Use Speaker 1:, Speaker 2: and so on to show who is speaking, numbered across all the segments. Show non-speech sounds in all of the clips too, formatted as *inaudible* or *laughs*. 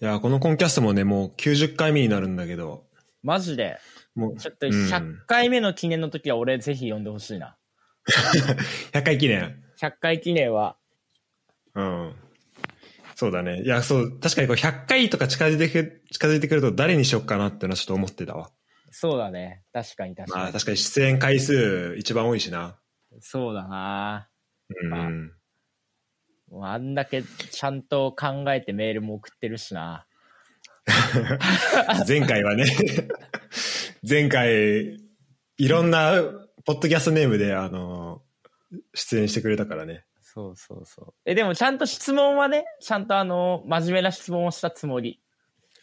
Speaker 1: いや、このコンキャストもね、もう90回目になるんだけど、
Speaker 2: マジで。
Speaker 1: もう
Speaker 2: ちょっと
Speaker 1: うん
Speaker 2: 100回目の記念の時は俺ぜひ呼んでほしいな。
Speaker 1: 100回記念。
Speaker 2: 100回記念は。
Speaker 1: うん。そうだね。いや、そう、確かにこう100回とか近づいてく、近づいてくると誰にしよっかなってのはちょっと思ってたわ。
Speaker 2: そうだね。確かに確かに。
Speaker 1: まあ確かに出演回数一番多いしな。
Speaker 2: そうだな。
Speaker 1: うん。
Speaker 2: もうあんだけちゃんと考えてメールも送ってるしな。
Speaker 1: 前回
Speaker 2: *laughs*
Speaker 1: はね、前回、いろんなポッドキャストネームで、あの、出演してくれたからね。
Speaker 2: そうそうそう。え、でもちゃんと質問はね、ちゃんとあの、真面目な質問をしたつもり。
Speaker 1: い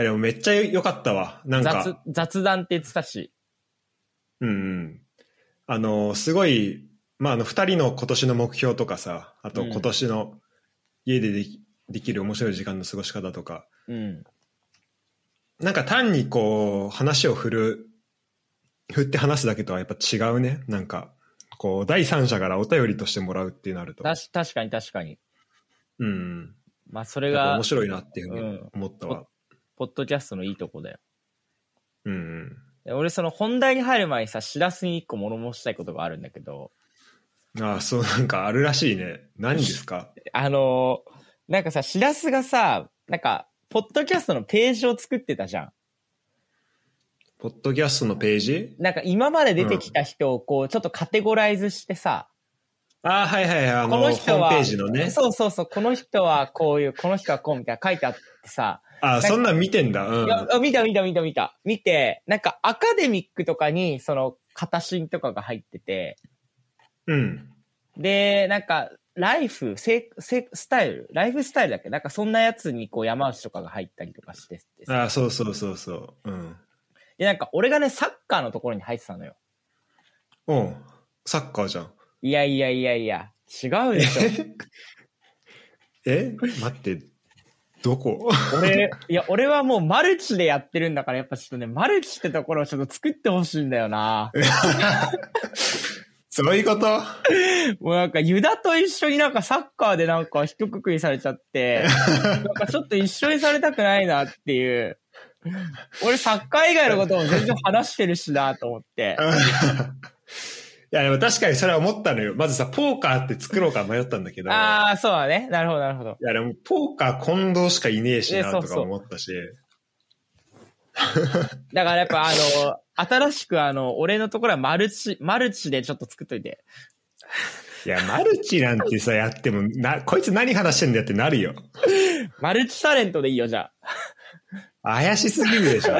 Speaker 1: やでもめっちゃ良かったわ。なん
Speaker 2: 雑
Speaker 1: か、、
Speaker 2: 雑談って言ってたし。
Speaker 1: うんうん。あの、すごい、まあ、あの、二人の今年の目標とかさ、あと
Speaker 2: うん
Speaker 1: 今年の家でできできる面白い時間の過ごし方とか、
Speaker 2: うん。
Speaker 1: なんか単にこう、話を振る、振って話すだけとはやっぱ違うね。なんか、こう、第三者からお便りとしてもらうっていうなると。
Speaker 2: たし確かに確かに。
Speaker 1: うん。
Speaker 2: まあそれ
Speaker 1: やっぱ
Speaker 2: が
Speaker 1: 面、白いなっていうふう
Speaker 2: う
Speaker 1: に
Speaker 2: ん
Speaker 1: 思ったわ。
Speaker 2: ポッドキャストのいいとこだよ。
Speaker 1: うん、うん
Speaker 2: で俺その本題に入る前にさ、しらすに一個物申したいことがあるんだけど、
Speaker 1: ああ、そうなんかあるらしいね。何です
Speaker 2: *laughs*
Speaker 1: か
Speaker 2: あのーなんかさ、しらすがさ、なんか、ポッドキャストのページを作ってたじゃん。
Speaker 1: ポッドキャストのページ
Speaker 2: なんか今まで出てきた人をこう、ちょっとカテゴライズしてさ、
Speaker 1: ああ、はいはいはい。あ
Speaker 2: こ
Speaker 1: の、ホ
Speaker 2: の人
Speaker 1: ーム
Speaker 2: は、
Speaker 1: ページのね。
Speaker 2: そうそうそう、この人はこういう、この人はこうみたいな書いてあってさ、
Speaker 1: ああ、そんなん見てんだ。う
Speaker 2: い
Speaker 1: ん。
Speaker 2: や、あ見た見た見た見た。見て、なんかアカデミックとかに、その、型芯とかが入ってて、
Speaker 1: うん。
Speaker 2: で、なんか、ライフ、せせスタイル、ライフスタイルだっけなんかそんなやつにこう山内とかが入ったりとかしててさ
Speaker 1: ああ、そうそうそうそう。うん。
Speaker 2: で、なんか俺がね、サッカーのところに入ってたのよ。
Speaker 1: うん。サッカーじゃん。
Speaker 2: いやいやいやいや、違うでしょ。
Speaker 1: え待って、どこ
Speaker 2: 俺、いや、俺はもうマルチでやってるんだから、やっぱちょっとね、マルチってところをちょっと作ってほしいんだよな。
Speaker 1: *laughs* そう *laughs* いうこと
Speaker 2: もうなんか、ユダと一緒になんかサッカーでなんか一括りされちゃって、なんかちょっと一緒にされたくないなっていう。俺サッカー以外のことも全然話してるしなと思って。
Speaker 1: いや、でも確かにそれは思ったのよ。まずさ、ポーカーって作ろうか迷ったんだけど。
Speaker 2: ああ、そうだね。なるほど、なるほど。
Speaker 1: いや、でも、ポーカー近藤しかいねえし
Speaker 2: え
Speaker 1: な、
Speaker 2: そう
Speaker 1: と
Speaker 2: そう
Speaker 1: か思ったし。
Speaker 2: だからやっぱあの、新しくあの、俺のところはマルチ、マルチでちょっと作っといて。
Speaker 1: いや、マルチなん *laughs* てさ、やっても、な、こいつ何話してんだよってなるよ。
Speaker 2: マルチタレントでいいよ、じゃあ。
Speaker 1: 怪しすぎるで *laughs* しょ。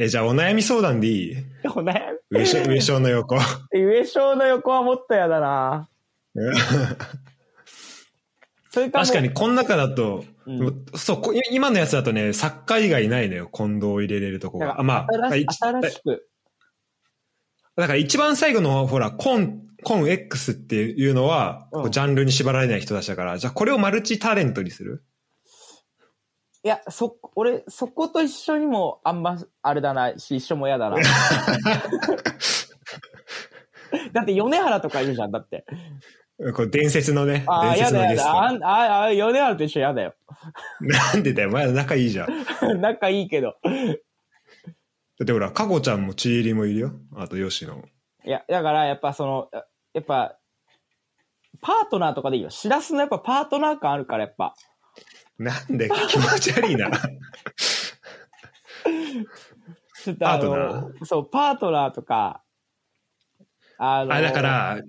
Speaker 1: え、じゃあお悩み相談でいい
Speaker 2: お悩み
Speaker 1: 上昇、上昇の横。
Speaker 2: 上昇の横はもっとや
Speaker 1: *laughs*
Speaker 2: だなそれかもう
Speaker 1: 確かに、こん中だと、
Speaker 2: うん
Speaker 1: そう、こ今のやつだとね、サッカー以外ないのよ、近藤を入れれるとこ
Speaker 2: だ
Speaker 1: が。
Speaker 2: か
Speaker 1: あまあ、
Speaker 2: ら新し
Speaker 1: 一
Speaker 2: 新しく。
Speaker 1: だから一番最後のほら、コン、コン X っていうのは、こう
Speaker 2: うん
Speaker 1: ジャンルに縛られない人たちだから、じゃあこれをマルチタレントにする
Speaker 2: いや、そ、俺、そこと一緒にも、あんま、あれだな、し、一緒も
Speaker 1: *laughs*
Speaker 2: 嫌だな。だって、米原とかいるじゃん、だって。
Speaker 1: こう伝説のね、
Speaker 2: ああ、
Speaker 1: 伝
Speaker 2: 嫌
Speaker 1: 説の
Speaker 2: だ
Speaker 1: ゲ
Speaker 2: 嫌
Speaker 1: ス
Speaker 2: だ。あん、ああ、米原と一緒嫌だよ。 *laughs*
Speaker 1: ト。なんでだよ、まだ仲いいじゃん。だ
Speaker 2: 仲いいけど。
Speaker 1: ってほら、かこちゃんもちえりもいるよ。あと、よしの。
Speaker 2: いや、だから、やっぱその、ややっぱ、パートナーとかでいいよ。しらすのやっぱパートナー感あるから、やっぱ。
Speaker 1: なんで気持ち悪い
Speaker 2: *laughs*
Speaker 1: な。
Speaker 2: ちょっ *laughs* とあの
Speaker 1: パート
Speaker 2: そう、パートナーとか、あの、
Speaker 1: あ、だか、ら、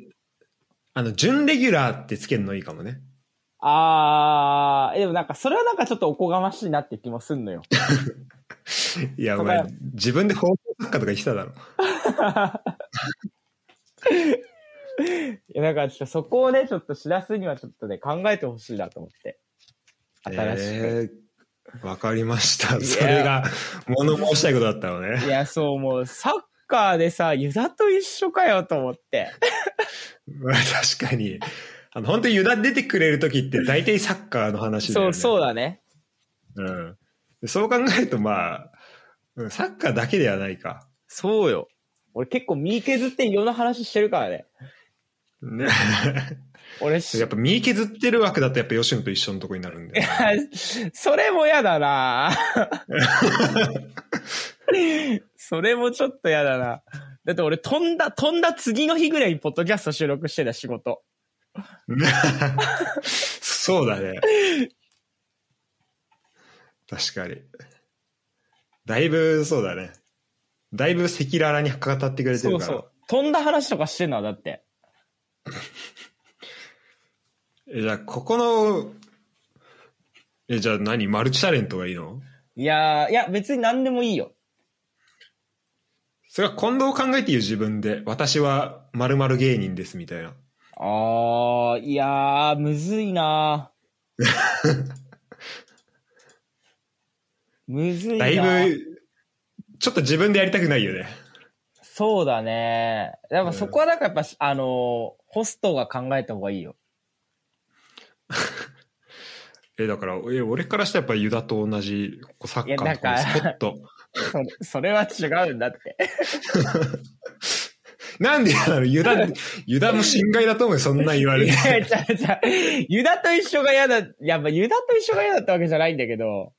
Speaker 1: あの、準レギュラーってつけるのいいかもね。
Speaker 2: あーえでもなんか、それはなんかちょっとおこがましいなって気もすんの
Speaker 1: *laughs*
Speaker 2: よ。
Speaker 1: いや、
Speaker 2: そ
Speaker 1: お
Speaker 2: う
Speaker 1: 前
Speaker 2: だよ、
Speaker 1: 自分で放送作家とか言ってただろ。
Speaker 2: いや、だからちょっとそこをね、ちょっと知らすにはちょっとね、考えてほしいなと思って。新しく。
Speaker 1: えーわかりました。
Speaker 2: や
Speaker 1: それが、物申したいことだったのね *laughs*
Speaker 2: い。や、そう、もう、サッカーでさ、ユダと一緒かよと
Speaker 1: *laughs*
Speaker 2: 思って。
Speaker 1: まあ確かに。あの、本当に油断出てくれる時って大体サッカーの話だよ
Speaker 2: そ
Speaker 1: ね。
Speaker 2: う、そう
Speaker 1: う。
Speaker 2: だね。
Speaker 1: うん。でそう考えると、まあ、うんサッカーだけではないか。
Speaker 2: そうよ。俺結構身削って世の話してるからね。
Speaker 1: ね
Speaker 2: 俺
Speaker 1: *laughs*
Speaker 2: し
Speaker 1: やっ、ぱ身削ってる枠だとやっぱ吉野と一緒のとこになるんで。
Speaker 2: *laughs* それも嫌だ *laughs* なそれもちょっと嫌だな。だって俺飛んだ、飛んだ次の日ぐらいにポッドキャスト収録してた仕事。
Speaker 1: そうだね。確かに。だいぶ、そうだね。だいぶ赤裸々に語ってくれて
Speaker 2: そ
Speaker 1: る
Speaker 2: う
Speaker 1: から。
Speaker 2: そう。飛んだ話とかしてんのはだって。
Speaker 1: え、じゃあ、ここの、え、じゃあ何マルチタレントがいいの
Speaker 2: いやー、いや別に何でもいいよ。
Speaker 1: それは今度を考えて言う自分で、私は〇〇芸人ですみたいな。
Speaker 2: あー、いやー、むずい *laughs* なむずいな
Speaker 1: だいぶ、ちょっと自分でやりたくないよね。
Speaker 2: そうだね。やっぱそこはなんかやっぱ、あのー、ホストが考えた方がいいよ。
Speaker 1: え、だから、え、俺からしたらやっぱユダと同じ、こうサッカーと
Speaker 2: い
Speaker 1: か
Speaker 2: や
Speaker 1: の
Speaker 2: だから
Speaker 1: スポット。
Speaker 2: それそれは違うんだって。
Speaker 1: なんであのユダ、 *laughs* ユダの侵害だと思うよ、そんなん言われ
Speaker 2: い
Speaker 1: て。 *laughs*
Speaker 2: や、違う違う。ユダと一緒が嫌だ。やっぱユダと一緒が嫌だったわけじゃないんだけど、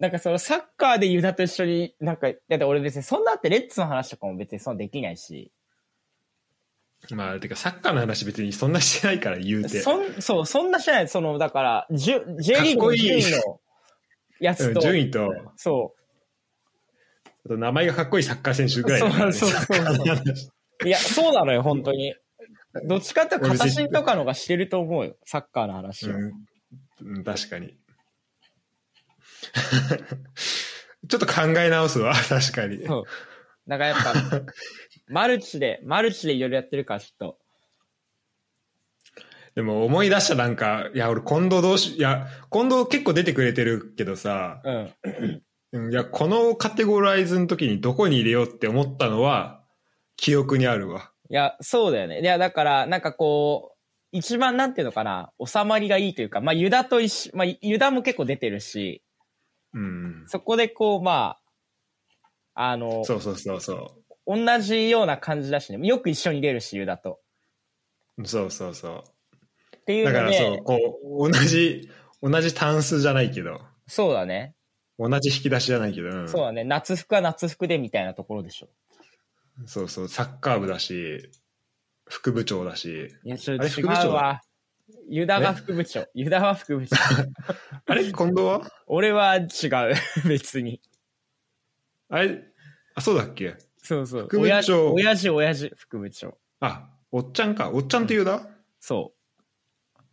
Speaker 2: なんかそのサッカーでユダと一緒に、なんか、だって俺別にそんなあってレッツの話とかも別にそんなできないし、
Speaker 1: まあ、てかサッカーの話別にそんなしてないから言うて。
Speaker 2: そん、そう、そんなしない。その、だから、じゅ J リ
Speaker 1: かっ
Speaker 2: ーグ
Speaker 1: こ
Speaker 2: の
Speaker 1: いい
Speaker 2: 順位のや
Speaker 1: う
Speaker 2: つ
Speaker 1: ん
Speaker 2: と、
Speaker 1: 順位と、
Speaker 2: そ
Speaker 1: あと名前がかっこいいサッカー選手ぐらいだからね
Speaker 2: そうそうそう
Speaker 1: サッカーの話
Speaker 2: う。いや、そうなのよ、本当に。どっちかっていうと、
Speaker 1: 俺別に
Speaker 2: 片心とかの方がしてると思うよ、サッカーの話を。
Speaker 1: *laughs* うん、うん確かに。 *laughs* ちょっと考え直すわ、 *laughs* 確かに。
Speaker 2: そう。なんかやっぱ、マルチで、マルチでいろいろやってるから、ちょっと。
Speaker 1: でも思い出したなんか、いや、俺近藤どうし、いや、近藤結構出てくれてるけどさ、
Speaker 2: うん。
Speaker 1: うんいや、このカテゴライズの時にどこに入れようって思ったのは、記憶にあるわ。
Speaker 2: いや、そうだよね。いや、だから、なんかこう、一番なんていうのかな、収まりがいいというか、まあ、ユダと一緒、まあ、ユダも結構出てるし、
Speaker 1: うん。
Speaker 2: そこでこう、まあ、あの、
Speaker 1: そうそうそうそ
Speaker 2: 同じような感じだしね、よく一緒に出るし、ユダと。
Speaker 1: う。そうそうそ。
Speaker 2: っていう
Speaker 1: だ
Speaker 2: う
Speaker 1: か
Speaker 2: の
Speaker 1: ら
Speaker 2: で、
Speaker 1: そう、こう、同じ、同じ単数じゃないけど、
Speaker 2: そうだね。
Speaker 1: 同じ引き出しじゃないけど、うん
Speaker 2: そうだね。夏服は夏服でみたいなところでしょ。
Speaker 1: そうそう、サッカー部だし、副部長だし、
Speaker 2: いや、ちょ
Speaker 1: っ
Speaker 2: っ
Speaker 1: とあ
Speaker 2: と
Speaker 1: れ
Speaker 2: 違
Speaker 1: 副部長だ
Speaker 2: うわ。ユダが副部長。ユダは副部 *laughs* 長。
Speaker 1: あれ近藤は
Speaker 2: 俺は違う。 *laughs* 別に。
Speaker 1: あれあ、そうだっけ
Speaker 2: そうそう。
Speaker 1: 副部長
Speaker 2: 親父、親父、副部長。
Speaker 1: あ、おっちゃんか。おっちゃんと言うだ、
Speaker 2: そう。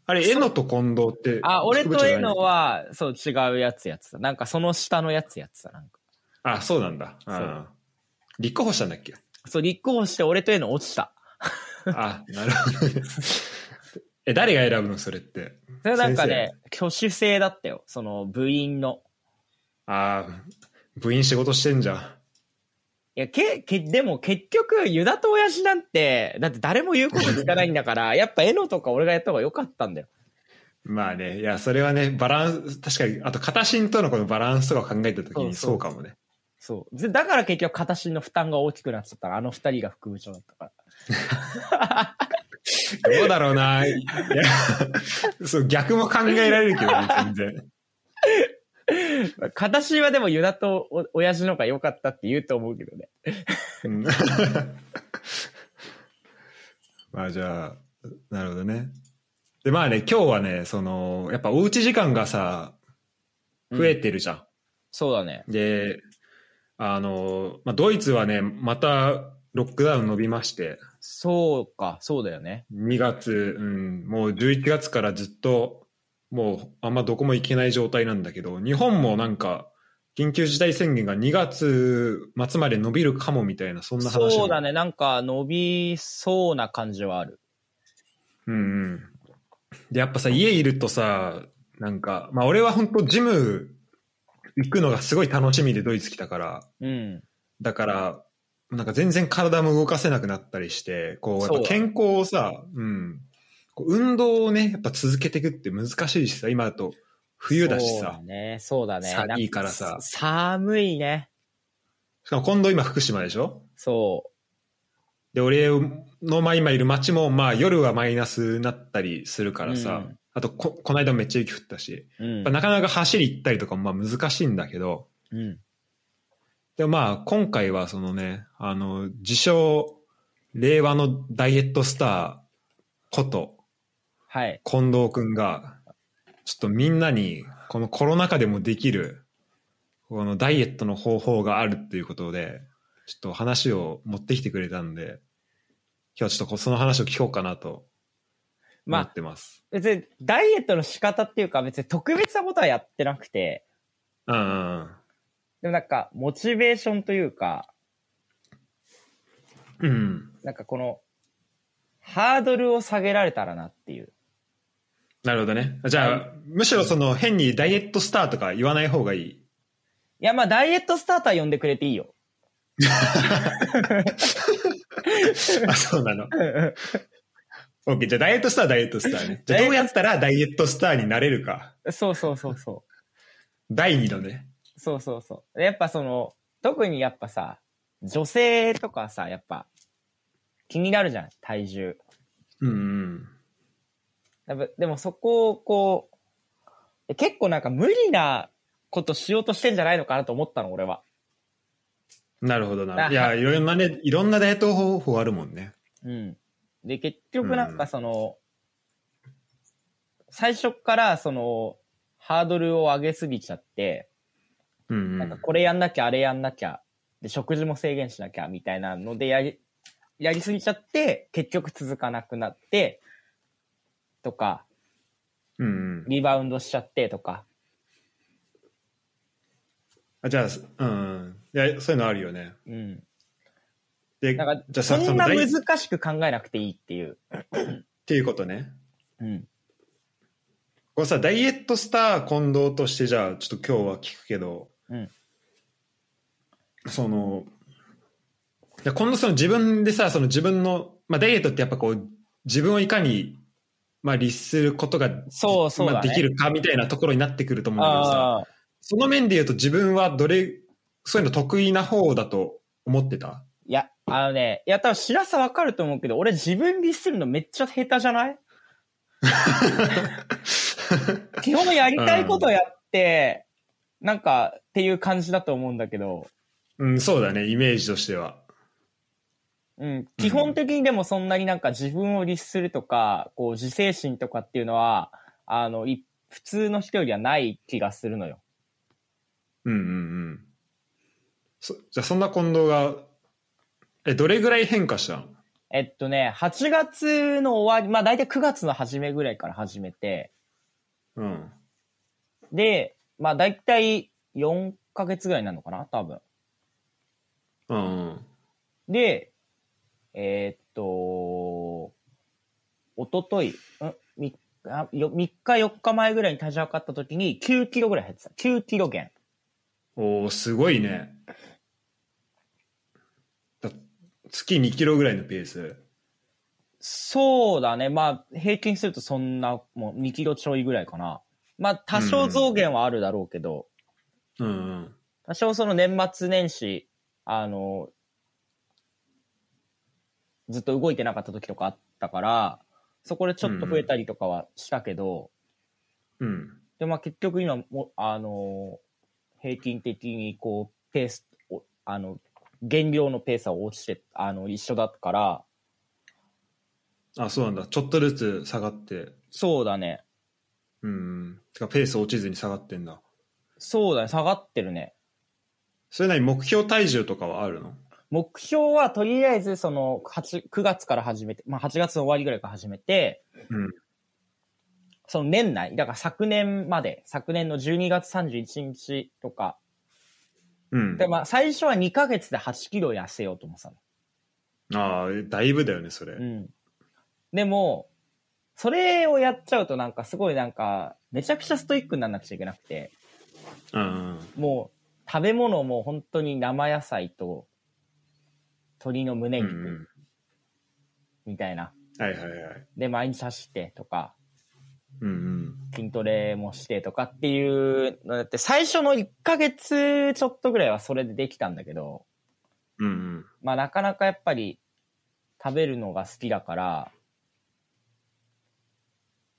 Speaker 1: あれ、えのと近藤って。
Speaker 2: あ、俺
Speaker 1: 副部長
Speaker 2: と
Speaker 1: じゃ
Speaker 2: エ
Speaker 1: ない
Speaker 2: ノ。は、そう、違うやつやつだ。なんかその下のやつやつだ。なんか。
Speaker 1: あ、そうなんだ。う
Speaker 2: そ
Speaker 1: ん
Speaker 2: う。
Speaker 1: 立候補したんだっけ
Speaker 2: そう、立候補して俺とエノ落ちた。
Speaker 1: あ、なるほどね。え、誰が選ぶのそれって。
Speaker 2: それなんかね、挙手制だったよ。その部員の。
Speaker 1: ああ、部員仕事してんじゃん。
Speaker 2: いや、け、け、でも結局、ユダと親父なんて、だって誰も言うこと聞かないん
Speaker 1: *laughs*
Speaker 2: だから、やっぱエノとか俺がやった方が良かったんだよ。
Speaker 1: まあね、いや、それはね、バランス、確かに、あと、片心とのこのバランスとかを考えたときに
Speaker 2: そう
Speaker 1: そ
Speaker 2: そう
Speaker 1: うかもね。
Speaker 2: そう。でだから結局、片心の負担が大きくなっちゃったから、あの二人が副部長だっ
Speaker 1: *laughs*
Speaker 2: たから。
Speaker 1: どうだろう
Speaker 2: *laughs*
Speaker 1: な。いや、そう、逆も考えられるけど
Speaker 2: *laughs*
Speaker 1: ね、全然。
Speaker 2: 片心はでもユダとお親父の方が良かったって言うと思うけどね。
Speaker 1: うん *laughs* まあじゃあ、なるほどね。で、まあね、今日はね、その、やっぱおうち時間がさ、増え
Speaker 2: うん
Speaker 1: てるじゃん。
Speaker 2: そうだね。
Speaker 1: で、あの、まあ、ドイツはね、またロックダウン伸びまして、
Speaker 2: そうか、そうだよね。
Speaker 1: 2月、うん、もう11月からずっと、もうあんまどこも行けない状態なんだけど、日本もなんか、緊急事態宣言が2月末まで伸びるかもみたいな、そんな話
Speaker 2: そ
Speaker 1: も
Speaker 2: うだね。なんか伸びそうな感じはある。
Speaker 1: うんうん。で、やっぱさ、家いるとさ、なんか、まあ俺は本当ジム行くのがすごい楽しみでドイツ来たから、
Speaker 2: うん。
Speaker 1: だから、なんか全然体も動かせなくなったりして、こう、やっ
Speaker 2: そ
Speaker 1: ぱ
Speaker 2: うだ
Speaker 1: 健康をさ、うん。こう運動をね、やっぱ続けていくって難しいしさ、今だと冬だし
Speaker 2: そう
Speaker 1: さ
Speaker 2: だ、ね。そうだね。
Speaker 1: さ
Speaker 2: なん
Speaker 1: いいからさ
Speaker 2: 寒いね。
Speaker 1: しかも今度今福島でしょ
Speaker 2: そ
Speaker 1: で、俺の、まあ、今いる街も、まあ、夜はマイナスになったりするからさ、
Speaker 2: うん
Speaker 1: あとこ、この間めっちゃ雪降ったし、
Speaker 2: うん
Speaker 1: やっぱなかなか走り行ったりとかも、まあ、難しいんだけど、
Speaker 2: うん。
Speaker 1: でもまあ、今回はそのね、あの、自称、令和のダイエットスターこと、
Speaker 2: はい。
Speaker 1: 近藤くんが、ちょっとみんなに、このコロナ禍でもできる、このダイエットの方法があるっていうことで、ちょっと話を持ってきてくれたんで、今日はちょっとこうその話を聞こうかなと
Speaker 2: ま
Speaker 1: 思
Speaker 2: あ
Speaker 1: っ、てます。
Speaker 2: 別に、ダイエットの仕方っていうか、別に特別なことはやってなくて、でもなんか、モチベーションというか、
Speaker 1: うんうんうん。うん。
Speaker 2: なんかこの、ハードルを下げられたらなっていう。
Speaker 1: なるほどね。じゃあ、
Speaker 2: はい
Speaker 1: むしろその変にダイエットスターとか言わない方がいい。
Speaker 2: *laughs* いや、まあ、ダイエットスターター呼んでくれてい
Speaker 1: *laughs*
Speaker 2: いよ。
Speaker 1: あ、そうなの。OK。じゃあダイエットスターはダイエットスターね。じゃあ
Speaker 2: ダイエット
Speaker 1: どうやったらダイエットスターになれるか。
Speaker 2: そうそうそうそ
Speaker 1: 第二のね。
Speaker 2: う。そうそうそう。でやっぱその、特にやっぱさ、女性とかさ、やっぱ、気になるじゃん、体重。
Speaker 1: うんうん。
Speaker 2: やっぱでもそこをこうえ、結構なんか無理なことしようとしてんじゃないのかなと思ったの、俺は。
Speaker 1: なるほどな。
Speaker 2: あ
Speaker 1: いや、いろんなね、いろんなダイエット方法あるもんね。
Speaker 2: うん。で、結局なんかその、最初っからその、ハードルを上げすぎちゃって、
Speaker 1: うん、うん。
Speaker 2: なんかこれやんなきゃ、あれやんなきゃ、で、食事も制限しなきゃ、みたいなのでやり、やりすぎちゃって、結局続かなくなって、とか、
Speaker 1: うんうん、
Speaker 2: リバウンドしちゃってとか、
Speaker 1: あじゃあ、うんうん。いや、そういうのあるよね。
Speaker 2: うん。
Speaker 1: で、
Speaker 2: なんか、
Speaker 1: じゃあさ、
Speaker 2: そ
Speaker 1: そ
Speaker 2: んな
Speaker 1: のダイ
Speaker 2: 難
Speaker 1: っ
Speaker 2: しく考えなくていいっていう。
Speaker 1: ていうことね。
Speaker 2: うん。
Speaker 1: こうさ、ダイエットスター近藤として、じゃあ、ちょっと今日は聞くけど、
Speaker 2: うん
Speaker 1: その、いや近藤さん自分でさ、その自分の、まあ、ダイエットってやっぱこう、自分をいかに、まあ、律することが、
Speaker 2: そうそうだ
Speaker 1: ま
Speaker 2: ね
Speaker 1: あ、できるかみたいなところになってくると思うんだけどさ、
Speaker 2: ああ。
Speaker 1: その面で言うと自分はどれ、そういうの得意な方だと思ってた
Speaker 2: いや、あのね、いや、多分知らさわかると思うけど、俺自分律するのめっちゃ下手じゃない
Speaker 1: *laughs*
Speaker 2: 基本やりたいことやって、なんか、っていう感じだと思うんだけど、
Speaker 1: うん、そうだね、イメージとしては。
Speaker 2: うん、基本的にでもそんなになんか自分を律するとか、こう、自制心とかっていうのは、あの、い普通の人よりはない気がするのよ。
Speaker 1: うんうんうん。そじゃあそんな近藤が、え、どれぐらい変化したの
Speaker 2: えっとね、8月の終わり、まあ大体9月の初めぐらいから始めて、
Speaker 1: うん。
Speaker 2: で、まあ大体4ヶ月ぐらいになるのかな多分。
Speaker 1: うんうん。
Speaker 2: で、えーっと、おととい、ん ?3 日、よ三日4日前ぐらいに立ち上がった時に9キロぐらい減ってた。9キロ減。
Speaker 1: おー、すごいね。だ月2キロぐらいのペース。
Speaker 2: そうだね。まあ平均するとそんな、もう2キロちょいぐらいかな。まあ多少増減はあるだろうけど、
Speaker 1: うんうん。
Speaker 2: 多少その年末年始、あの、ずっと動いてなかった時とかあったから、そこでちょっと増えたりとかはしたけど、
Speaker 1: うん。
Speaker 2: でまあ結局今も、あの、平均的にこう、ペース、おあの、減量のペースは落ちて、あの、一緒だから、
Speaker 1: あ、そうなんだ。ちょっとずつ下がって。
Speaker 2: そうだね。
Speaker 1: うんうん。てか、ペース落ちずに下がってんだ。
Speaker 2: そうだね。下がってるね。
Speaker 1: それなりに目標体重とかはあるの
Speaker 2: 目標はとりあえずその8、9月から始めて、まあ8月の終わりぐらいから始めて、
Speaker 1: うん。
Speaker 2: その年内、だから昨年まで、昨年の12月31日とか、
Speaker 1: うん。
Speaker 2: でまあ最初は2ヶ月で8キロ痩せようと思ってたの。
Speaker 1: ああ、だいぶだよね、それ。
Speaker 2: うん。でも、それをやっちゃうとなんかすごいなんか、めちゃくちゃストイックにならなくちゃいけなくて、
Speaker 1: うん。
Speaker 2: もう食べ物も本当に生野菜と鶏の胸
Speaker 1: うんう
Speaker 2: 肉
Speaker 1: ん。
Speaker 2: みたいな。
Speaker 1: はいはいはい。
Speaker 2: で、毎日走ってとか、
Speaker 1: うんうん。
Speaker 2: 筋トレもしてとかっていうのだって、最初の1ヶ月ちょっとぐらいはそれでできたんだけど、
Speaker 1: うんうん。
Speaker 2: まあなかなかやっぱり、食べるのが好きだから、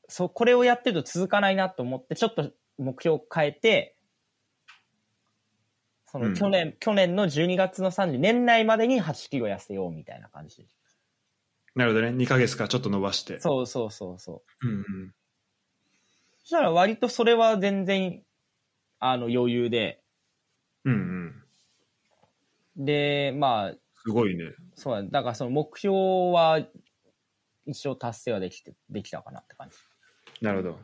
Speaker 2: そう、これをやってると続かないなと思って、ちょっと目標を変えて、そ
Speaker 1: うん
Speaker 2: の去年、去年の12月の30、年内までに8キロ痩せようみたいな感じ。
Speaker 1: なるほどね。2ヶ月かちょっと伸ばして。
Speaker 2: そうそうそうそう。
Speaker 1: うんうん。
Speaker 2: そしたら割とそれは全然、あの余裕で、
Speaker 1: うんうん。
Speaker 2: で、まあ、
Speaker 1: すごいね。
Speaker 2: そうだね、だからその目標は一応達成はできて、できたかなって感じ。
Speaker 1: なるほど。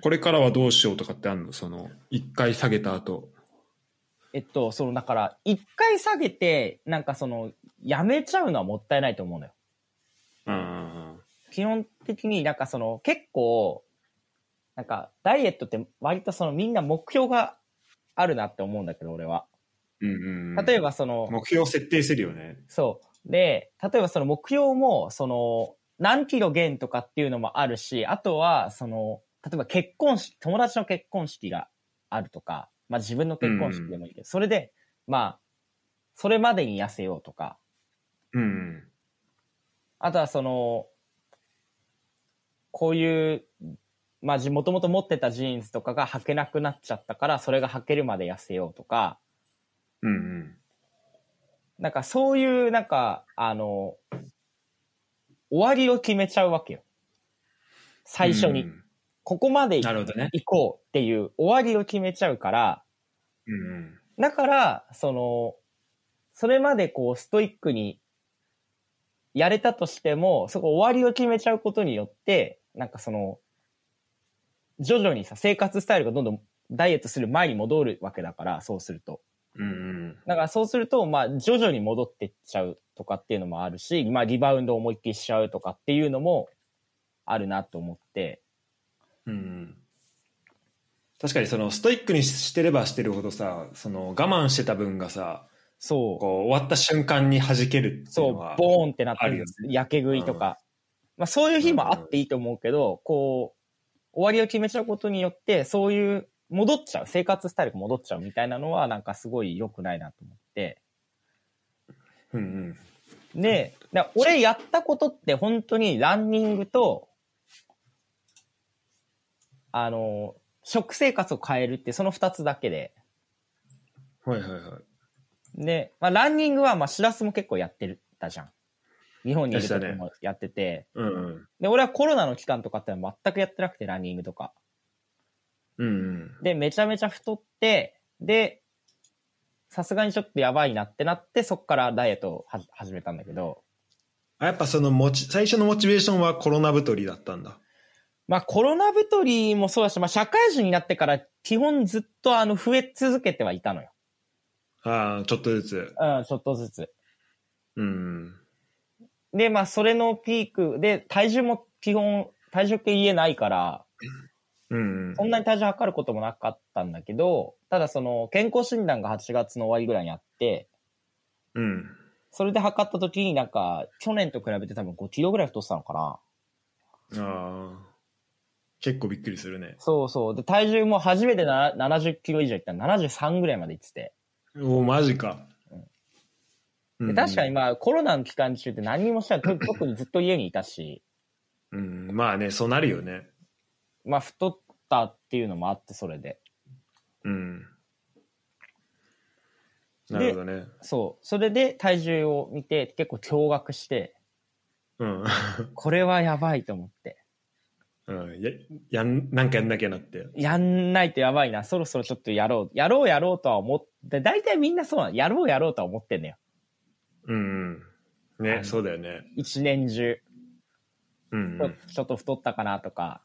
Speaker 1: これからはどうしようとかってあるのその、一回下げた後。
Speaker 2: えっと、その、だから、一回下げて、なんかその、やめちゃうのはもったいないと思うのよ。
Speaker 1: うんうんうん。
Speaker 2: 基本的になんかその、結構、なんか、ダイエットって割とその、みんな目標があるなって思うんだけど、俺は。
Speaker 1: うんうん、
Speaker 2: 例えばその、
Speaker 1: 目標を設定するよね。
Speaker 2: そう。で、例えばその目標も、その、何キロ減とかっていうのもあるし、あとは、その、例えば結婚式、友達の結婚式があるとか、まあ自分の結婚式でもいいけど、それで、まあ、それまでに痩せようとか、
Speaker 1: うん
Speaker 2: あとはその、こういう、まあ、もともと持ってたジーンズとかが履けなくなっちゃったから、それが履けるまで痩せようとか、
Speaker 1: うん。うんうん。
Speaker 2: なんかそういう、なんか、あの、終わりを決めちゃうわけよ。最初に。
Speaker 1: うん
Speaker 2: ここまで
Speaker 1: なるほどね。
Speaker 2: 行こうっていう終わりを決めちゃうから、
Speaker 1: うんうん。
Speaker 2: だから、その、それまでこうストイックにやれたとしても、そこ終わりを決めちゃうことによって、なんかその、徐々にさ、生活スタイルがどんどんダイエットする前に戻るわけだから、そうすると。
Speaker 1: うんうん。
Speaker 2: だからそうすると、まあ徐々に戻ってっちゃうとかっていうのもあるし、まあリバウンドを思いっきりしちゃうとかっていうのもあるなと思って、
Speaker 1: うん確かにそのストイックにしてればしてるほどさその我慢してた分がさ
Speaker 2: そう、
Speaker 1: こう終わった瞬間に弾けるっていう
Speaker 2: そ
Speaker 1: のは
Speaker 2: う、ボーンってなっ
Speaker 1: あ
Speaker 2: て
Speaker 1: るよ
Speaker 2: る
Speaker 1: ね
Speaker 2: やけ食いとか。まあそういう日もあっていいと思うけど、こう、終わりを決めちゃうことによって、そういう、戻っちゃう、生活スタイルが戻っちゃうみたいなのは、なんかすごい良くないなと思って。
Speaker 1: うんうん
Speaker 2: で、だから俺やったことって本当にランニングと、あの、食生活を変えるってその二つだけで。
Speaker 1: はいはいはい
Speaker 2: で、まあ、ランニングは、まあ、しらすも結構やってたじゃん。日本にいる時
Speaker 1: でした
Speaker 2: もやってて。
Speaker 1: うんうん
Speaker 2: で、俺はコロナの期間とかってのは全くやってなくて、ランニングとか。
Speaker 1: うん
Speaker 2: で、めちゃめちゃ太って、で、さすがにちょっとやばいなってなって、そっからダイエットをは始めたんだけど、
Speaker 1: あやっぱそのモチ最初のモチベーションはコロナ太りだったんだ
Speaker 2: まあコロナ太りもそうだし、まあ社会人になってから基本ずっとあの増え続けてはいたのよ。
Speaker 1: ああちょっとずつ
Speaker 2: うん、ちょっとずつ。
Speaker 1: うん
Speaker 2: で、まあそれのピークで、体重も基本、体重計言えないから、
Speaker 1: うんうん
Speaker 2: そんなに体重測ることもなかったんだけど、ただその健康診断が8月の終わりぐらいにあって、
Speaker 1: うん
Speaker 2: それで測った時になんか、去年と比べて多分5キロぐらい太ってたのかな。
Speaker 1: ああ結構びっくりするね
Speaker 2: そうそう。で、体重も初めてな70キロ以上いったら73ぐらいまでいってて。
Speaker 1: おマジか、うんう
Speaker 2: で
Speaker 1: ん
Speaker 2: 確かにまあコロナの期間中って何もした
Speaker 1: *laughs*
Speaker 2: らと特にずっと家にいたし、
Speaker 1: うんまあねそうなるよね
Speaker 2: まあ太ったっていうのもあってそれで。
Speaker 1: うんなるほどね
Speaker 2: そう。それで体重を見て結構驚愕して、
Speaker 1: うん *laughs*
Speaker 2: これはやばいと思って。
Speaker 1: うん、ややんなんかやんなきゃなって。
Speaker 2: やんないとやばいな。そろそろちょっとやろう。やろうやろうとは思って、大体みんなそうなの。やろうやろうとは思ってんのよ。
Speaker 1: うん、うん。ね、
Speaker 2: あ
Speaker 1: そうだよね。
Speaker 2: 一年中。
Speaker 1: うん、うん。
Speaker 2: ちょっと太ったかなとか。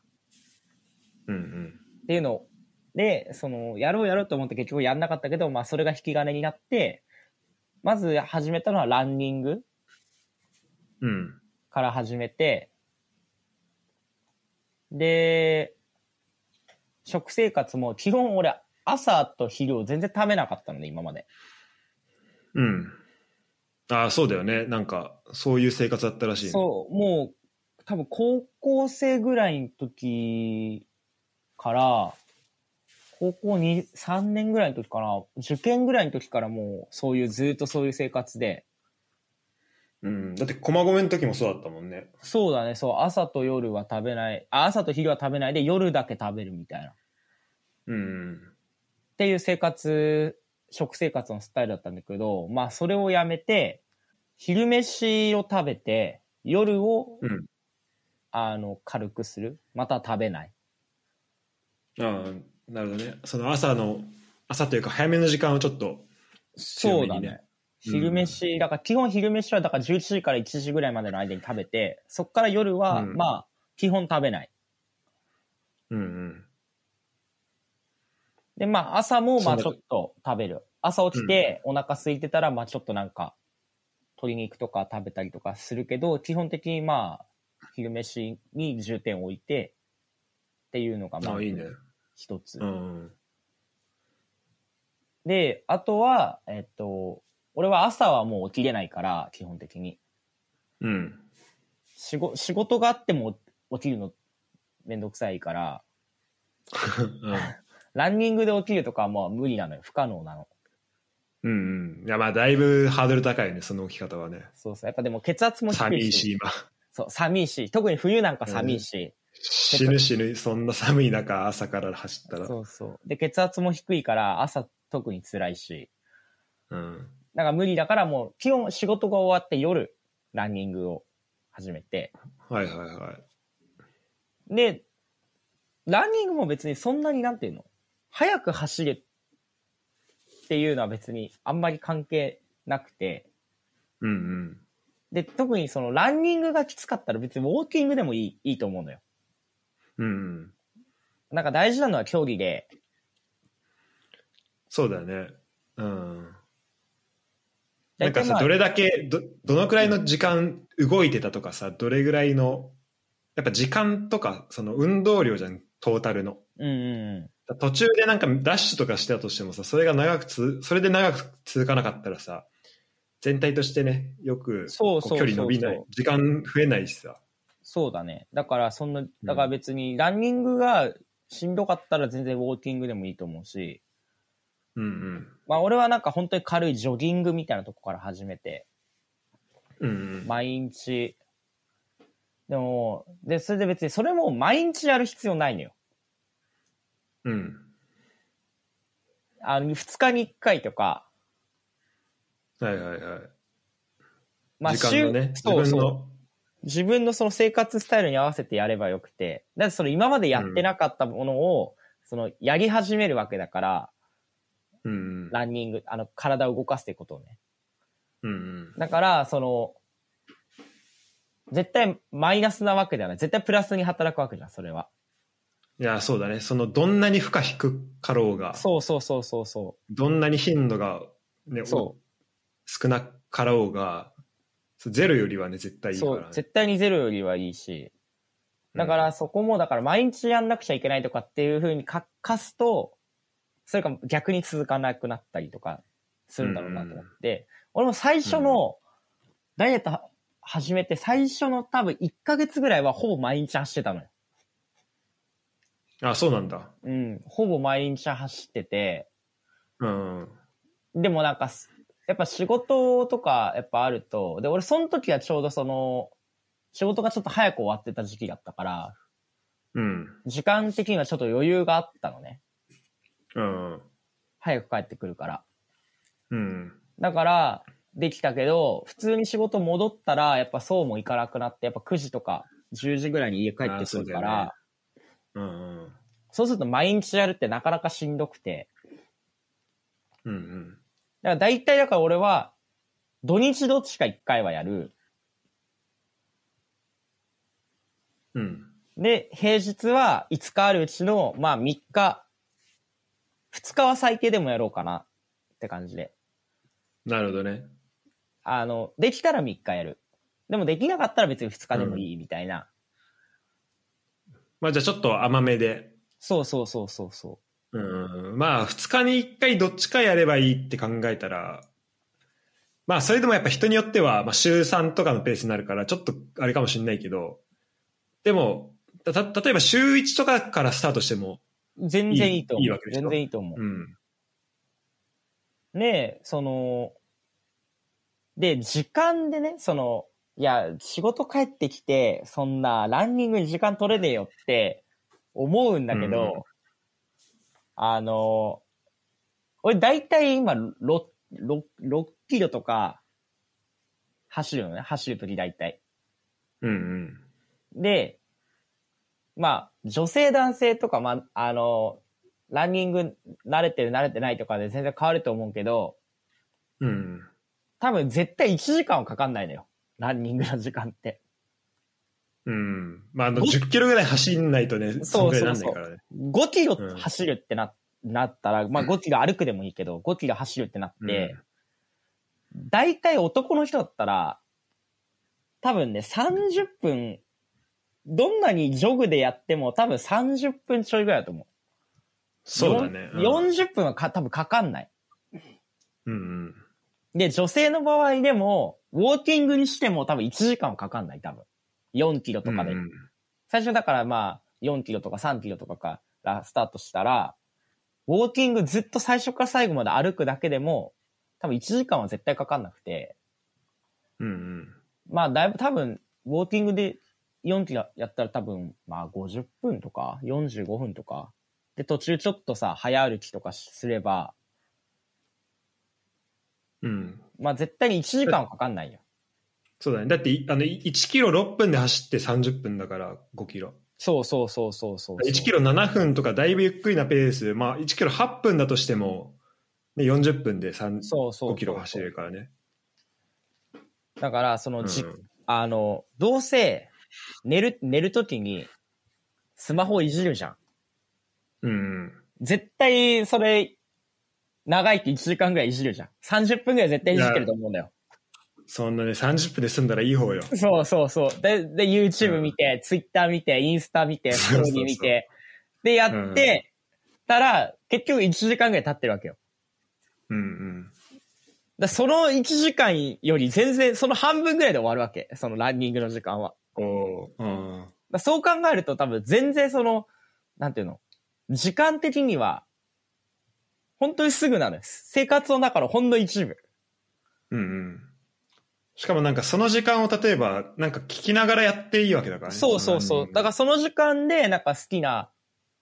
Speaker 1: うんうん、
Speaker 2: っていうのをで、その、やろうやろうと思って結局やんなかったけど、まあそれが引き金になって、まず始めたのはランニング
Speaker 1: うん。
Speaker 2: から始めて、で、食生活も基本俺朝と昼を全然食べなかったので、今まで。
Speaker 1: うん。ああ、そうだよね。なんか、そういう生活だったらしい、ね。
Speaker 2: そう、もう多分高校生ぐらいの時から、高校に3年ぐらいの時かな、受験ぐらいの時からもうそういうずっとそういう生活で、
Speaker 1: うん。だって、駒込の時もそうだったもんね。
Speaker 2: そうだね、そう。朝と夜は食べない。あ朝と昼は食べないで、夜だけ食べるみたいな。っ
Speaker 1: うん。
Speaker 2: ていう生活、食生活のスタイルだったんだけど、まあ、それをやめて、昼飯を食べて、夜を、
Speaker 1: うん
Speaker 2: あの、軽くする。また食べない。
Speaker 1: ああ、なるほどね。その朝の、朝というか早めの時間をちょっと、
Speaker 2: そう
Speaker 1: 強
Speaker 2: だ
Speaker 1: めに
Speaker 2: ね
Speaker 1: ね。
Speaker 2: 昼飯、だから基本昼飯はだから11時から1時ぐらいまでの間に食べて、そっから夜は、
Speaker 1: うん
Speaker 2: まあ、基本食べない。
Speaker 1: うんうん。
Speaker 2: で、まあ、朝も、ま
Speaker 1: そ
Speaker 2: あ、
Speaker 1: うだ
Speaker 2: ちょっと食べる。朝起きて、お腹空いてたら、まあ、ちょっとなんか、鶏肉とか食べたりとかするけど、基本的に、まあ、昼飯に重点を置いて、っていうのが、ま
Speaker 1: あ
Speaker 2: あ
Speaker 1: あ、いいね。
Speaker 2: 一つ
Speaker 1: う。ん。
Speaker 2: で、あとは、えっと、俺は朝はもう起きれないから、基本的に。
Speaker 1: うん。
Speaker 2: 仕事仕事があっても起きるのめんどくさいから、 *laughs* ランニングで起きるとかはもう無理なのよ。不可能なの。
Speaker 1: うんうん。いや、まあ、だいぶハードル高いね、その置き方はね。
Speaker 2: そうそう。やっぱでも血圧も低いし。
Speaker 1: 寒いし、今。
Speaker 2: そう、寒いし。特に冬なんか寒いし。
Speaker 1: 死ぬ死ぬ、そんな寒い中、朝から走ったら。
Speaker 2: そうそう。で、血圧も低いから朝特に辛いし。
Speaker 1: うん。
Speaker 2: なんか無理だからもう、基本仕事が終わって夜、ランニングを始めて。
Speaker 1: はいはいはい。
Speaker 2: で、ランニングも別にそんなになんていうの早く走れっていうのは別にあんまり関係なくて。
Speaker 1: うんうん。
Speaker 2: で、特にそのランニングがきつかったら別にウォーキングでもいい、いいと思うのよ。
Speaker 1: うんうん。
Speaker 2: なんか大事なのは競技で、
Speaker 1: そうだよね。うん。な
Speaker 2: 大
Speaker 1: んか
Speaker 2: 体
Speaker 1: さ、
Speaker 2: まあ
Speaker 1: どれだけ、ど、どのくらいの時間動いてたとかさ、どれぐらいの、やっぱ時間とか、その運動量じゃん、トータルの。
Speaker 2: うんうん
Speaker 1: 途中でなんかダッシュとかしてたとしてもさ、それが長くつ、それで長く続かなかったらさ、全体としてね、よ
Speaker 2: う
Speaker 1: く
Speaker 2: ん。、そう
Speaker 1: こ
Speaker 2: そうう
Speaker 1: 距
Speaker 2: そう
Speaker 1: 離
Speaker 2: そ。。
Speaker 1: 伸びないう時間増えないしさ。
Speaker 2: そうだね。だからそんな、だから別にランニングがしんどかったら全然ウォーキングでもいいと思うし、
Speaker 1: うんうん。
Speaker 2: まあ俺はなんか本当に軽いジョギングみたいなとこから始めて、
Speaker 1: うんうん。
Speaker 2: 毎日、でも、で、それで別にそれも毎日やる必要ないのよ。
Speaker 1: うん。
Speaker 2: あの、2日に1回とか、
Speaker 1: はいはいはい。
Speaker 2: まあ
Speaker 1: 時間のね、
Speaker 2: 週
Speaker 1: 自
Speaker 2: そう
Speaker 1: 分
Speaker 2: そう。
Speaker 1: の、
Speaker 2: 自分のその生活スタイルに合わせてやればよくて、だってその今までやってなかったものを、そのやり始めるわけだから、
Speaker 1: うんうん。
Speaker 2: ランニング、あの、体を動かすってことをね。
Speaker 1: うんうん。
Speaker 2: だから、その、絶対マイナスなわけではない。絶対プラスに働くわけじゃん、それは。
Speaker 1: いや、そうだね。その、どんなに負荷低かろうが、
Speaker 2: そうそうそうそうそ
Speaker 1: どんなに頻度が、ね、
Speaker 2: う。そ
Speaker 1: 少なかろうが、そうゼロよりはね、絶
Speaker 2: う。
Speaker 1: 対いいか
Speaker 2: そ
Speaker 1: ら
Speaker 2: う
Speaker 1: ね。。
Speaker 2: 絶対にゼロよりはいいし。だか
Speaker 1: うん
Speaker 2: ら、そこも、だから毎日やんなくちゃいけないとかっていうふうにかかすと、それか逆に続かなくなったりとかするんだろうなと思って、俺も最初の、ダイエットは始めて最初の多分1ヶ月ぐらいはほぼ毎日走ってたのよ。
Speaker 1: あ、そうなんだ。
Speaker 2: うん、ほぼ毎日走ってて、
Speaker 1: うん。
Speaker 2: でもなんかす、やっぱ仕事とかやっぱあると、で、俺その時はちょうどその、仕事がちょっと早く終わってた時期だったから、
Speaker 1: うん。
Speaker 2: 時間的にはちょっと余裕があったのね。
Speaker 1: うん。
Speaker 2: 早く帰ってくるから。
Speaker 1: うん。
Speaker 2: だから、できたけど、普通に仕事戻ったら、やっぱそうもいかなくなって、やっぱ9時とか10時ぐらいに家帰ってくるか
Speaker 1: あー
Speaker 2: ら、
Speaker 1: うん。うん。
Speaker 2: そうすると毎日やるってなかなかしんどくて。
Speaker 1: うんうん。
Speaker 2: だから大体だから俺は、土日どっちか1回はやる。
Speaker 1: うん。
Speaker 2: で、平日は5日あるうちの、まあ3日、2日は最低でもやろうかなって感じで。
Speaker 1: なるほどね。
Speaker 2: あの、できたら3日やる。でもできなかったら別に2日でもいいみたいな。
Speaker 1: まあじゃあちょっと甘めで。
Speaker 2: そうそうそうそうそう。
Speaker 1: うん。まあ2日に1回どっちかやればいいって考えたら、まあそれでもやっぱ人によっては、まあ週3とかのペースになるから、ちょっとあれかもしれないけど、でも、た、た例えば週1とかからスタートしても、
Speaker 2: 全然いいと思う。
Speaker 1: いいいいわけでしょ
Speaker 2: 全然いいと思う。
Speaker 1: うん。
Speaker 2: ねえ、その、で、時間でね、その、いや、仕事帰ってきて、そんなランニングに時間取れねえよって思うんだけど、
Speaker 1: うん
Speaker 2: あの、俺大体今6、6、6キロとか走るのね、走るとき大体。
Speaker 1: うんうん。
Speaker 2: で、まあ、女性男性とか、まあ、あの、ランニング慣れてる慣れてないとかで全然変わると思うけど、
Speaker 1: うん。
Speaker 2: 多分絶対1時間はかかんないのよ。ランニングの時間って。
Speaker 1: うん。まあ、あの、10キロぐらい走んないとね、
Speaker 2: そうそうそうん
Speaker 1: ぐらいなんないからね。
Speaker 2: 5キロ
Speaker 1: うん
Speaker 2: 走るってな,、なったら、まあ5キロ歩くでもいいけど、5キロ走るってなって、大体男の人だったら、多分ね、30分、どんなにジョグでやっても多分30分ちょいぐらいだと思う。
Speaker 1: そうだね。うん
Speaker 2: よん40分はか多分かかんない。
Speaker 1: うんうん。
Speaker 2: で、女性の場合でも、ウォーキングにしても多分1時間はかかんない、多分。4キロとかで。
Speaker 1: うんうん
Speaker 2: 最初だからまあ、4キロとか3キロとかからスタートしたら、ウォーキングずっと最初から最後まで歩くだけでも、多分1時間は絶対かかんなくて、
Speaker 1: うんうん。
Speaker 2: まあだいぶ多分、ウォーキングで4キロやったら多分、まあ50分とか45分とか、で途中ちょっとさ、早歩きとかすれば、
Speaker 1: うん。
Speaker 2: まあ絶対に1時間はかかんないよ。
Speaker 1: そうだね。だってい、あの、い1キロ6分で走って30分だから、5キロ。
Speaker 2: そうそうそうそうそうそ
Speaker 1: 1
Speaker 2: う。
Speaker 1: キロ7分とか、だいぶゆっくりなペースで、まあ、1キロ8分だとしても、ね、40分で3
Speaker 2: そうそうそう
Speaker 1: 5キロ走れるからね。
Speaker 2: だから、その
Speaker 1: うん
Speaker 2: じ、あの、どうせ、寝る、寝るときに、スマホをいじるじゃん。
Speaker 1: うん。
Speaker 2: 絶対、それ、長いって1時間ぐらいいじるじゃん。30分ぐらい絶対いじってると思うんだよ。
Speaker 1: そんなね、30分で済んだらいい方よ。
Speaker 2: そうそうそう。で、で、YouTube 見て、Twitter 見て、インスタ見て、
Speaker 1: そ
Speaker 2: ス
Speaker 1: う
Speaker 2: トー
Speaker 1: そうそう
Speaker 2: リー見て。で、やって、たら、結局1時間ぐらい経ってるわけよ。
Speaker 1: うんうん。
Speaker 2: だその1時間より全然、その半分ぐらいで終わるわけ。そのランニングの時間は。
Speaker 1: おーうん。
Speaker 2: だからそう考えると多分全然その、なんていうの、時間的には、本当にすぐなのです。生活の中のほんの一部。
Speaker 1: うんうん。しかもなんかその時間を例えば、なんか聞きながらやっていいわけだからね。
Speaker 2: そうそうそう。だから
Speaker 1: ら、
Speaker 2: その時間で、なんか好きな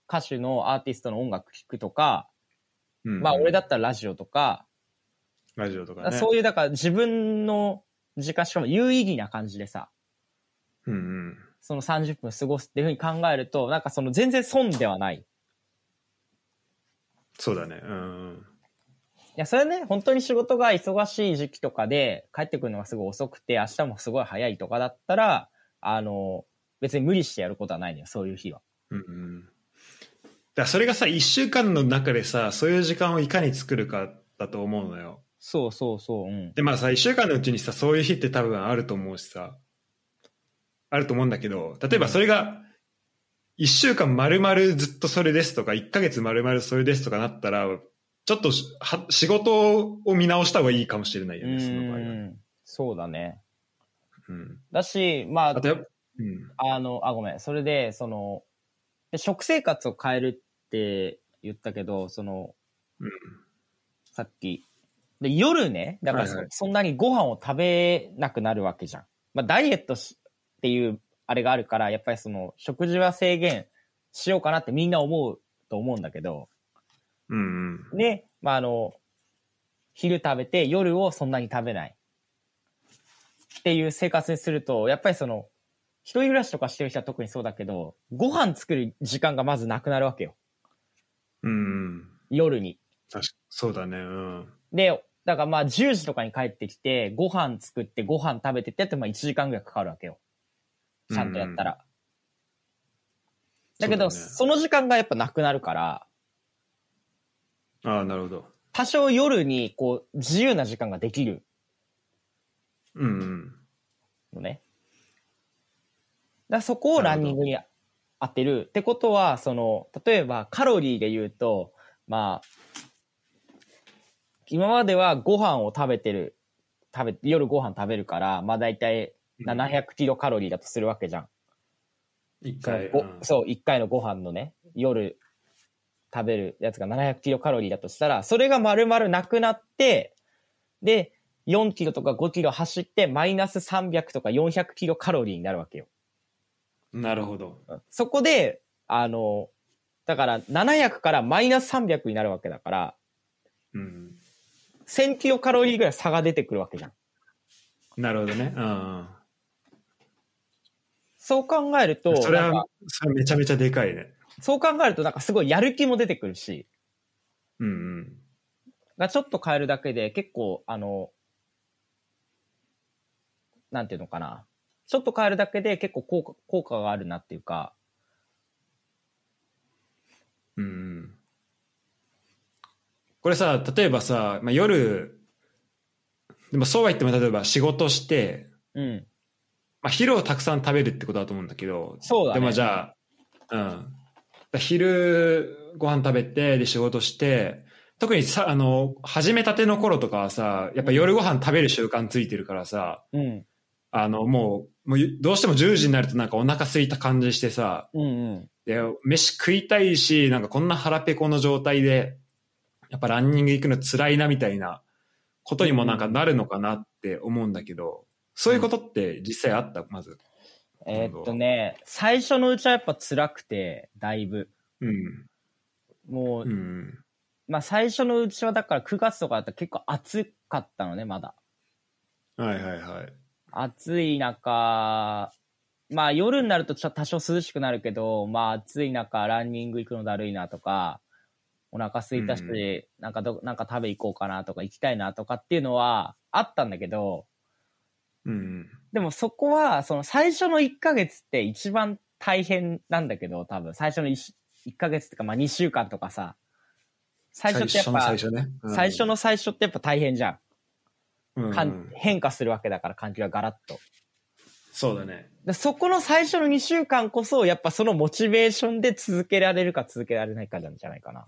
Speaker 2: 歌手のアーティストの音楽聴くとか、
Speaker 1: うんうん
Speaker 2: まあ俺だったらラジオとか、
Speaker 1: ラジオと
Speaker 2: だ
Speaker 1: か
Speaker 2: から
Speaker 1: ね。
Speaker 2: そういう、だから自分の時間、しかも有意義な感じでさ、
Speaker 1: うんうん。
Speaker 2: その30分過ごすっていうふうに考えると、なんかその全然損ではない。い
Speaker 1: そうだね。うん。
Speaker 2: や、それね、本当に仕事が忙しい時期とかで、帰ってくるのがすごい遅くて、明日もすごい早いとかだったら、あの、別に無理してやることはないのよ、そういう日は。
Speaker 1: うんうん。だからそれがさ、1週間の中でさ、そういう時間をいかに作るかだと思うのよ。
Speaker 2: そうそうそう、うん。
Speaker 1: で、まあさ、1週間のうちにさ、そういう日って多分あると思うしさ、あると思うんだけど、例えばそれが、1週間丸々ずっとそれですとか、1ヶ月丸々それですとかなったら、ちょっとしは仕事を見直した方がいいかもしれないよ
Speaker 2: う
Speaker 1: ね、その場合は。
Speaker 2: ん、そうだね。
Speaker 1: うん。
Speaker 2: だし、ま
Speaker 1: あ
Speaker 2: あ
Speaker 1: と、やっぱうん。
Speaker 2: あの、あ、ごめん。それで、その、で食生活を変えるって言ったけど、その、
Speaker 1: うん
Speaker 2: さっき。で、夜ね、だからそ,、
Speaker 1: はいはい
Speaker 2: そんなにご飯を食べなくなるわけじゃん。まあ、ダイエットしっていう、あれがあるから、やっぱりその、食事は制限しようかなってみんな思うと思うんだけど、
Speaker 1: うんうん。
Speaker 2: で、まあ、あの、昼食べて夜をそんなに食べない。っていう生活にすると、やっぱりその、一人暮らしとかしてる人は特にそうだけど、ご飯作る時間がまずなくなるわけよ。
Speaker 1: うんうん。
Speaker 2: 夜に。
Speaker 1: 確かそうだね、うん。
Speaker 2: で、だからまあ10時とかに帰ってきて、ご飯作ってご飯食べてってやってまあ1時間ぐらいかかるわけよ。ちゃんとやったら。だけど、
Speaker 1: そうだね
Speaker 2: その時間がやっぱなくなるから、
Speaker 1: ああ、なるほど。
Speaker 2: 多少夜にこう自由な時間ができる
Speaker 1: うんうん。
Speaker 2: のね。だからそこをランニングに当てる。ってことは、その、例えばカロリーで言うと、まあ、今まではご飯を食べてる、食べ、夜ご飯食べるから、まあ大体700キロカロリーだとするわけじゃん。
Speaker 1: 一
Speaker 2: その
Speaker 1: 回。
Speaker 2: ご
Speaker 1: うん
Speaker 2: そう、1回のご飯のね、夜食べるやつが700キロカロリーだとしたら、それが丸々なくなって、で、 4キロとか5キロ走って、マイナス300とか400キロカロリーになるわけよ。
Speaker 1: なるほど。
Speaker 2: そこで、あの、だから700からマイナス300になるわけだから、
Speaker 1: うん。
Speaker 2: 1000キロカロリーぐらい差が出てくるわけじゃん。
Speaker 1: なるほどね。うん。
Speaker 2: そう考えると、
Speaker 1: それ
Speaker 2: なんか
Speaker 1: は、それはめちゃめちゃでかいね。
Speaker 2: そう考えるとなんかすごいやる気も出てくるし、
Speaker 1: うんうん。
Speaker 2: がちょっと変えるだけで結構、あの、なんていうのかな。ちょっと変えるだけで結構効果効果があるなっていうか、
Speaker 1: うんうん。これさ、例えばさ、まあ、夜、でもそうは言っても例えば仕事して、
Speaker 2: うん。
Speaker 1: まあ、昼をたくさん食べるってことだと思うんだけど、
Speaker 2: そうだね。
Speaker 1: でもじゃあ、うん。だから昼ご飯食べて、で仕事して、特にさ、あの、始めたての頃とかはさ、やっぱ夜ご飯食べる習慣ついてるからさ、
Speaker 2: うん。
Speaker 1: あの、もう、もうどうしても10時になるとなんかお腹空いた感じしてさ、
Speaker 2: うんうん。
Speaker 1: で、飯食いたいし、なんかこんな腹ペコの状態で、やっぱランニング行くの辛いなみたいなことにもなんかなるのかなって思うんだけど、そういうことって実際あったまず。
Speaker 2: えーっとね、最初のうちはやっぱ辛くて、だいぶ。
Speaker 1: うん。
Speaker 2: もう、
Speaker 1: うん。
Speaker 2: まあ最初のうちはだから9月とかだったら結構暑かったのね、まだ。
Speaker 1: はいはいはい。
Speaker 2: 暑い中、まあ夜になるとちょ多少涼しくなるけど、まあ暑い中ランニング行くのだるいなとか、お腹空いたし、
Speaker 1: うんう
Speaker 2: なんかど、なんか食べ行こうかなとか行きたいなとかっていうのはあったんだけど、
Speaker 1: うん。
Speaker 2: でもそこは、その最初の1ヶ月って一番大変なんだけど、多分最初の 1, ヶ月とか、まあ2週間とかさ、最初ってやっぱ、
Speaker 1: 最
Speaker 2: 最初
Speaker 1: 初の最初ね。うん
Speaker 2: の最初ってやっぱ大変じゃん。
Speaker 1: うん
Speaker 2: かん変化するわけだから、環境がガラッと。
Speaker 1: そうだね。
Speaker 2: でそこの最初の2週間こそ、やっぱそのモチベーションで続けられるか続けられないかなんじゃないかな。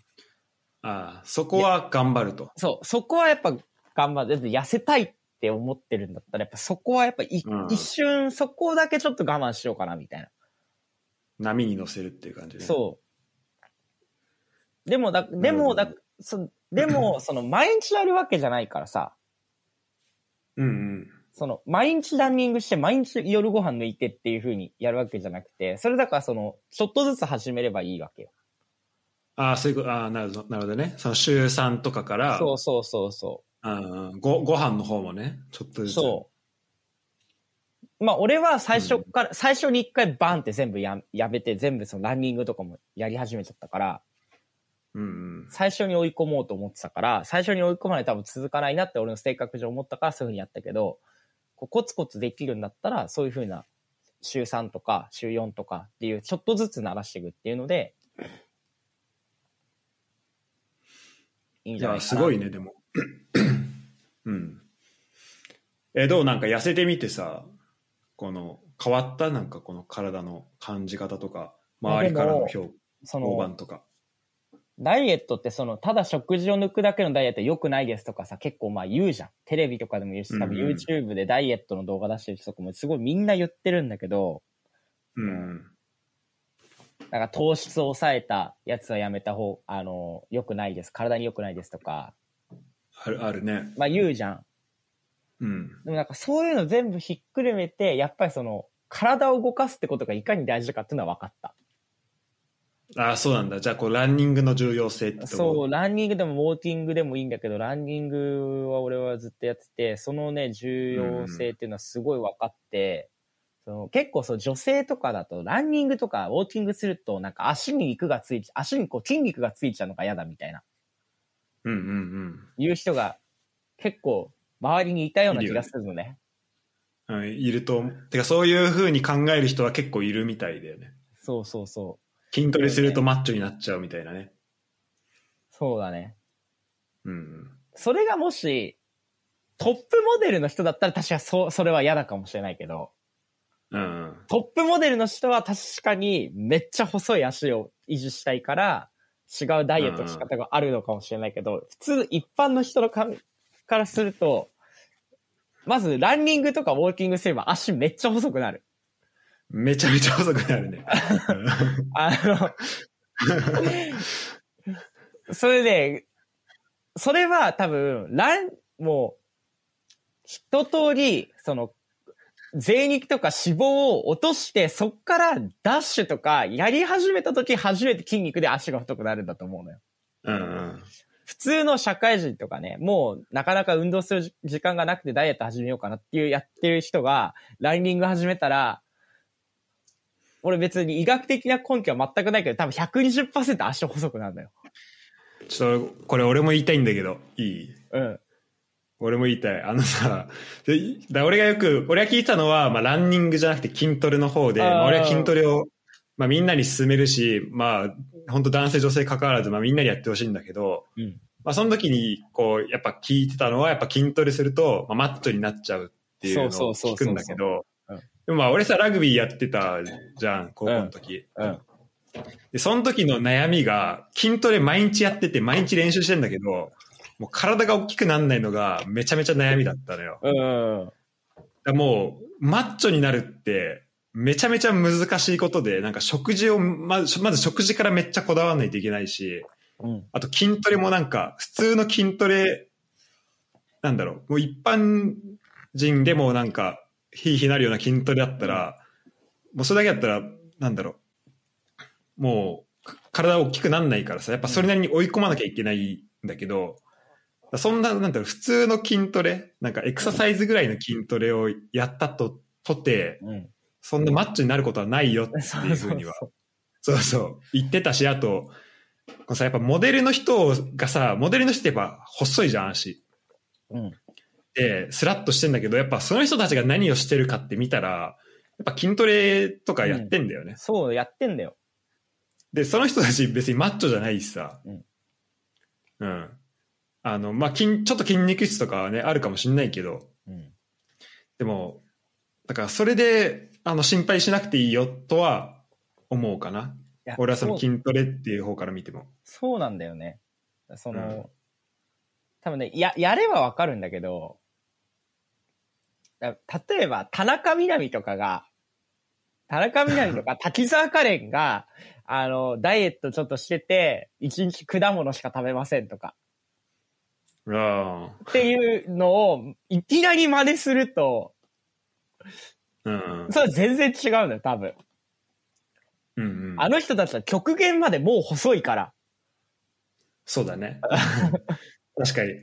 Speaker 1: ああ、そこは頑張ると。
Speaker 2: そう、そこはやっぱ頑張って、痩せたいって思ってるんだったら、やっぱそこはやっぱい、
Speaker 1: うん
Speaker 2: 一瞬そこだけちょっと我慢しようかなみたいな。
Speaker 1: 波に乗せるっていう感じね。
Speaker 2: そう。でもだ、でも
Speaker 1: な
Speaker 2: だ
Speaker 1: る、
Speaker 2: そでも、その、毎日やるわけじゃないからさ、
Speaker 1: う。うん
Speaker 2: その、毎日ランニングして、毎日夜ご飯抜いてっていう風にやるわけじゃなくて、それだからその、ちょっとずつ始めればいいわけよ。
Speaker 1: ああ、そういうこと、ああ、なるほど、なるほどね。その週3とかから、
Speaker 2: そうそうそうそ
Speaker 1: うんご、ご飯の方もね、ちょっと
Speaker 2: う。
Speaker 1: ずつ。
Speaker 2: そう。まあ、俺は最初から、最初に一回バンって全部や、やめて、全部そのランニングとかもやり始めちゃったから、
Speaker 1: う。うん。
Speaker 2: 最初に追い込もうと思ってたから、最初に追い込まないと多分続かないなって俺の性格上思ったからそういうふうにやったけど、こうコツコツできるんだったら、そういうふうな週3とか週4とかっていう、ちょっとずつ慣らしていくっていうので、いいん
Speaker 1: い
Speaker 2: じゃない
Speaker 1: や、
Speaker 2: かな。
Speaker 1: すごいね、でも。うん。え、どうなんか痩せてみてさ、この、変わったなんかこの体の感じ方とか、周りからの評
Speaker 2: そ
Speaker 1: 評
Speaker 2: の、
Speaker 1: 判とか。
Speaker 2: ダイエットってその、ただ食事を抜くだけのダイエット良くないですとかさ、結構まあ言うじゃん。テレビとかでも言うし、多分
Speaker 1: うんうん
Speaker 2: YouTube でダイエットの動画出してる人とかもすごいみんな言ってるんだけど、
Speaker 1: うん。
Speaker 2: なんか糖質を抑えたやつはやめた方、あの、良くないです。体に良くないですとか、
Speaker 1: ある、あるね。
Speaker 2: まあ言うじゃん。
Speaker 1: うん。
Speaker 2: でもなんかそういうの全部ひっくるめて、やっぱりその、体を動かすってことがいかに大事かっていうのは分かった。
Speaker 1: ああ、そうなんだ。じゃあ、こう、ランニングの重要性ってとこ
Speaker 2: そう、ランニングでもウォーキングでもいいんだけど、ランニングは俺はずっとやってて、そのね、重要性っていうのはすごい分かって、その結構そう、女性とかだと、ランニングとかウォーキングすると、なんか足に肉がついち足にこう筋肉がついちゃうのが嫌だみたいな。
Speaker 1: うんうん
Speaker 2: いう人が結構周りにいたような気がするのね。
Speaker 1: うん。うん、いると、てかそういうふうに考える人は結構いるみたいだよね。
Speaker 2: そうそうそ
Speaker 1: 筋トレするとマッチョになっちゃうみたいなね。
Speaker 2: う。そうだね。
Speaker 1: うんうん。
Speaker 2: それがもし、トップモデルの人だったら確かそ、それは嫌だかもしれないけど、
Speaker 1: うんうん。
Speaker 2: トップモデルの人は確かにめっちゃ細い足を維持したいから、違うダイエットの仕方があるのかもしれないけど、普通一般の人のかからすると、まずランニングとかウォーキングすれば足めっちゃ細くなる。
Speaker 1: めちゃめちゃ細くなるね。
Speaker 2: あの、 *laughs* それで、それは多分、ラン、もう、一通り、その、税肉とか脂肪を落として、そっからダッシュとかやり始めた時初めて筋肉で足が太くなるんだと思うのよ。
Speaker 1: うんうん。
Speaker 2: 普通の社会人とかね、もうなかなか運動する時間がなくてダイエット始めようかなっていうやってる人が、ランニング始めたら、俺別に医学的な根拠は全くないけど、多分120%足細くなるのよ。
Speaker 1: ちょっと、これ俺も言いたいんだけど、いい
Speaker 2: うん。
Speaker 1: 俺も言いたい。あのさ、でだ俺がよく、俺が聞いたのは、まあ、ランニングじゃなくて筋トレの方で、
Speaker 2: あー
Speaker 1: まあ、俺は筋トレを、まあ、みんなに勧めるし、まあ、本当男性女性関わらず、まあ、みんなにやってほしいんだけど、
Speaker 2: うん
Speaker 1: まあ、その時に、こう、やっぱ聞いてたのは、やっぱ筋トレすると、まあ、マッチョになっちゃうっていうのを
Speaker 2: そうそうそ
Speaker 1: 聞
Speaker 2: う
Speaker 1: くんだけど
Speaker 2: そううん、
Speaker 1: でもまあ、俺さ、ラグビーやってたじゃん、高校の時。
Speaker 2: うん。
Speaker 1: で、その時の悩みが、筋トレ毎日やってて、毎日練習してんだけど、もう体が大きくなんないのがめちゃめちゃ悩みだったのよ。
Speaker 2: うん。
Speaker 1: だからもう、マッチョになるって、めちゃめちゃ難しいことで、なんか食事を、まず、まず食事からめっちゃこだわらないといけないし、
Speaker 2: うん。
Speaker 1: あと筋トレもなんか、普通の筋トレ、なんだろう、もう一般人でもなんか、ひいひいなるような筋トレだったら、もうそれだけだったら、なんだろう、もう、か体大きくなんないからさ、やっぱそれなりに追い込まなきゃいけないんだけど、だそんな、なんだろう、普通の筋トレ、なんかエクササイズぐらいの筋トレをやったと、とて、
Speaker 2: うん。
Speaker 1: そんなマッチョになることはないよって
Speaker 2: そう
Speaker 1: いうふうにはそうそう。言ってたし、あと、このさ、やっぱモデルの人がさ、モデルの人ってやっぱ細いじゃん、足。
Speaker 2: うん。
Speaker 1: で、スラッとしてんだけど、やっぱその人たちが何をしてるかって見たら、やっぱ筋トレとかやってんだよね。
Speaker 2: そう、やってんだよ。
Speaker 1: で、その人たち別にマッチョじゃないしさ。
Speaker 2: うん。
Speaker 1: うん。あの、まあ、筋、ちょっと筋肉質とかはね、あるかもしんないけど、
Speaker 2: うん。
Speaker 1: でも、だからそれで、あの、心配しなくていいよとは思うかな。俺はその
Speaker 2: そう
Speaker 1: 筋トレっていう方から見ても。
Speaker 2: そうなんだよね。その、
Speaker 1: うん
Speaker 2: 多分ね、や、やればわかるんだけど、だ例えば、田中みな実とかが、田中みな実
Speaker 1: *laughs*
Speaker 2: とか滝沢カレンが、あの、ダイエットちょっとしてて、一日果物しか食べませんとか、
Speaker 1: あ
Speaker 2: っていうのを、いきなり真似すると、
Speaker 1: あ。うん。
Speaker 2: それは全然違うんだよ、多分。
Speaker 1: うんうん、
Speaker 2: あの人たちは極限までもう細いから。
Speaker 1: そうだね。確かに。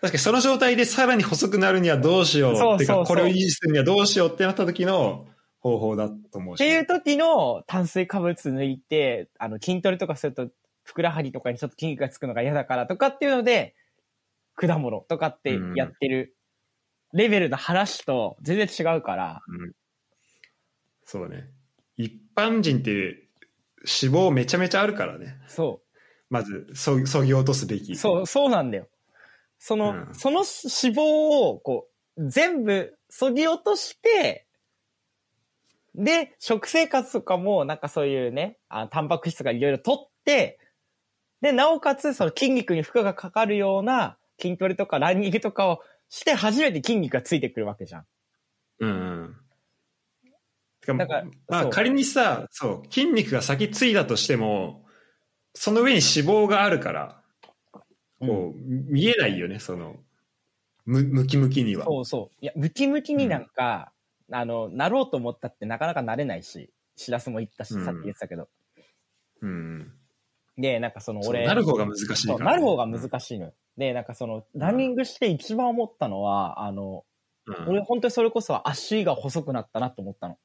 Speaker 1: 確かにその状態でさらに細くなるにはどうしよう
Speaker 2: そう
Speaker 1: っていう
Speaker 2: そ
Speaker 1: か、
Speaker 2: うそ
Speaker 1: これ
Speaker 2: う
Speaker 1: を維持するにはどうしようってなった時の方法だと思う
Speaker 2: っ
Speaker 1: し。
Speaker 2: ていう時の炭水化物抜いて、あの、筋トレとかすると、ふくらはぎとかにちょっと筋肉がつくのが嫌だからとかっていうので、果物とかってやってるレベルの話と全然違うから、
Speaker 1: そうね。一般人って脂肪めちゃめちゃあるからね。
Speaker 2: そ
Speaker 1: まず、そ、そぎ落とすべき。
Speaker 2: う、そう、そうなんだよ。その、
Speaker 1: うん
Speaker 2: その脂肪を、こう、全部削ぎ落として、で、食生活とかも、なんかそういうね、あタンパク質とかいろいろ取って、で、なおかつ、その筋肉に負荷がかかるような筋トレとかランニングとかをして、初めて筋肉がついてくるわけじゃん。
Speaker 1: うんうん。てか
Speaker 2: だから
Speaker 1: まあ
Speaker 2: そう
Speaker 1: 仮にさ、そう、筋肉が先ついたとしても、その上に脂肪があるから、こう、見えないよね、その、む、ムキムキには。
Speaker 2: そうそう。いや、ムキムキになんか、あの、なろうと思ったってなかなかなれないし、しらすも言ったし、
Speaker 1: うん
Speaker 2: さっき言ってたけど。
Speaker 1: うん。
Speaker 2: で、なんかその
Speaker 1: そう
Speaker 2: 俺、
Speaker 1: なる方が難しいから、
Speaker 2: そうなる方が難しいのよ。で、なんかその、ランニングして一番思ったのは、あの、
Speaker 1: うん
Speaker 2: 俺本当にそれこそ足が細くなったなと思ったの。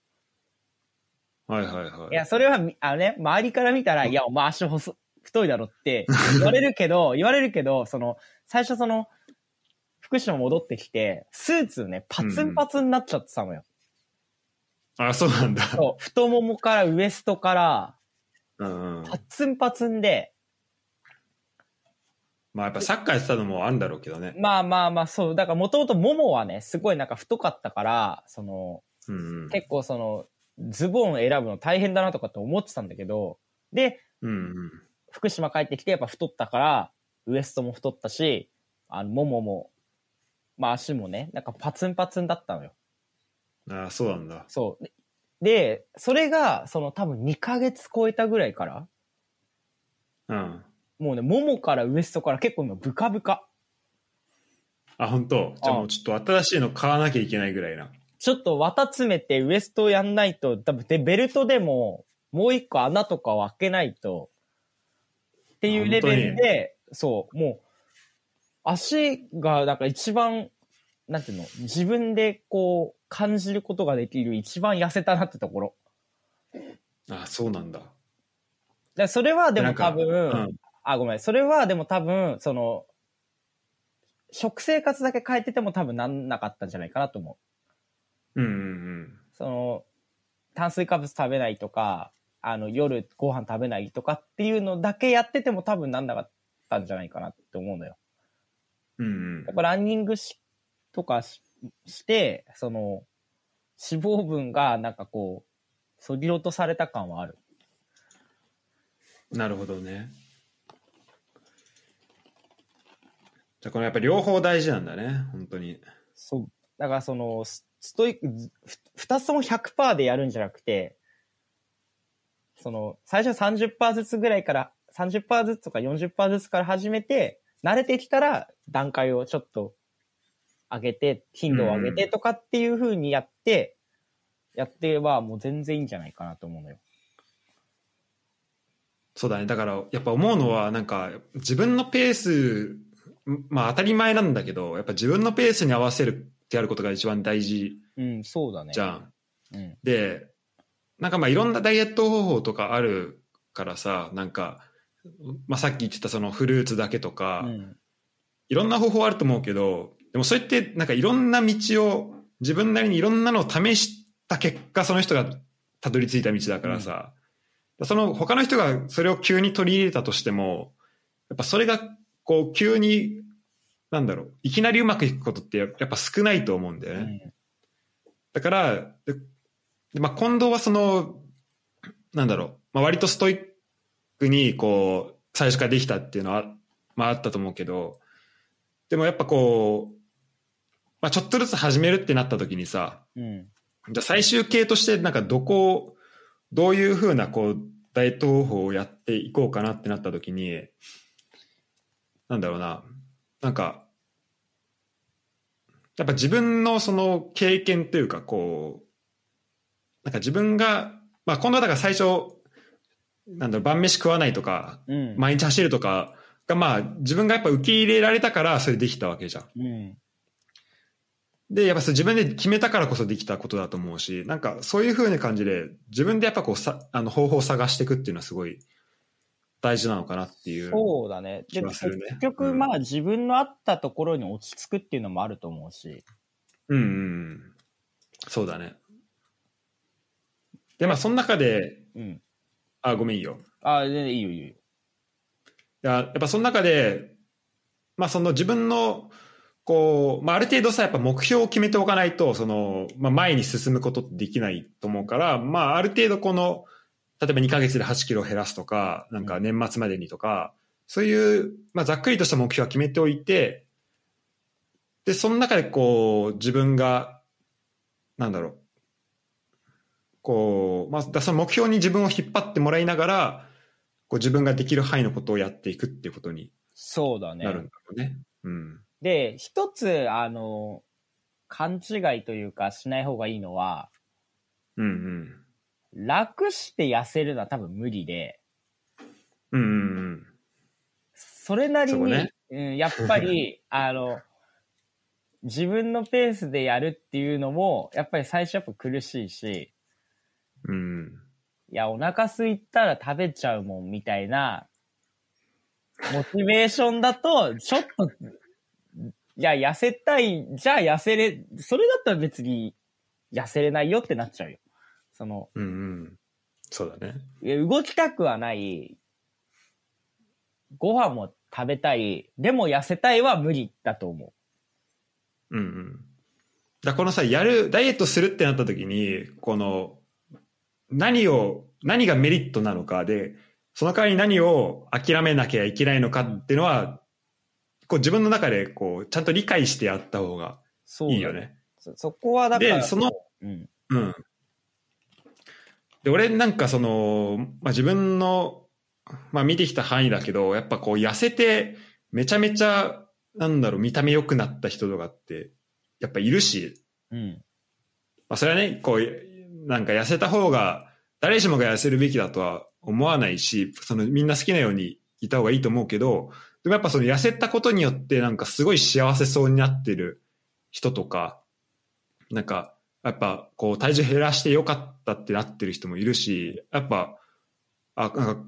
Speaker 1: はいはいはい。
Speaker 2: いや、それは、みあのね、周りから見たら、いや、お前足細、太いだろって言われる
Speaker 1: *laughs*
Speaker 2: けど、言われるけど、その、最初その、福島戻ってきて、スーツね、パツンパツンになっちゃってたのよ。
Speaker 1: あ、そうなん
Speaker 2: *laughs*
Speaker 1: だ。
Speaker 2: そう、太ももからウエストから、
Speaker 1: うんうん。
Speaker 2: パツンパツンで、
Speaker 1: まあやっぱサッカーやってたのもあるんだろうけどね。
Speaker 2: まあまあまあ、そう、だからもともとももはね、すごいなんか太かったから、その、
Speaker 1: うんうん。
Speaker 2: 結構その、ズボン選ぶの大変だなとかって思ってたんだけど、で、
Speaker 1: うんうん。
Speaker 2: 福島帰ってきてやっぱ太ったから、ウエストも太ったし、あの、ももも、まあ足もね、なんかパツンパツンだったのよ。
Speaker 1: あそうなんだ。
Speaker 2: そう。でで、それが、その多分2ヶ月超えたぐらいから、
Speaker 1: うん。
Speaker 2: もうね、ももからウエストから結構今ブカブカ。
Speaker 1: あ、本当じゃあもうちょっと新しいの買わなきゃいけないぐらいな。
Speaker 2: ちょっと綿詰めてウエストをやんないと、多分で、ベルトでも、もう一個穴とかを開けないと、っていうレベルで、そう、もう、足が、だから一番、なんていうの、自分でこう、感じることができる一番痩せたなってところ。
Speaker 1: あ、そうなんだ。
Speaker 2: だからそれはで
Speaker 1: な
Speaker 2: も
Speaker 1: んか
Speaker 2: 多分、
Speaker 1: うん。
Speaker 2: あ、ごめん。それはでも多分、その、食生活だけ変えてても多分なんなかったんじゃないかなと思
Speaker 1: うんうん
Speaker 2: う。その、炭水化物食べないとか、あの、夜ご飯食べないとかっていうのだけやってても多分なんなかったんじゃないかなって思うのよ。
Speaker 1: うん。うん
Speaker 2: やっぱランニングし、とかしして、その、脂肪分がなんかこう、そぎ落とされた感はある。
Speaker 1: うん。なるほどね。じゃあこのやっぱ両方大事なんだね、本当に。
Speaker 2: そう。だからその、スストイック、ずふ二つとも100%でやるんじゃなくて、その、最初は30%ずつぐらいから、30%ずつとか40%ずつから始めて、慣れてきたら段階をちょっと上げて、頻度を上げてとかっていう風にやって、やってればもう全然いいんじゃないかなと思うのよ。
Speaker 1: そうだね。だから、やっぱ思うのは、なんか、自分のペース、まあ当たり前なんだけど、やっぱ自分のペースに合わせるってやることが一番大事
Speaker 2: うん、そうだね。
Speaker 1: じゃん。
Speaker 2: うん。
Speaker 1: で、なんかまあいろんなダイエット方法とかあるからさ、なんか、まあさっき言ってたそのフルーツだけとか、
Speaker 2: うん。
Speaker 1: いろんな方法あると思うけど、でもそうやってなんかいろんな道を、自分なりにいろんなのを試した結果、その人がたどり着いた道だからさ、その他の人がそれを急に取り入れたとしても、やっぱそれがこう急に、なんだろう、いきなりうまくいくことってややっぱ少ないと思うんだよ
Speaker 2: う
Speaker 1: ね。
Speaker 2: ん
Speaker 1: だから、ででまあ、近藤はその、なんだろう、まあ、割とストイックに、こう、最初からできたっていうのは、まあ、あったと思うけど、でもやっぱこう、まあ、ちょっとずつ始めるってなった時にさ、
Speaker 2: うん。
Speaker 1: じゃあ最終形として、なんかどこを、どういうふうな、こう、ダイエット方法をやっていこうかなってなった時に、なんだろうな、なんか、やっぱ自分のその経験というか、こう、なんか自分が、まあ今度はだから最初、なんだろう、晩飯食わないとか、
Speaker 2: うん。
Speaker 1: 毎日走るとかが、まあ自分がやっぱ受け入れられたから、それできたわけじゃん。
Speaker 2: うん。
Speaker 1: で、やっぱそれ自分で決めたからこそできたことだと思うし、なんかそういう風な感じで、自分でやっぱこうさ、あの方法を探していくっていうのはすごい大事なのかなっていう。
Speaker 2: そうだね。
Speaker 1: 気
Speaker 2: でも
Speaker 1: はする
Speaker 2: 結
Speaker 1: ねう
Speaker 2: 局、
Speaker 1: ん
Speaker 2: まあ自分のあったところに落ち着くっていうのもあると思うし。
Speaker 1: うんうんうん。そうだね。で、まあその中で、
Speaker 2: うん。
Speaker 1: あ、ごめんいいよ。
Speaker 2: ああ、全然いいよいいよ。
Speaker 1: いややっぱその中で、まあその自分の、こう、まあある程度さ、やっぱ目標を決めておかないと、その、まあ前に進むことってできないと思うから、まあある程度この、例えば2ヶ月で8キロ減らすとか、なんか年末までにとか、そういう、まあざっくりとした目標は決めておいて、で、その中でこう、自分が、なんだろう、こう、まあ、だからその目標に自分を引っ張ってもらいながら、こう自分ができる範囲のことをやっていくっていうことに
Speaker 2: そうだね
Speaker 1: な。るんだろうね。うん。
Speaker 2: で、一つ、あの、勘違いというかしない方がいいのは、
Speaker 1: うんうん。
Speaker 2: 楽して痩せるのは多分無理で、
Speaker 1: うんうんうん。
Speaker 2: それなり
Speaker 1: そこ
Speaker 2: に、
Speaker 1: ね
Speaker 2: うん、やっぱ
Speaker 1: *laughs*
Speaker 2: り、あの、自分のペースでやるっていうのも、やっぱり最初やっぱ苦しいし、
Speaker 1: うん。
Speaker 2: いや、お腹空いたら食べちゃうもん、みたいな、モチベーションだと、ちょっと、いや、痩せたい、じゃあ痩せれ、それだったら別に痩せれないよってなっちゃうよ。その、
Speaker 1: うんうん。そうだね。
Speaker 2: いや動きたくはない、ご飯も食べたい、でも痩せたいは無理だと思
Speaker 1: うんうん。だからこのさ、やる、ダイエットするってなった時に、この、何を、何がメリットなのかで、その代わりに何を諦めなきゃいけないのかっていうのは、こう自分の中でこう、ちゃんと理解してやった方が
Speaker 2: う。そうだ
Speaker 1: いいよ。ね。
Speaker 2: そ、そこはだから、
Speaker 1: でその、
Speaker 2: うん。
Speaker 1: うん。で、俺なんかその、まあ、自分の、まあ、見てきた範囲だけど、やっぱこう痩せて、めちゃめちゃなんだろう、見た目良くなった人とかって、やっぱいるし、
Speaker 2: うん。
Speaker 1: まあ、それはね、こう、なんか痩せた方が、誰しもが痩せるべきだとは思わないし、そのみんな好きなようにいた方がいいと思うけど、でもやっぱその痩せたことによってなんかすごい幸せそうになってる人とか、なんかやっぱこう体重減らしてよかったってなってる人もいるし、やっぱ、あ、なんか、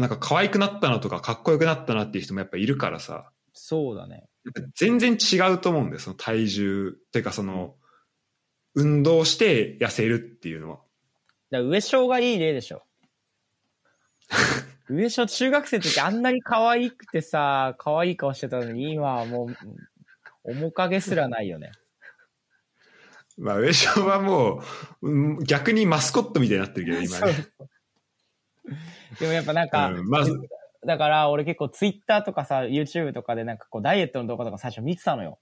Speaker 1: なんか可愛くなったなとかかっこよくなったなっていう人もやっぱいるからさ、
Speaker 2: そうだね。
Speaker 1: 全然違うと思うんですその体重っていうかその運動して痩せるっていうのは
Speaker 2: だから上昇がいい例で
Speaker 1: *laughs*
Speaker 2: しょ。上昇中学生の時あんなに可愛くてさ、可愛い顔してたのに、今はもう、面影すらないよね。
Speaker 1: まあ上昇はもううん逆にマスコットみたいになってるけど
Speaker 2: *laughs*
Speaker 1: 今ね、
Speaker 2: でもやっぱなんか、
Speaker 1: うんまあ
Speaker 2: だから俺結構ツイッターとかさ、YouTube とかでなんかこうダイエットの動画とか最初見てたのよ。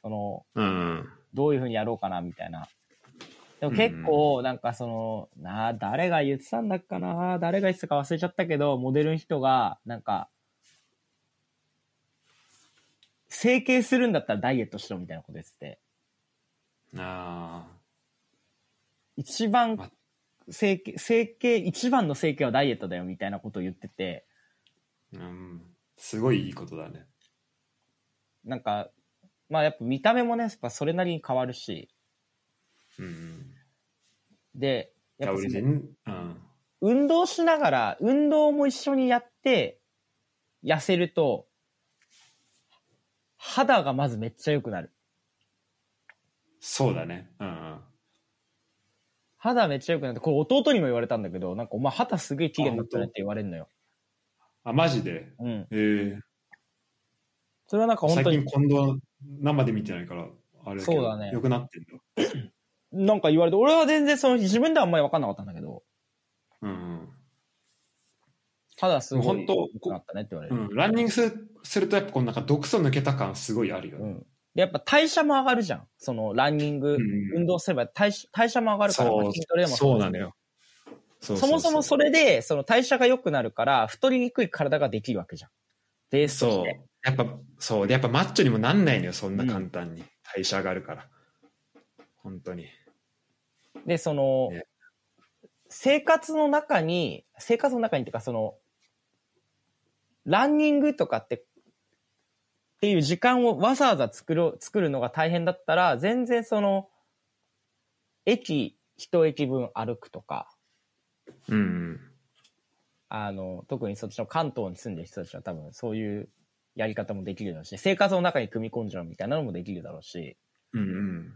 Speaker 2: その、
Speaker 1: うん
Speaker 2: どういうふうにやろうかな、みたいな。でも結構、なんかその、なあ、誰が言ってたんだっかな、誰が言ってたか忘れちゃったけど、モデルの人が、なんか、整形するんだったらダイエットしろみたいなこと言ってて、
Speaker 1: あ
Speaker 2: 一
Speaker 1: ま
Speaker 2: 番、整形、整形、一番の整形はダイエットだよみたいなことを言ってて、
Speaker 1: ーうんすごいいいことだね
Speaker 2: なんか、まあやっぱ見た目もね、やっぱそれなりに変わるし、
Speaker 1: うん
Speaker 2: で、
Speaker 1: い
Speaker 2: やっ
Speaker 1: や
Speaker 2: ぱ
Speaker 1: 俺
Speaker 2: その
Speaker 1: 全うん
Speaker 2: 運動しながら、運動も一緒にやって、痩せると、肌がまずめっちゃ良くなる。
Speaker 1: そうだねうん
Speaker 2: 肌めっちゃ良くなって、これ弟にも言われたんだけど、なんかお前肌すげえ綺麗になったねって言われるのよ。
Speaker 1: あマジで
Speaker 2: うん。
Speaker 1: えー、
Speaker 2: それはなんか本
Speaker 1: 最
Speaker 2: 当
Speaker 1: 近
Speaker 2: に、
Speaker 1: 今度生で見てないからあれけど
Speaker 2: そうだね
Speaker 1: よくなってんだ
Speaker 2: なんか言われて、俺は全然その自分ではあんまり分かんなかったんだけど、
Speaker 1: うん
Speaker 2: 肌すごい
Speaker 1: 本当
Speaker 2: 良くなったねって言われ
Speaker 1: う
Speaker 2: る。
Speaker 1: ん、うん、ランニングするするとやっぱこのなんか毒素抜けた感すごいあるよ
Speaker 2: う
Speaker 1: ね、
Speaker 2: ん。で、やっぱ代謝も上がるじゃん。そのランニング、
Speaker 1: うん
Speaker 2: 運動すれば代謝代謝も上がるから、まあ筋トレも
Speaker 1: そうなのよそ
Speaker 2: そもそもそ
Speaker 1: れ
Speaker 2: れで、その代謝が良くなるから、太りにくい体ができるわけじゃん。ベースとし
Speaker 1: そう
Speaker 2: て。
Speaker 1: やっぱそうでやっぱマッチョにもなんないのよそんな簡単に、代謝上がるから本当に
Speaker 2: で、その、
Speaker 1: ね
Speaker 2: 生活の中に、生活の中にっていうか、その、ランニングとかって、っていう時間をわざわざ作る、作るのが大変だったら、全然その、駅、一駅分歩くとか、
Speaker 1: うん
Speaker 2: あの、特にそっちの関東に住んでる人たちは多分そういうやり方もできるだろうし、生活の中に組み込んじゃうみたいなのもできるだろうし、
Speaker 1: うんうん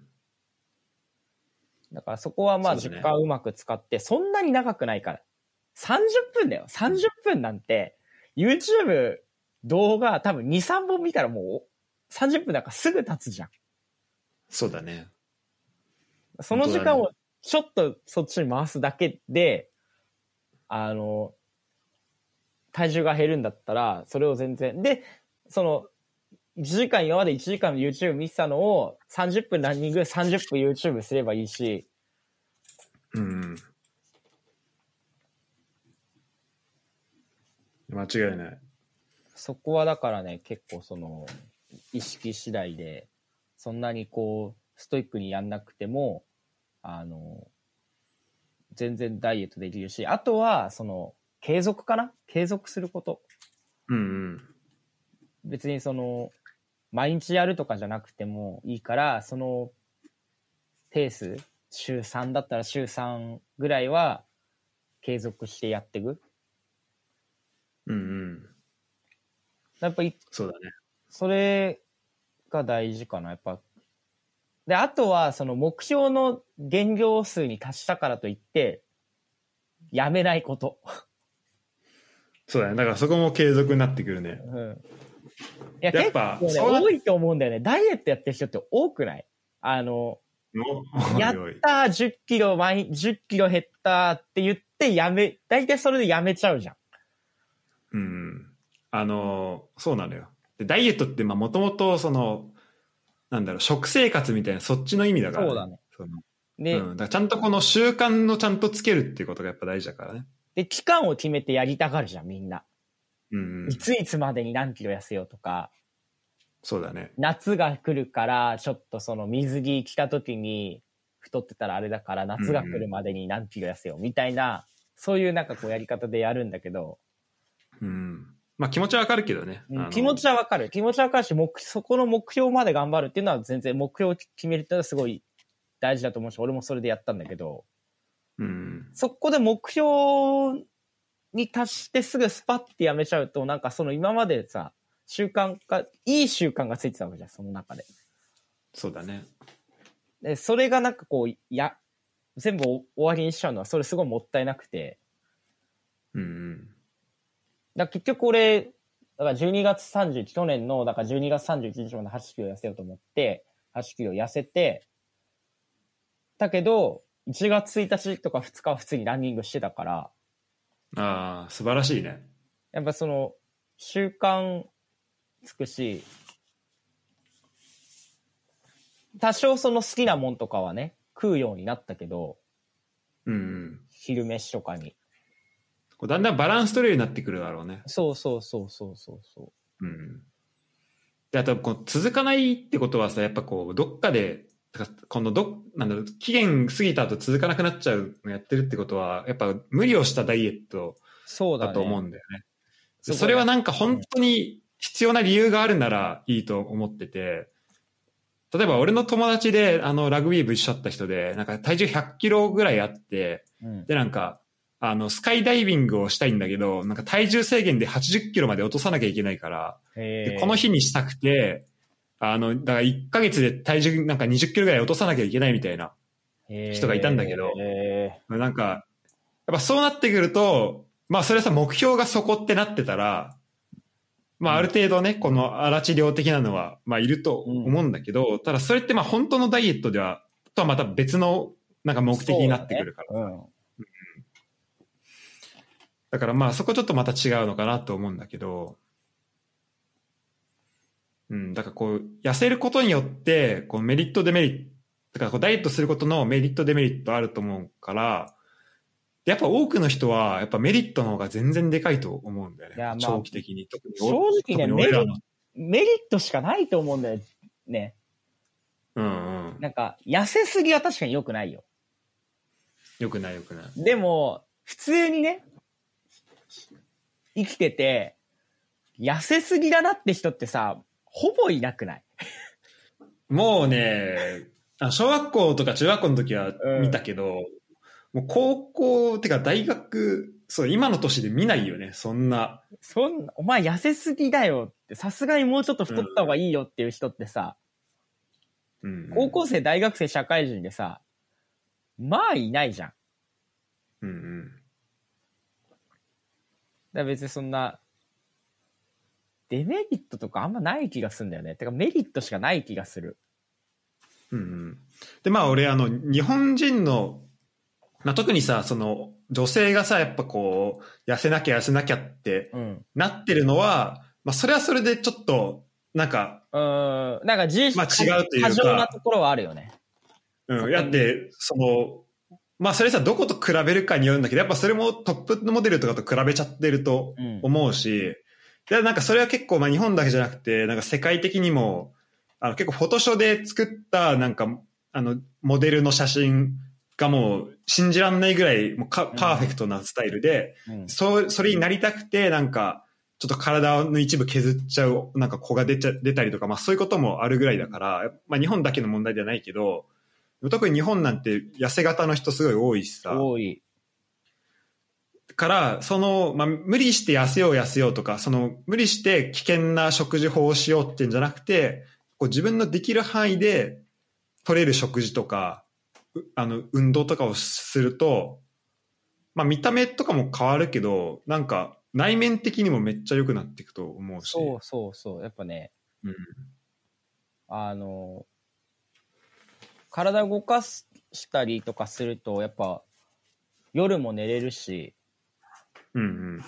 Speaker 2: だからそこはまあ
Speaker 1: そう
Speaker 2: 時
Speaker 1: だね
Speaker 2: 間をうまく使って、そんなに長くないから。30分だよ。30分なんて、YouTube 動画多分2、3本見たらもう30分なんかすぐ経つじゃん。
Speaker 1: そうだね
Speaker 2: その時間をちょっとそっちに回すだけで、あの、体重が減るんだったら、それを全然。で、その、1時間、今まで1時間 YouTube 見てたのを30分ランニング、30分 YouTube すればいいし、
Speaker 1: うん間違いない
Speaker 2: そこはだからね、結構その、意識次第で、そんなにこう、ストイックにやんなくても、あの、全然ダイエットできるし、あとは、その、継続かな継続すること。
Speaker 1: うんうん
Speaker 2: 別にその、毎日やるとかじゃなくてもいいから、その、ペース、週3だったら週3ぐらいは、継続してやっていく。
Speaker 1: うんうん
Speaker 2: やっぱ一
Speaker 1: そうだね
Speaker 2: それが大事かな、やっぱ。で、あとは、その目標の減量数に達したからといって、やめないこと。
Speaker 1: そうだねだからそこも継続になってくるね
Speaker 2: うん。いや、
Speaker 1: やっ
Speaker 2: 結
Speaker 1: ぱ
Speaker 2: 構ね、
Speaker 1: そうな
Speaker 2: 多いと思うんだよね。ダイエットやってる人って多くないあ
Speaker 1: お
Speaker 2: の、やっ
Speaker 1: おいおい
Speaker 2: た、10キロ、毎、10キロ減ったって言ってやめ、大体それでやめちゃうじゃん。
Speaker 1: うん。あの、そうなのよ。で、ダイエットって、まあ、もともと、その、なんだろう、食生活みたいな、そっちの意味だから、
Speaker 2: そうだね。
Speaker 1: その
Speaker 2: で、
Speaker 1: うん。だからちゃんとこの習慣のちゃんとつけるっていうことがやっぱ大事だからね。
Speaker 2: で、期間を決めてやりたがるじゃん、みんな。
Speaker 1: うんうん
Speaker 2: い。ついつまでに何キロ痩せようとか、
Speaker 1: そうだね。
Speaker 2: 夏が来るから、ちょっとその水着着た時に太ってたらあれだから、夏が来るまでに何キロ痩せようみたいな、そういうなんかこうやり方でやるんだけど、
Speaker 1: うん。まあ気持ちはわかるけどね。
Speaker 2: うん
Speaker 1: あの
Speaker 2: 気持ちはわかる。気持ちはわかるし、目そこの目標まで頑張るっていうのは全然目標を決めるっていうのはすごい大事だと思うし、俺もそれでやったんだけど、
Speaker 1: うん。
Speaker 2: そこで目標に達してすぐスパッてやめちゃうと、なんかその今までさ、習慣化、いい習慣がついてたわけじゃん、その中で。
Speaker 1: そうだね。
Speaker 2: で、それがなんかこう、や、全部終わりにしちゃうのは、それすごいもったいなくて。
Speaker 1: うん。
Speaker 2: だから結局俺、だから12月31、去年の、だから12月31日まで8キロ痩せようと思って、8キロ痩せて、だけど、1月1日とか2日は普通にランニングしてたから、
Speaker 1: ああ、素晴らしいね。
Speaker 2: やっぱその、習慣つくし、多少その好きなもんとかはね、食うようになったけど、
Speaker 1: うんうん。
Speaker 2: 昼飯とかに。
Speaker 1: こうだんだんバランス取れるようになってくるだろうね。
Speaker 2: そうそうそうそうそうそう。
Speaker 1: うん。で、あと、こう、続かないってことはさ、やっぱこう、どっかで、てかこのど、なんだろう、期限過ぎた後続かなくなっちゃうのやってるってことは、やっぱ無理をしたダイエット
Speaker 2: そうだ、ね、
Speaker 1: だと思うんだよね。
Speaker 2: そ
Speaker 1: そう
Speaker 2: だね
Speaker 1: れはなんか本当に必要な理由があるならいいと思ってて、例えば俺の友達で、あの、ラグビー部一緒だった人で、なんか体重100キロぐらいあって、
Speaker 2: うん。
Speaker 1: で、なんか、あの、スカイダイビングをしたいんだけど、なんか体重制限で80キロまで落とさなきゃいけないから、
Speaker 2: へ
Speaker 1: で
Speaker 2: ー
Speaker 1: この日にしたくて、あの、だから1ヶ月で体重なんか20キロぐらい落とさなきゃいけないみたいな。人がいたんだけど
Speaker 2: へ
Speaker 1: なんか、やっぱそうなってくると、まあそれはさ、目標がそこってなってたら、まあある程度ね、この荒治療的なのは、まあいると思うんだけど、ただそれってまあ本当のダイエットでは、とはまた別のなんか目的になってくるから。
Speaker 2: ーうん。
Speaker 1: だからまあそこちょっとまた違うのかなと思うんだけど、うん、だからこう、痩せることによって、こうメリットデメリット、だからこうダイエットすることのメリットデメリットあると思うから、でやっぱ多くの人は、やっぱメリットの方が全然でかいと思うんだよね。
Speaker 2: いやまあ
Speaker 1: 長期的に。特に
Speaker 2: 正直ね
Speaker 1: 特に俺らの
Speaker 2: メリットしかないと思うんだよね。
Speaker 1: うんうん。
Speaker 2: なんか、痩せすぎは確かに良くないよ。
Speaker 1: よくないよくない。
Speaker 2: でも、普通にね、生きてて、痩せすぎだなって人ってさ、ほぼいなくない
Speaker 1: もうね、あ小学校とか中学校の時は見たけど、もう高校、てか大学、そう、今の年で見ないよね、そんな。
Speaker 2: そんな、お前痩せすぎだよって、さすがにもうちょっと太った方がいいよっていう人ってさ、
Speaker 1: うん
Speaker 2: 高校生、大学生、社会人でさ、まあいないじゃん。だか
Speaker 1: うんうん。
Speaker 2: ら別にそんな、デメリットとかあんまない気がするんだよね。てかメリットしかない気がする。
Speaker 1: うんうん。で、まあ俺、あの、日本人の、まあ特にさ、その、女性がさ、やっぱこう、痩せなきゃ痩せなきゃって
Speaker 2: うん。
Speaker 1: なってるのは、まあそれはそれでちょっと、なんか、
Speaker 2: うーん。なんか重視、
Speaker 1: まあ違うというか
Speaker 2: 過剰なところはあるよね。
Speaker 1: うん、だって、その、まあそれさ、どこと比べるかによるんだけど、やっぱそれもトップのモデルとかと比べちゃってると
Speaker 2: うん。
Speaker 1: 思うし、で、なんかそれは結構、まあ日本だけじゃなくて、なんか世界的にも、あの結構フォトショーで作った、なんか、あの、モデルの写真がもう信じらんないぐらい、もうか
Speaker 2: うん
Speaker 1: パーフェクトなスタイルで、
Speaker 2: うん
Speaker 1: そう、それになりたくて、なんか、ちょっと体の一部削っちゃう、なんか子が出ちゃ、出たりとか、まあそういうこともあるぐらいだから、まあ日本だけの問題ではないけど、特に日本なんて痩せ型の人すごい多いしさ。
Speaker 2: 多い。
Speaker 1: から、その、まあ、無理して痩せよう痩せようとか、その、無理して危険な食事法をしようっていうんじゃなくて、こう自分のできる範囲で取れる食事とか、うあの、運動とかをすると、まあ、見た目とかも変わるけど、なんか、内面的にもめっちゃ良くなっていくと思うし。
Speaker 2: そうそうそう。やっぱね、
Speaker 1: うん
Speaker 2: あの、体動かしたりとかすると、やっぱ、夜も寝れるし、
Speaker 1: うん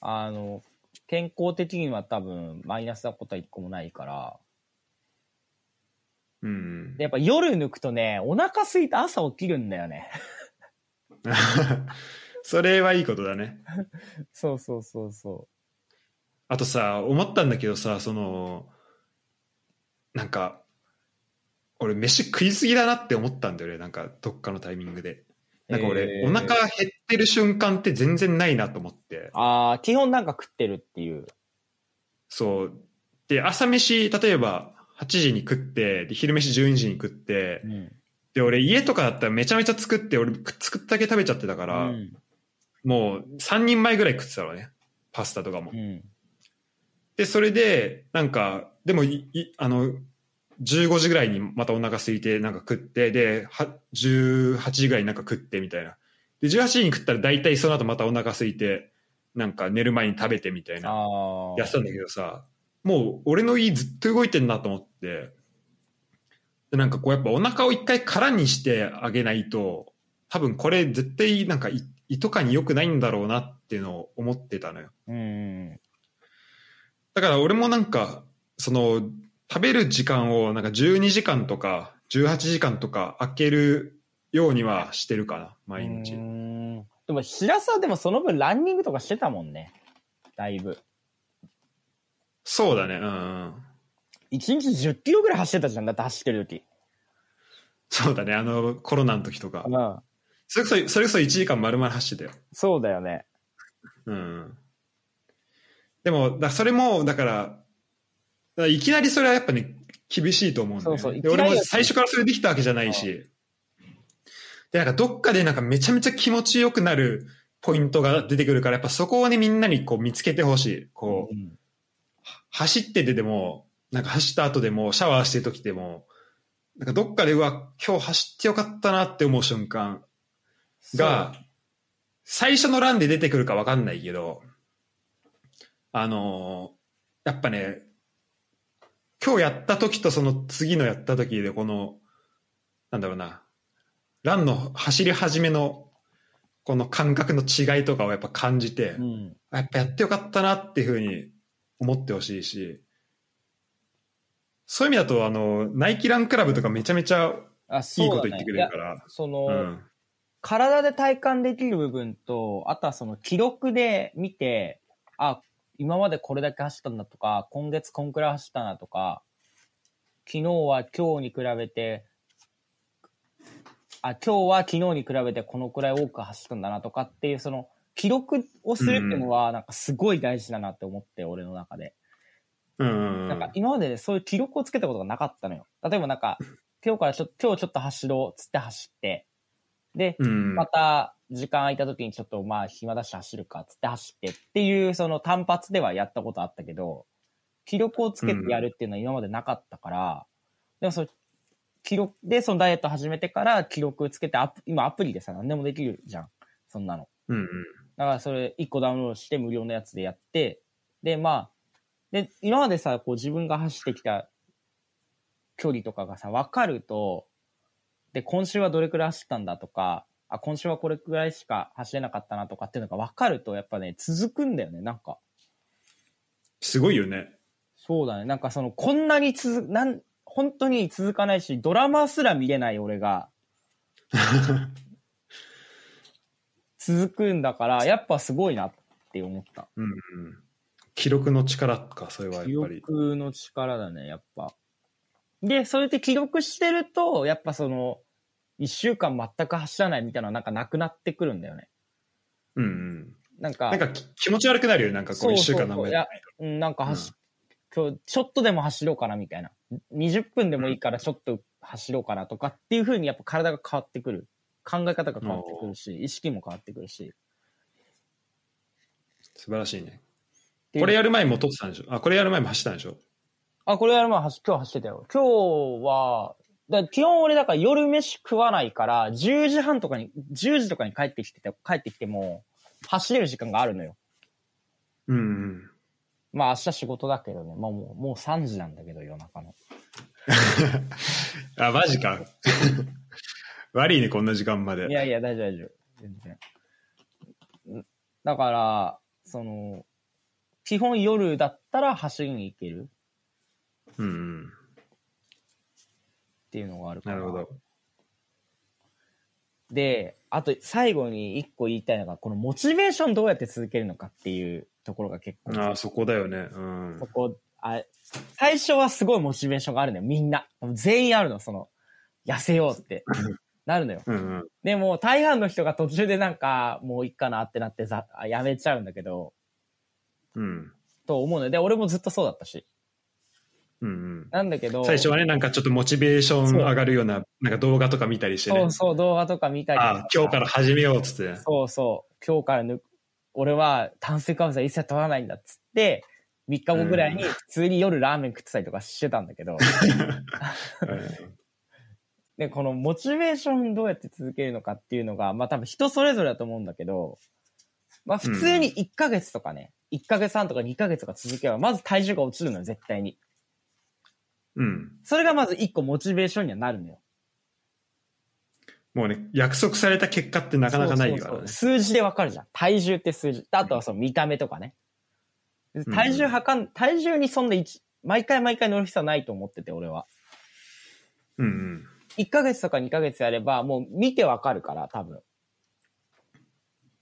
Speaker 2: あの、健康的には多分、マイナスなことは一個もないから、
Speaker 1: うん。うん
Speaker 2: でやっぱ夜抜くとね、お腹空いて朝起きるんだよね。 *laughs*
Speaker 1: うん。 *laughs* それはいいことだね。
Speaker 2: そうそうそうそ
Speaker 1: あとさ、思ったんだけどさ、その、なんか、俺飯食いすぎだなって思ったんだよね。なんかどっかのタイミングで。なんか俺、
Speaker 2: えー
Speaker 1: お腹減ってる瞬間って全然ないなと思って。
Speaker 2: ああ、基本なんか食ってるっていう。
Speaker 1: そう。で、朝飯、例えば8時に食って、で昼飯12時に食って、で、俺家とかだったらめちゃめちゃ作って、俺く作っただけ食べちゃってたか
Speaker 2: う
Speaker 1: ら、
Speaker 2: ん
Speaker 1: もう3人前ぐらい食ってたのね。パスタとかも
Speaker 2: う。ん。
Speaker 1: で、それで、なんか、でもい、いあの、15時ぐらいにまたお腹空いて、なんか食って、で、は18時ぐらいになんか食ってみたいな。で、18時に食ったら大体その後またお腹空いて、なんか寝る前に食べてみたいな。
Speaker 2: あ
Speaker 1: やってたんだけどさ、もう俺の胃ずっと動いてんなと思って、でなんかこうやっぱお腹を一回空にしてあげないと、多分これ絶対なんか胃胃とかに良くないんだろうなっていうのを思ってたのよ。
Speaker 2: あ。うん。
Speaker 1: だから俺もなんか、その、食べる時間をなんか12時間とか18時間とか空けるようにはしてるかな、毎日。
Speaker 2: うんでも、白さでもその分ランニングとかしてたもんね。だいぶ。
Speaker 1: そうだね、うんうん。
Speaker 2: 1日10キロぐらい走ってたじゃん。だって走ってる時。
Speaker 1: そうだね、あのコロナの時とか
Speaker 2: う。ん。
Speaker 1: それこそ、それこそ1時間丸々走ってたよ。
Speaker 2: そうだよね。
Speaker 1: うんでも、だそれも、だから、だからいきなりそれはやっぱね、厳しいと思うんだよ、ね。
Speaker 2: そうそ
Speaker 1: で
Speaker 2: ういきな
Speaker 1: 俺
Speaker 2: り
Speaker 1: も
Speaker 2: は
Speaker 1: 最初からそれできたわけじゃないし。で、なんかどっかでなんかめちゃめちゃ気持ちよくなるポイントが出てくるから、やっぱそこをね、みんなにこう見つけてほしい。こう、
Speaker 2: ん
Speaker 1: 走っててでも、なんか走った後でも、シャワーしてる時でも、なんかどっかで、うわ、今日走ってよかったなって思う瞬間が、最初の欄で出てくるか分かんないけど、あのーやっぱね、今日やった時とその次のやった時で、この、なんだろうな、欄の走り始めの、この感覚の違いとかをやっぱ感じて、
Speaker 2: そう、うん。
Speaker 1: やっぱやってよかったなっていうふうに思ってほしいし、そういう意味だと、あの、ナイキランクラブとかめちゃめちゃ
Speaker 2: あ、そ
Speaker 1: いうい
Speaker 2: だ
Speaker 1: こ
Speaker 2: ね
Speaker 1: と言ってくれるか
Speaker 2: いや
Speaker 1: ら、
Speaker 2: その、
Speaker 1: うん。
Speaker 2: 体で体感できる部分と、あとはその記録で見て、あ、今までこれだけ走ったんだとか、今月こんくらい走ったなとか、昨日は今日に比べて、あ、今日は昨日に比べてこのくらい多く走ったんだなとかっていう、その、記録をするっていうのは、なんかすごい大事だなって思って、俺の中で。
Speaker 1: うんうんうん。
Speaker 2: なんか今までねそういう記録をつけたことがなかったのよ。例えばなんか、今日からちょっと、今日ちょっと走ろうっつって走って、で、
Speaker 1: うん
Speaker 2: また時間空いた時にちょっとまあ暇だし走るかっつって走ってっていうその単発ではやったことあったけど、記録をつけてやるっていうのは今までなかったから、でもその記録でそのダイエット始めてから記録つけてアプ、今アプリでさ何でもできるじゃん。そんなの。
Speaker 1: うんうん。
Speaker 2: だからそれ1個ダウンロードして無料のやつでやって、で、まあ、で、今までさ、こう自分が走ってきた距離とかがさ、分かると、で、今週はどれくらい走ったんだとか、あ、今週はこれくらいしか走れなかったなとかっていうのが分かると、やっぱね、続くんだよね、なんか。
Speaker 1: すごいよ
Speaker 2: *laughs*
Speaker 1: ね。
Speaker 2: そうだね、なんかその、こんなに続く、なん、本当に続かないし、ドラマすら見れない俺が、続くんだから、やっぱすごいなって思った。
Speaker 1: うんうん、記録の力か、それは
Speaker 2: 記
Speaker 1: やっぱり。
Speaker 2: 録の力だね、やっぱ。で、それで記録してると、やっぱその、一週間全く走らないみたいなのはなんかなくなってくるんだよね。
Speaker 1: うんうん、
Speaker 2: なんか、
Speaker 1: なんかき気持ち悪くなるよ、なんかこう、
Speaker 2: そう
Speaker 1: 一
Speaker 2: そ
Speaker 1: 週
Speaker 2: うそう
Speaker 1: 間の
Speaker 2: いやうんなんか走、今日ちょっとでも走ろうかなみたいな。20分でもいいからちょっと走ろうかなとかっていう風にやっぱ体が変わってくる。考え方が変わってくるし、意識も変わってくるし。
Speaker 1: 素晴らしいね。これやる前も撮ってたんでしょあ、これやる前も走ったんでしょ
Speaker 2: あ、これはまあ、走今日走ってたよ。今日は、だ基本俺だから夜飯食わないから、10時半とかに、10時とかに帰ってきてて、帰ってきても、走れる時間があるのよ。
Speaker 1: うんうん。
Speaker 2: まあ明日仕事だけどね。まあもう、もう3時なんだけど、夜中の。
Speaker 1: あ、マジ
Speaker 2: *laughs*
Speaker 1: か。悪いね、こんな時間まで。
Speaker 2: いやいや、大丈夫大丈夫。全然。んだから、その、基本夜だったら走りに行ける
Speaker 1: うんうん。
Speaker 2: っていうのがあるか
Speaker 1: な
Speaker 2: ら。
Speaker 1: るほど。
Speaker 2: で、あと最後に一個言いたいのが、このモチベーションどうやって続けるのかっていうところが結構
Speaker 1: あーそこだよね。うん
Speaker 2: そ。こあ、最初はすごいモチベーションがあるのよ、みんな。全員あるの、その、痩せようって。なるのよ。
Speaker 1: うんうん。
Speaker 2: でも、大半の人が途中でなんか、もういいかなってなってざ、あやめちゃうんだけど、
Speaker 1: うん。
Speaker 2: と思うのよ。で、俺もずっとそうだったし。
Speaker 1: うん
Speaker 2: なんだけ
Speaker 1: う
Speaker 2: ど、
Speaker 1: ん、最初はね、なんかちょっとモチベーション上がるような、なんか動画とか見たりしてね
Speaker 2: そう。そう、動画とか見たりと
Speaker 1: あ今日から始めようっつって。
Speaker 2: そうそう、今日から抜く、俺は炭水化物は一切取らないんだっつって、3日後ぐらいに普通に夜ラーメン食ってたりとかしてたんだけど、で、このモチベーションどうやって続けるのかっていうのが、まあ多分人それぞれだと思うんだけど、まあ普通に1ヶ月とかね、1ヶ月半とか2ヶ月とか続けば、まず体重が落ちるのよ、絶対に。
Speaker 1: うんうん。
Speaker 2: それがまず1個モチベーションにはなるのよ。
Speaker 1: もうね、約束された結果ってなかなかないか
Speaker 2: そう
Speaker 1: ら
Speaker 2: そ
Speaker 1: ね。
Speaker 2: うそう数字でわかるじゃん。体重って数字。あとはその見た目とかね。
Speaker 1: ん
Speaker 2: 体重はかん、体重にそんな一、毎回毎回乗る必要はないと思ってて、俺は。
Speaker 1: うんうん。
Speaker 2: 1ヶ月とか2ヶ月やれば、もう見てわかるから、多分。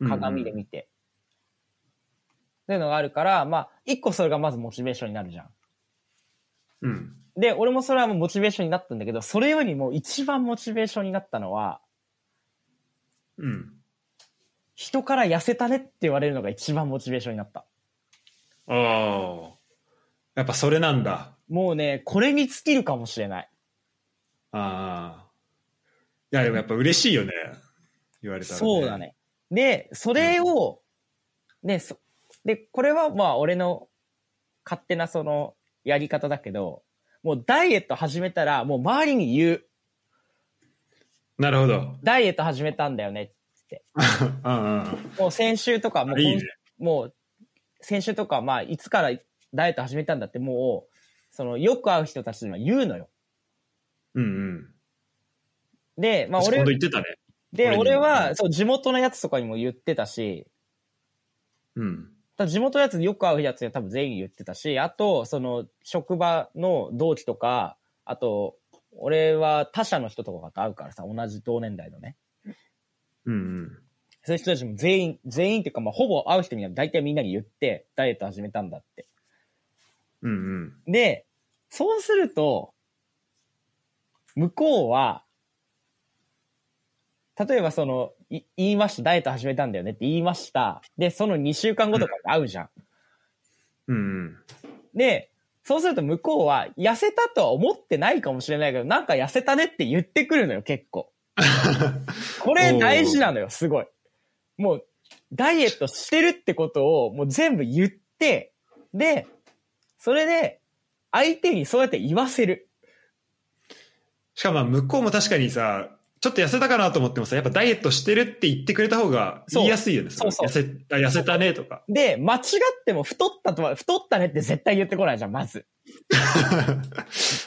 Speaker 2: 鏡で見て。っていうのがあるから、まあ、一個それがまずモチベーションになるじゃん。
Speaker 1: うんうん。
Speaker 2: で、俺もそれはもうモチベーションになったんだけど、それよりも一番モチベーションになったのは、
Speaker 1: うん。
Speaker 2: 人から痩せたねって言われるのが一番モチベーションになった。
Speaker 1: ああ。やっぱそれなんだ。
Speaker 2: もうね、これに尽きるかもしれない。
Speaker 1: ああ。いや、でもやっぱ嬉しいよね。言われたら、
Speaker 2: そうだ。ね。で、それを、で、そ、で、これはまあ俺の勝手なそのやり方だけど、もうダイエット始めたら、もう周りに言う。
Speaker 1: なるほど。 *laughs*
Speaker 2: ダイエット始めたんだよね。
Speaker 1: うん
Speaker 2: もう先週とか、も
Speaker 1: う。
Speaker 2: うん
Speaker 1: いいね。
Speaker 2: もう、先週とか、まあ、いつからダイエット始めたんだって、もう、その、よく会う人たちには言うのよ。
Speaker 1: うんうん。
Speaker 2: で、まあ、
Speaker 1: 今度言
Speaker 2: 俺、
Speaker 1: ってたね。
Speaker 2: で、
Speaker 1: 俺に
Speaker 2: 俺は、そう、地元のやつとかにも言ってたし、
Speaker 1: うん。
Speaker 2: ただ地元のやつ、よく会うやつには多分全員言ってたし、あと、その、職場の同期とか、あと、俺は他社の人とかと会うからさ、同じ同年代のね。
Speaker 1: うんうん。
Speaker 2: そういう人たちも全員、全員っていうか、まあ、ほぼ会う人みんな、大体みんなに言って、ダイエット始めたんだって。
Speaker 1: うんうん。
Speaker 2: で、そうすると、向こうは、例えばその、い言いました、ダイエット始めたんだよねって言いました。で、その2週間後とかに会うじゃん。
Speaker 1: うんうん。
Speaker 2: で、そうすると向こうは、痩せたとは思ってないかもしれないけど、なんか痩せたねって言ってくるのよ、結構。これ大事なのよ、すごい。もう、ダイエットしてるってことをもう全部言って、で、それで、相手にそうやって言わせる。
Speaker 1: しかもまあ向こうも確かにさ、ちょっと痩せたかなと思ってもさ、やっぱダイエットしてるって言ってくれた方が言いやすいよね。
Speaker 2: そう
Speaker 1: れ痩せあ痩せたねと
Speaker 2: *laughs*
Speaker 1: か。
Speaker 2: で、間違っても太ったとは、太ったねって絶対言ってこないじゃん、まず。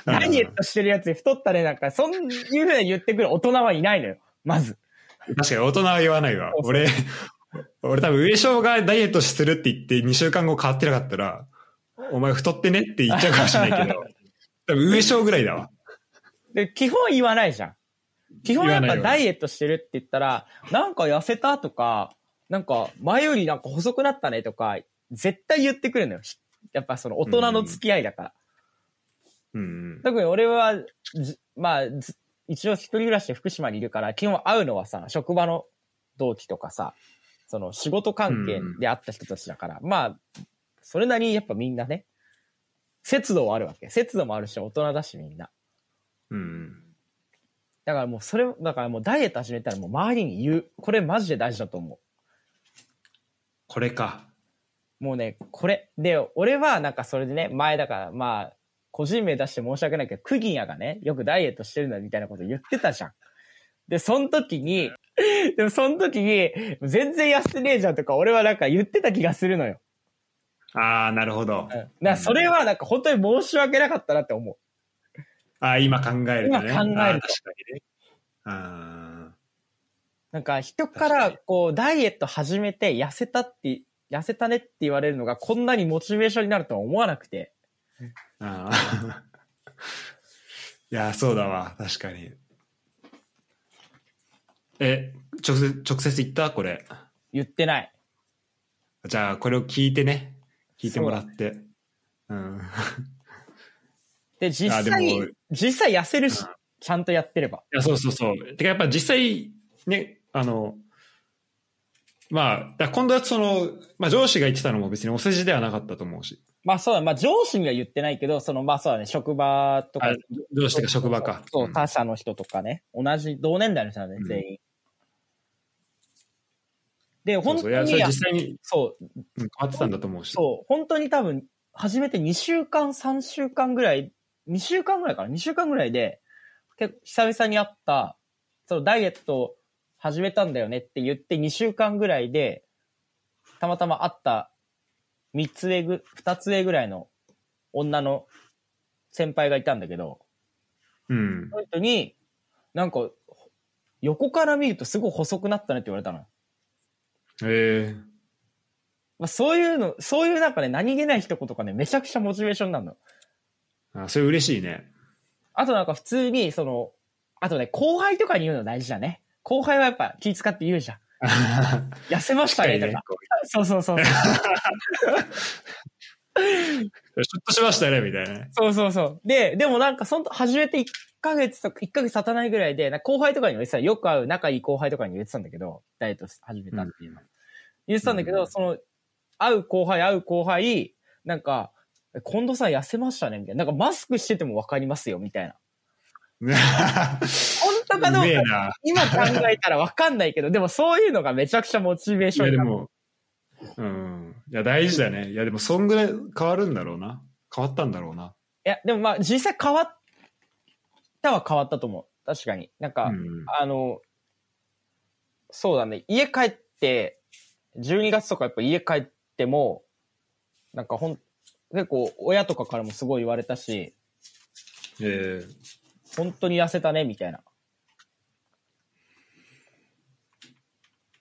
Speaker 2: ダイエットしてるやつに太ったねなんか、そういうふうに言ってくる大人はいないのよ、まず。
Speaker 1: 確かに大人は言わないわ。
Speaker 2: そうそう
Speaker 1: 俺、俺多分上昇がダイエットするって言って2週間後変わってなかったら、お前太ってねって言っちゃうかもしれない
Speaker 2: *laughs*
Speaker 1: けど、多分上昇ぐらいだわ。
Speaker 2: で、基本言わないじゃん。基本やっ
Speaker 1: 言わな
Speaker 2: ぱ
Speaker 1: いよ
Speaker 2: ダイエットしてるって言ったら、なんか痩せたとか、なんか前よりなんか細くなったねとか、絶対言ってくるのよ。ひやっぱその大人の付き合いだから。
Speaker 1: うん
Speaker 2: 特に俺は、じまあ、ず一応一人暮らしで福島にいるから、基本会うのはさ、職場の同期とかさ、その仕事関係で会った人たちだから、まあ、それなりにやっぱみんなね、節度はあるわけ。節度もあるし、大人だしみんな。
Speaker 1: うん。うん。
Speaker 2: だからもうそれ、だからもうダイエット始めたらもう周りに言う。これマジで大事だと思
Speaker 1: これか。
Speaker 2: う。もうね、これ。で、俺はなんかそれでね、前だからまあ、個人名出して申し訳ないけど、クギヤがね、よくダイエットしてるんだみたいなこと言ってたじゃん。で、その時に、でもその時に、全然痩せてねえじゃんとか、俺はなんか言ってた気がするのよ。
Speaker 1: ああ、なるほど。
Speaker 2: うん。だからそれはなんか本当に申し訳なかったなって思う。
Speaker 1: ああ、今考えるとね。
Speaker 2: 今考える
Speaker 1: あー
Speaker 2: と
Speaker 1: 確かにね。あ
Speaker 2: なんか人からこうダイエット始めて痩せたって、痩せたねって言われるのがこんなにモチベーションになるとは思わなくて。
Speaker 1: ーあー。 *laughs* いやー、そうだわ。確かに。え、直接、直接言ったこれ。
Speaker 2: 言ってない。
Speaker 1: じゃあ、これを聞いてね。聞いてもらって。ううん。
Speaker 2: で、実
Speaker 1: あでも
Speaker 2: 際、実際痩せるし、ちゃんとやってれば。
Speaker 1: いや、そうそうそう。てか、やっぱ実際、ね、あの、まあ、だから今度はその、まあ上司が言ってたのも別にお世辞ではなかったと思うし、
Speaker 2: まあそうだ、まあ上司には言ってないけど、そのまあそうだね、職場とか
Speaker 1: あ、上司とか職場か。
Speaker 2: そう、
Speaker 1: ん
Speaker 2: 他社の人とかね、同じ、同年代の人だね
Speaker 1: う、ん
Speaker 2: 全員。で、
Speaker 1: そう
Speaker 2: 本
Speaker 1: そ
Speaker 2: 当
Speaker 1: ういや、そ
Speaker 2: に
Speaker 1: れ、実際に
Speaker 2: そう、
Speaker 1: うん変わってたんだと思うし。
Speaker 2: そう、本当に多分、初めて2週間、3週間ぐらい、2週間ぐらいかな、2週間ぐらいで、結構久々に会った、そのダイエット始めたんだよねって言って2週間ぐらいで、たまたま会った3つ上ぐ、2つ上ぐらいの女の先輩がいたんだけど、
Speaker 1: うん。
Speaker 2: その人に、なんか、横から見るとすごい細くなったねって言われたのよ。
Speaker 1: え
Speaker 2: まあ、そういうの、そういうなんかね、何気ない一言がね、めちゃくちゃモチベーションになるの。
Speaker 1: えあ、それ嬉しいね。
Speaker 2: あとなんか普通に、その、あとね、後輩とかに言うの大事だね。後輩はやっぱ気使って言うじゃん。
Speaker 1: *laughs*
Speaker 2: 痩せましたね、とか。
Speaker 1: こ
Speaker 2: *laughs* そうそうそう。
Speaker 1: うシュッとしましたね、みたいなね。
Speaker 2: そうそうそう。で、でもなんか、その、初めて1ヶ月とか、1ヶ月経たないぐらいで、なんか後輩とかにも言ってた、よく会う仲いい後輩とかにも言ってたんだけど、ダイエット始めたっていうの。言ってたんだけど、
Speaker 1: うん
Speaker 2: その、会う後輩、会う後輩、なんか、近藤さん痩せましたね、みたいな。なんかマスクしててもわかりますよ、みたいな。本当かど
Speaker 1: う
Speaker 2: う
Speaker 1: めえ
Speaker 2: か、
Speaker 1: な。
Speaker 2: 今考えたらわかんないけど、でもそういうのがめちゃくちゃモチベー
Speaker 1: い
Speaker 2: ション
Speaker 1: や、
Speaker 2: に
Speaker 1: で
Speaker 2: なる。
Speaker 1: も、うん。いや、大事だね。いや、でも、そんぐらい変わるんだろうな。変わったんだろうな。
Speaker 2: いや、でもまあ、実際変わったは変わったと思う。確かに。なんか、
Speaker 1: うん。
Speaker 2: あの、そうだね。家帰って、12月とかやっぱ家帰っても、なんかほん、結構親とかからもすごい言われたし、
Speaker 1: ええ
Speaker 2: 本当に痩せたね、みたいな。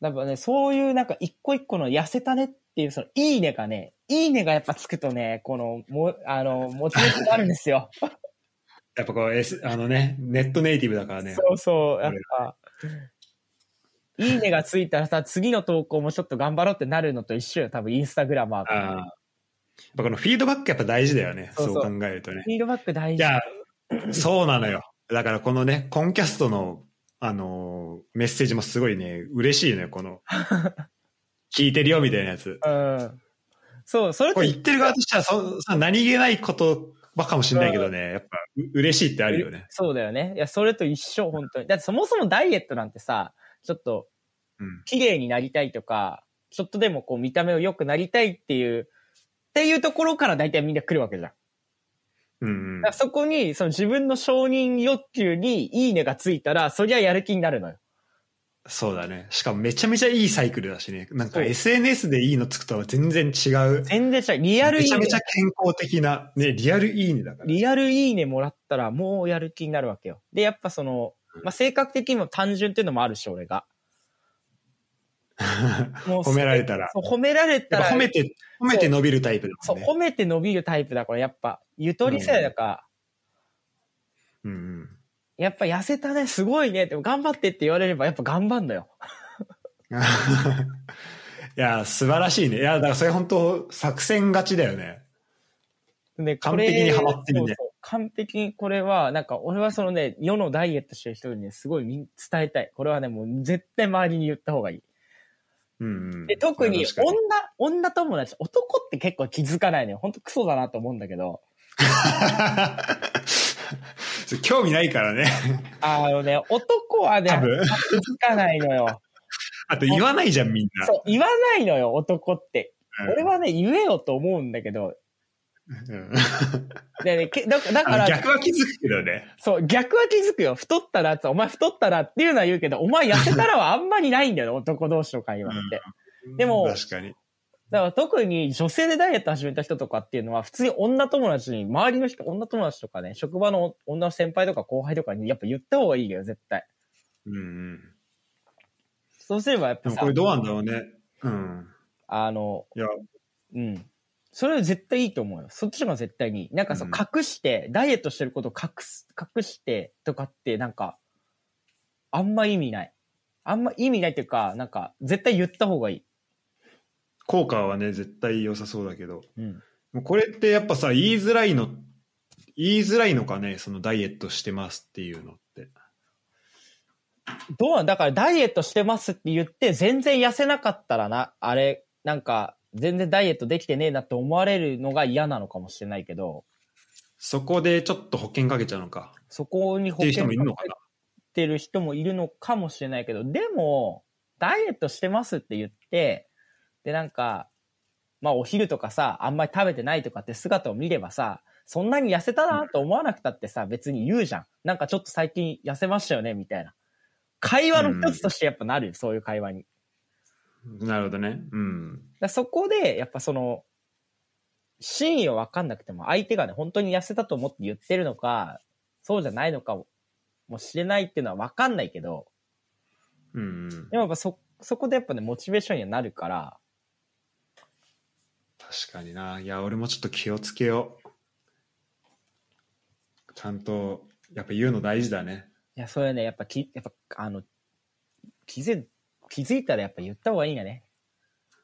Speaker 2: やっぱね、そういうなんか一個一個の痩せたねっていう、その、いいねがね、いいねがやっぱつくとね、この、も、あの、モチベーションがあるんですよ。
Speaker 1: やっぱこう、S、あのね、ネットネイティブだからね。
Speaker 2: そうそう、やっぱ。いいねがついたらさ、次の投稿もちょっと頑張ろうってなるのと一緒よ、多分インスタグラマー
Speaker 1: ああ。
Speaker 2: が。
Speaker 1: やっぱこのフィードバックやっぱ大事だよね。
Speaker 2: そう
Speaker 1: そ
Speaker 2: そうう
Speaker 1: 考えるとね。
Speaker 2: フィードバック大
Speaker 1: い
Speaker 2: 事。
Speaker 1: や、そうなのよ。だからこのね、コンキャストの、あのーメッセージもすごいね、嬉しいね、こ
Speaker 2: *laughs*
Speaker 1: の。聞いてるよ、みたいなやつ。
Speaker 2: うん。そう、それっ
Speaker 1: こ
Speaker 2: て
Speaker 1: れ言ってる側としては、そそ何気ないことばかもしれないけどね、やっぱ、う嬉しいってあるよね。
Speaker 2: そうだよね。いや、それと一緒、本当に。だってそもそもダイエットなんてさ、ちょっと、
Speaker 1: うん。
Speaker 2: 綺麗になりたいとか、ちょっとでもこう見た目を良くなりたいっていう、っていうところから大体みんな来るわけじゃん。
Speaker 1: うんうん
Speaker 2: だから。そこに、その自分の承認欲求にいいねがついたら、そりゃやる気になるのよ。
Speaker 1: そうだね。しかもめちゃめちゃいいサイクルだしね。なんか
Speaker 2: そう
Speaker 1: SNS でいいのつくとは全然違う。
Speaker 2: 全然違う。リアルい
Speaker 1: め
Speaker 2: い
Speaker 1: ち
Speaker 2: ね
Speaker 1: ゃめちゃ健康的な、ね、リアルいいねだから。
Speaker 2: リアルいいねもらったら、もうやる気になるわけよ。で、やっぱその、まあ、性格的にも単純っていうのもあるし、俺が。もう
Speaker 1: 褒められたら。
Speaker 2: そう褒められた
Speaker 1: やっ
Speaker 2: ら、
Speaker 1: ぱ褒めて、褒めて伸びるタイプだ
Speaker 2: そう、
Speaker 1: もんね。
Speaker 2: 褒めて伸びるタイプだから、やっぱ、ゆとり世代だから、
Speaker 1: うんうん。
Speaker 2: やっぱ痩せたね、すごいね、でも頑張ってって言われれば、やっぱ頑張んのよ。
Speaker 1: *laughs* いや、素晴らしいね。いや、だからそれ本当作戦勝ちだよね。
Speaker 2: で、これ
Speaker 1: 完璧にハマってるね
Speaker 2: そうそう完璧にこれは、なんか、俺はそのね、世のダイエットしてる人にね、すごいみん伝えたい。これはね、もう絶対周りに言った方がいい。
Speaker 1: うんうん。
Speaker 2: で、特に
Speaker 1: 確か
Speaker 2: 女、女友達、男って結構気づかないのよ。ほんとクソだなと思うんだけど。
Speaker 1: *laughs* に興味ないからね。
Speaker 2: あのね、男はね、
Speaker 1: 多
Speaker 2: 気
Speaker 1: 分。
Speaker 2: づかないの
Speaker 1: *laughs*
Speaker 2: よ。
Speaker 1: あと言わないじゃん、みんな。
Speaker 2: そう、言わないのよ、男って。
Speaker 1: うん
Speaker 2: 俺はね、言えよと思うんだけど。
Speaker 1: うん
Speaker 2: でね、けだだか
Speaker 1: あ
Speaker 2: ら、
Speaker 1: 逆は気づくけどね。
Speaker 2: そう、逆は気づくよ。太ったらって、お前太ったらっていうのは言うけど、お前痩せたらはあんまりないんだよ、 *laughs* 男同士の会話って。でも
Speaker 1: 確かに。
Speaker 2: だから特に女性でダイエット始めた人とかっていうのは、普通に女友達に、周りの人、女友達とかね、職場の女の先輩とか後輩とかに、やっぱ言った方がいいよ、絶対。
Speaker 1: うんうん。
Speaker 2: そうすればやっ
Speaker 1: で
Speaker 2: ぱ
Speaker 1: も
Speaker 2: さ
Speaker 1: これ、どうなんだろうね。うん。
Speaker 2: あの、
Speaker 1: いや、
Speaker 2: うん。それは絶対いいと思うよ。そっちの方が絶対にいい。なんかそう、
Speaker 1: うん
Speaker 2: 隠して、ダイエットしてることを隠す、隠してとかって、なんか、あんま意味ない。あんま意味ないっていうか、なんか、絶対言った方がいい。
Speaker 1: 効果はね、絶対良さそうだけど。
Speaker 2: うん。
Speaker 1: もうこれってやっぱさ、言いづらいの、言いづらいのかね、そのダイエットしてますっていうのって。
Speaker 2: どうなんだからダイエットしてますって言って、全然痩せなかったらな、あれ、なんか、全然ダイエットできてねえなって思われるのが嫌なのかもしれないけど、
Speaker 1: そこでちょっと保険かけちゃうのか。
Speaker 2: そこに
Speaker 1: っていう人もいるのか
Speaker 2: かってる人もいるのかもしれないけど、でも、ダイエットしてますって言って、で、なんか、まあお昼とかさ、あんまり食べてないとかって姿を見ればさ、そんなに痩せたなと思わなくたってさ、別に言うじゃん。なんかちょっと最近痩せましたよね、みたいな。会話の一つとしてやっぱなるよ、そういう会話に。
Speaker 1: な。なるほどね。うん。
Speaker 2: だからそこで、やっぱその、真意は分かんなくても、相手がね、本当に痩せたと思って言ってるのか、そうじゃないのかももしれないっていうのは分かんないけど、
Speaker 1: うん。
Speaker 2: でもやっぱそ、そこでやっぱね、モチベーションにはなるから、
Speaker 1: 確かにな。いや、俺もちょっと気をつけよう。ちゃんと、やっぱ言うの大事だね。
Speaker 2: いや、それはね、やっぱき、やっぱ、あの、気づい、気づいたらやっぱ言った方がいいんやね。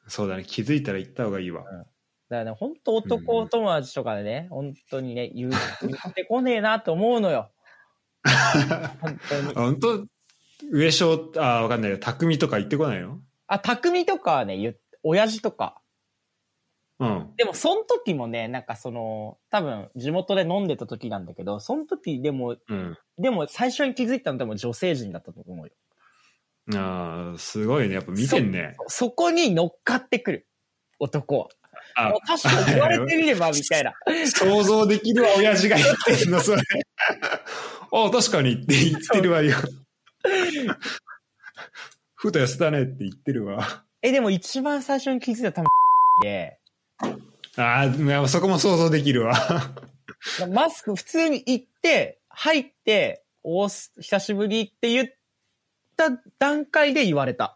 Speaker 1: そうだね。気づいたら言った方がいいわ。
Speaker 2: だからね、本当男友達とかでね、本当にね、言う言ってこねえなと思うのよ。本当に
Speaker 1: あ。本当上昇、あ、わかんないよ。匠とか言ってこないの
Speaker 2: あ、匠とかはね、言っ親父とか。
Speaker 1: うん。
Speaker 2: でも、その時もね、なんかその、多分、地元で飲んでた時なんだけど、その時でも、
Speaker 1: うん。
Speaker 2: でも最初に気づいたのでも女性陣だったと思うよ。
Speaker 1: ああ、すごいね。やっぱ見てんね。
Speaker 2: そこに乗っかってくる、男は。
Speaker 1: あ
Speaker 2: もう確かに言われてみれば、み
Speaker 1: *laughs*
Speaker 2: たいな。
Speaker 1: 想像できるわ、親父が言ってるの、それ。 *laughs* あ確かにって言ってるわ *laughs* よ。ふと痩せたねって言ってるわ。
Speaker 2: え、でも一番最初に気づいた多分で、
Speaker 1: ああ、そこも想像できるわ。
Speaker 2: *laughs* マスク普通に行って、入って、おす、久しぶりって言った段階で言われた。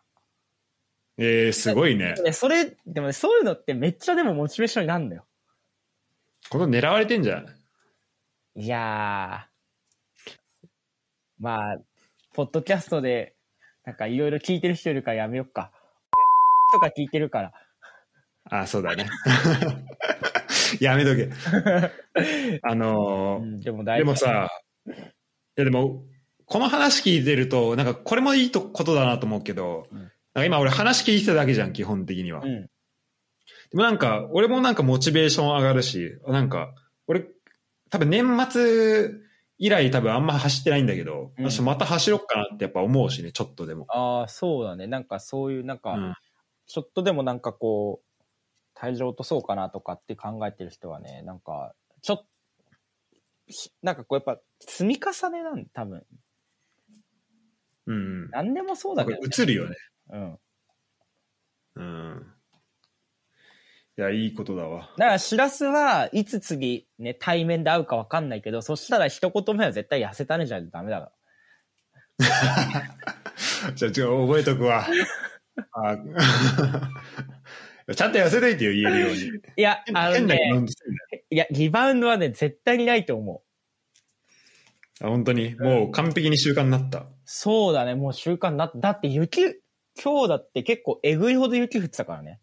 Speaker 1: えー、すごいね。
Speaker 2: でそれ、でもね、そういうのってめっちゃでもモチベーションになるんだよ。
Speaker 1: この狙われてんじゃん。
Speaker 2: いやー。まあ、ポッドキャストで、なんかいろいろ聞いてる人いるからやめよっか。とか聞いてるから。
Speaker 1: あそうだね。 *laughs* やめとけ。 *laughs* あ
Speaker 2: う
Speaker 1: の
Speaker 2: ん、で
Speaker 1: ー
Speaker 2: も大
Speaker 1: で
Speaker 2: 丈夫
Speaker 1: も、さ、いやでも、この話聞いてると、なんかこれもいいとことだなと思うけど、
Speaker 2: うん
Speaker 1: なんか今俺話聞いてただけじゃん、基本的には。
Speaker 2: うん。
Speaker 1: でもなんか、俺もなんかモチベーション上がるし、なんか、俺、多分年末以来多分あんま走ってないんだけど、
Speaker 2: うん
Speaker 1: あちょっとまた走ろっかなってやっぱ思うしね、ちょっとでも。
Speaker 2: ああ、そうだね。なんかそういう、なん
Speaker 1: う
Speaker 2: か、
Speaker 1: ん、
Speaker 2: ちょっとでもなんかこう、体重落とそうかなとかって考えてる人はね、なんか、ちょっなんかこうやっぱ積み重ねなん多分。
Speaker 1: うん。
Speaker 2: 何でもそう
Speaker 1: な
Speaker 2: だ
Speaker 1: んか
Speaker 2: けど、ね。
Speaker 1: 映るよね。
Speaker 2: うん。
Speaker 1: うん。いや、いいことだわ。 *laughs*
Speaker 2: だから、しらすはいつ次ね、対面で会うかわかんないけど、そしたら一言目は絶対痩せたねじゃないとダメだから。
Speaker 1: じゃあ、ちょ、覚えとく
Speaker 2: *laughs*
Speaker 1: わ。あ *laughs* ちゃんと痩せといてよ、言えるように。
Speaker 2: いや、あの
Speaker 1: 変な
Speaker 2: ね、
Speaker 1: 飲んでるんだ
Speaker 2: いや、リバウンドはね、絶対にないと思う。
Speaker 1: よあ本当に、もう完璧に習慣になった。
Speaker 2: そうだね、もう習慣になっだって雪、今日だって結構えぐいほど雪降ってたからね。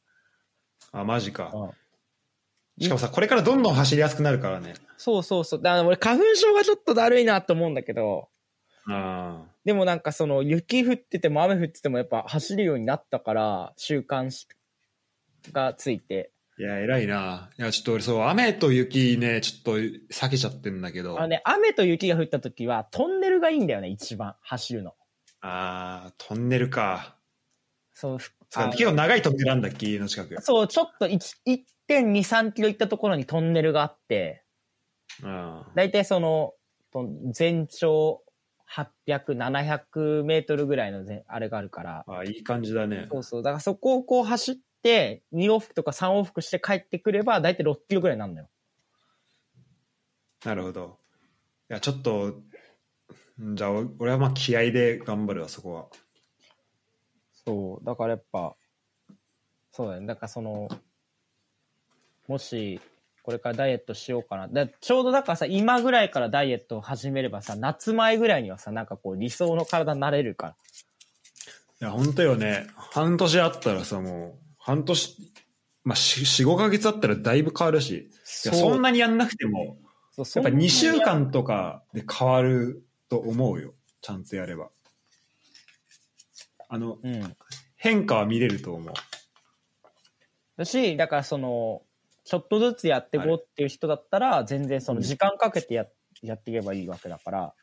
Speaker 1: あ、マジか。
Speaker 2: うん
Speaker 1: しかもさ、これからどんどん走りやすくなるからね。
Speaker 2: そうそうそう。だから俺花粉症がちょっとだるいなと思うんだけど、
Speaker 1: ああ。
Speaker 2: でもなんかその雪降ってても雨降っててもやっぱ走るようになったから、習慣しがついて。
Speaker 1: いや、偉いな。いや、ちょっと俺、そう、雨と雪ね、ちょっと避けちゃってんだけど。
Speaker 2: あのね、雨と雪が降った時はトンネルがいいんだよね、一番走るの。
Speaker 1: あートンネルか。
Speaker 2: そう、
Speaker 1: そう
Speaker 2: あ
Speaker 1: 結構長いトンネルなんだっけ、家の近く。
Speaker 2: そうちょっと1 1.2、3キロ行ったところにトンネルがあって、
Speaker 1: うん。
Speaker 2: だいたいその、と全長800、700メートルぐらいの全あれがあるから、
Speaker 1: あいい感じだね。
Speaker 2: そうそう。だからそこをこう走って、2往復とか3往復して帰ってくれば、だいたい6キロぐらいになるのよ。
Speaker 1: なるほど。いや、ちょっと、んじゃあ、お俺はまあ気合で頑張るわ、そこは。
Speaker 2: そう。だからやっぱ、そうだよね。だからその、もし、これからダイエットしようかな。だちょうどだからさ、今ぐらいからダイエットを始めればさ、夏前ぐらいにはさ、なんかこう理想の体になれるから。
Speaker 1: いや、本当よね。半年あったらさ、もう、半年、まあ、4、5ヶ月あったらだいぶ変わるし、いやそんなにやんなくても、
Speaker 2: そう
Speaker 1: や
Speaker 2: そ
Speaker 1: っ
Speaker 2: ん
Speaker 1: ぱ
Speaker 2: な
Speaker 1: 2週間とかで変わると思うよ。ちゃんとやれば。あの、
Speaker 2: うん。
Speaker 1: 変化は見れると思う。
Speaker 2: だし、だからその、ちょっとずつやっていこうっていう人だったら、全然その時間かけてや,、やっていけばいいわけだから。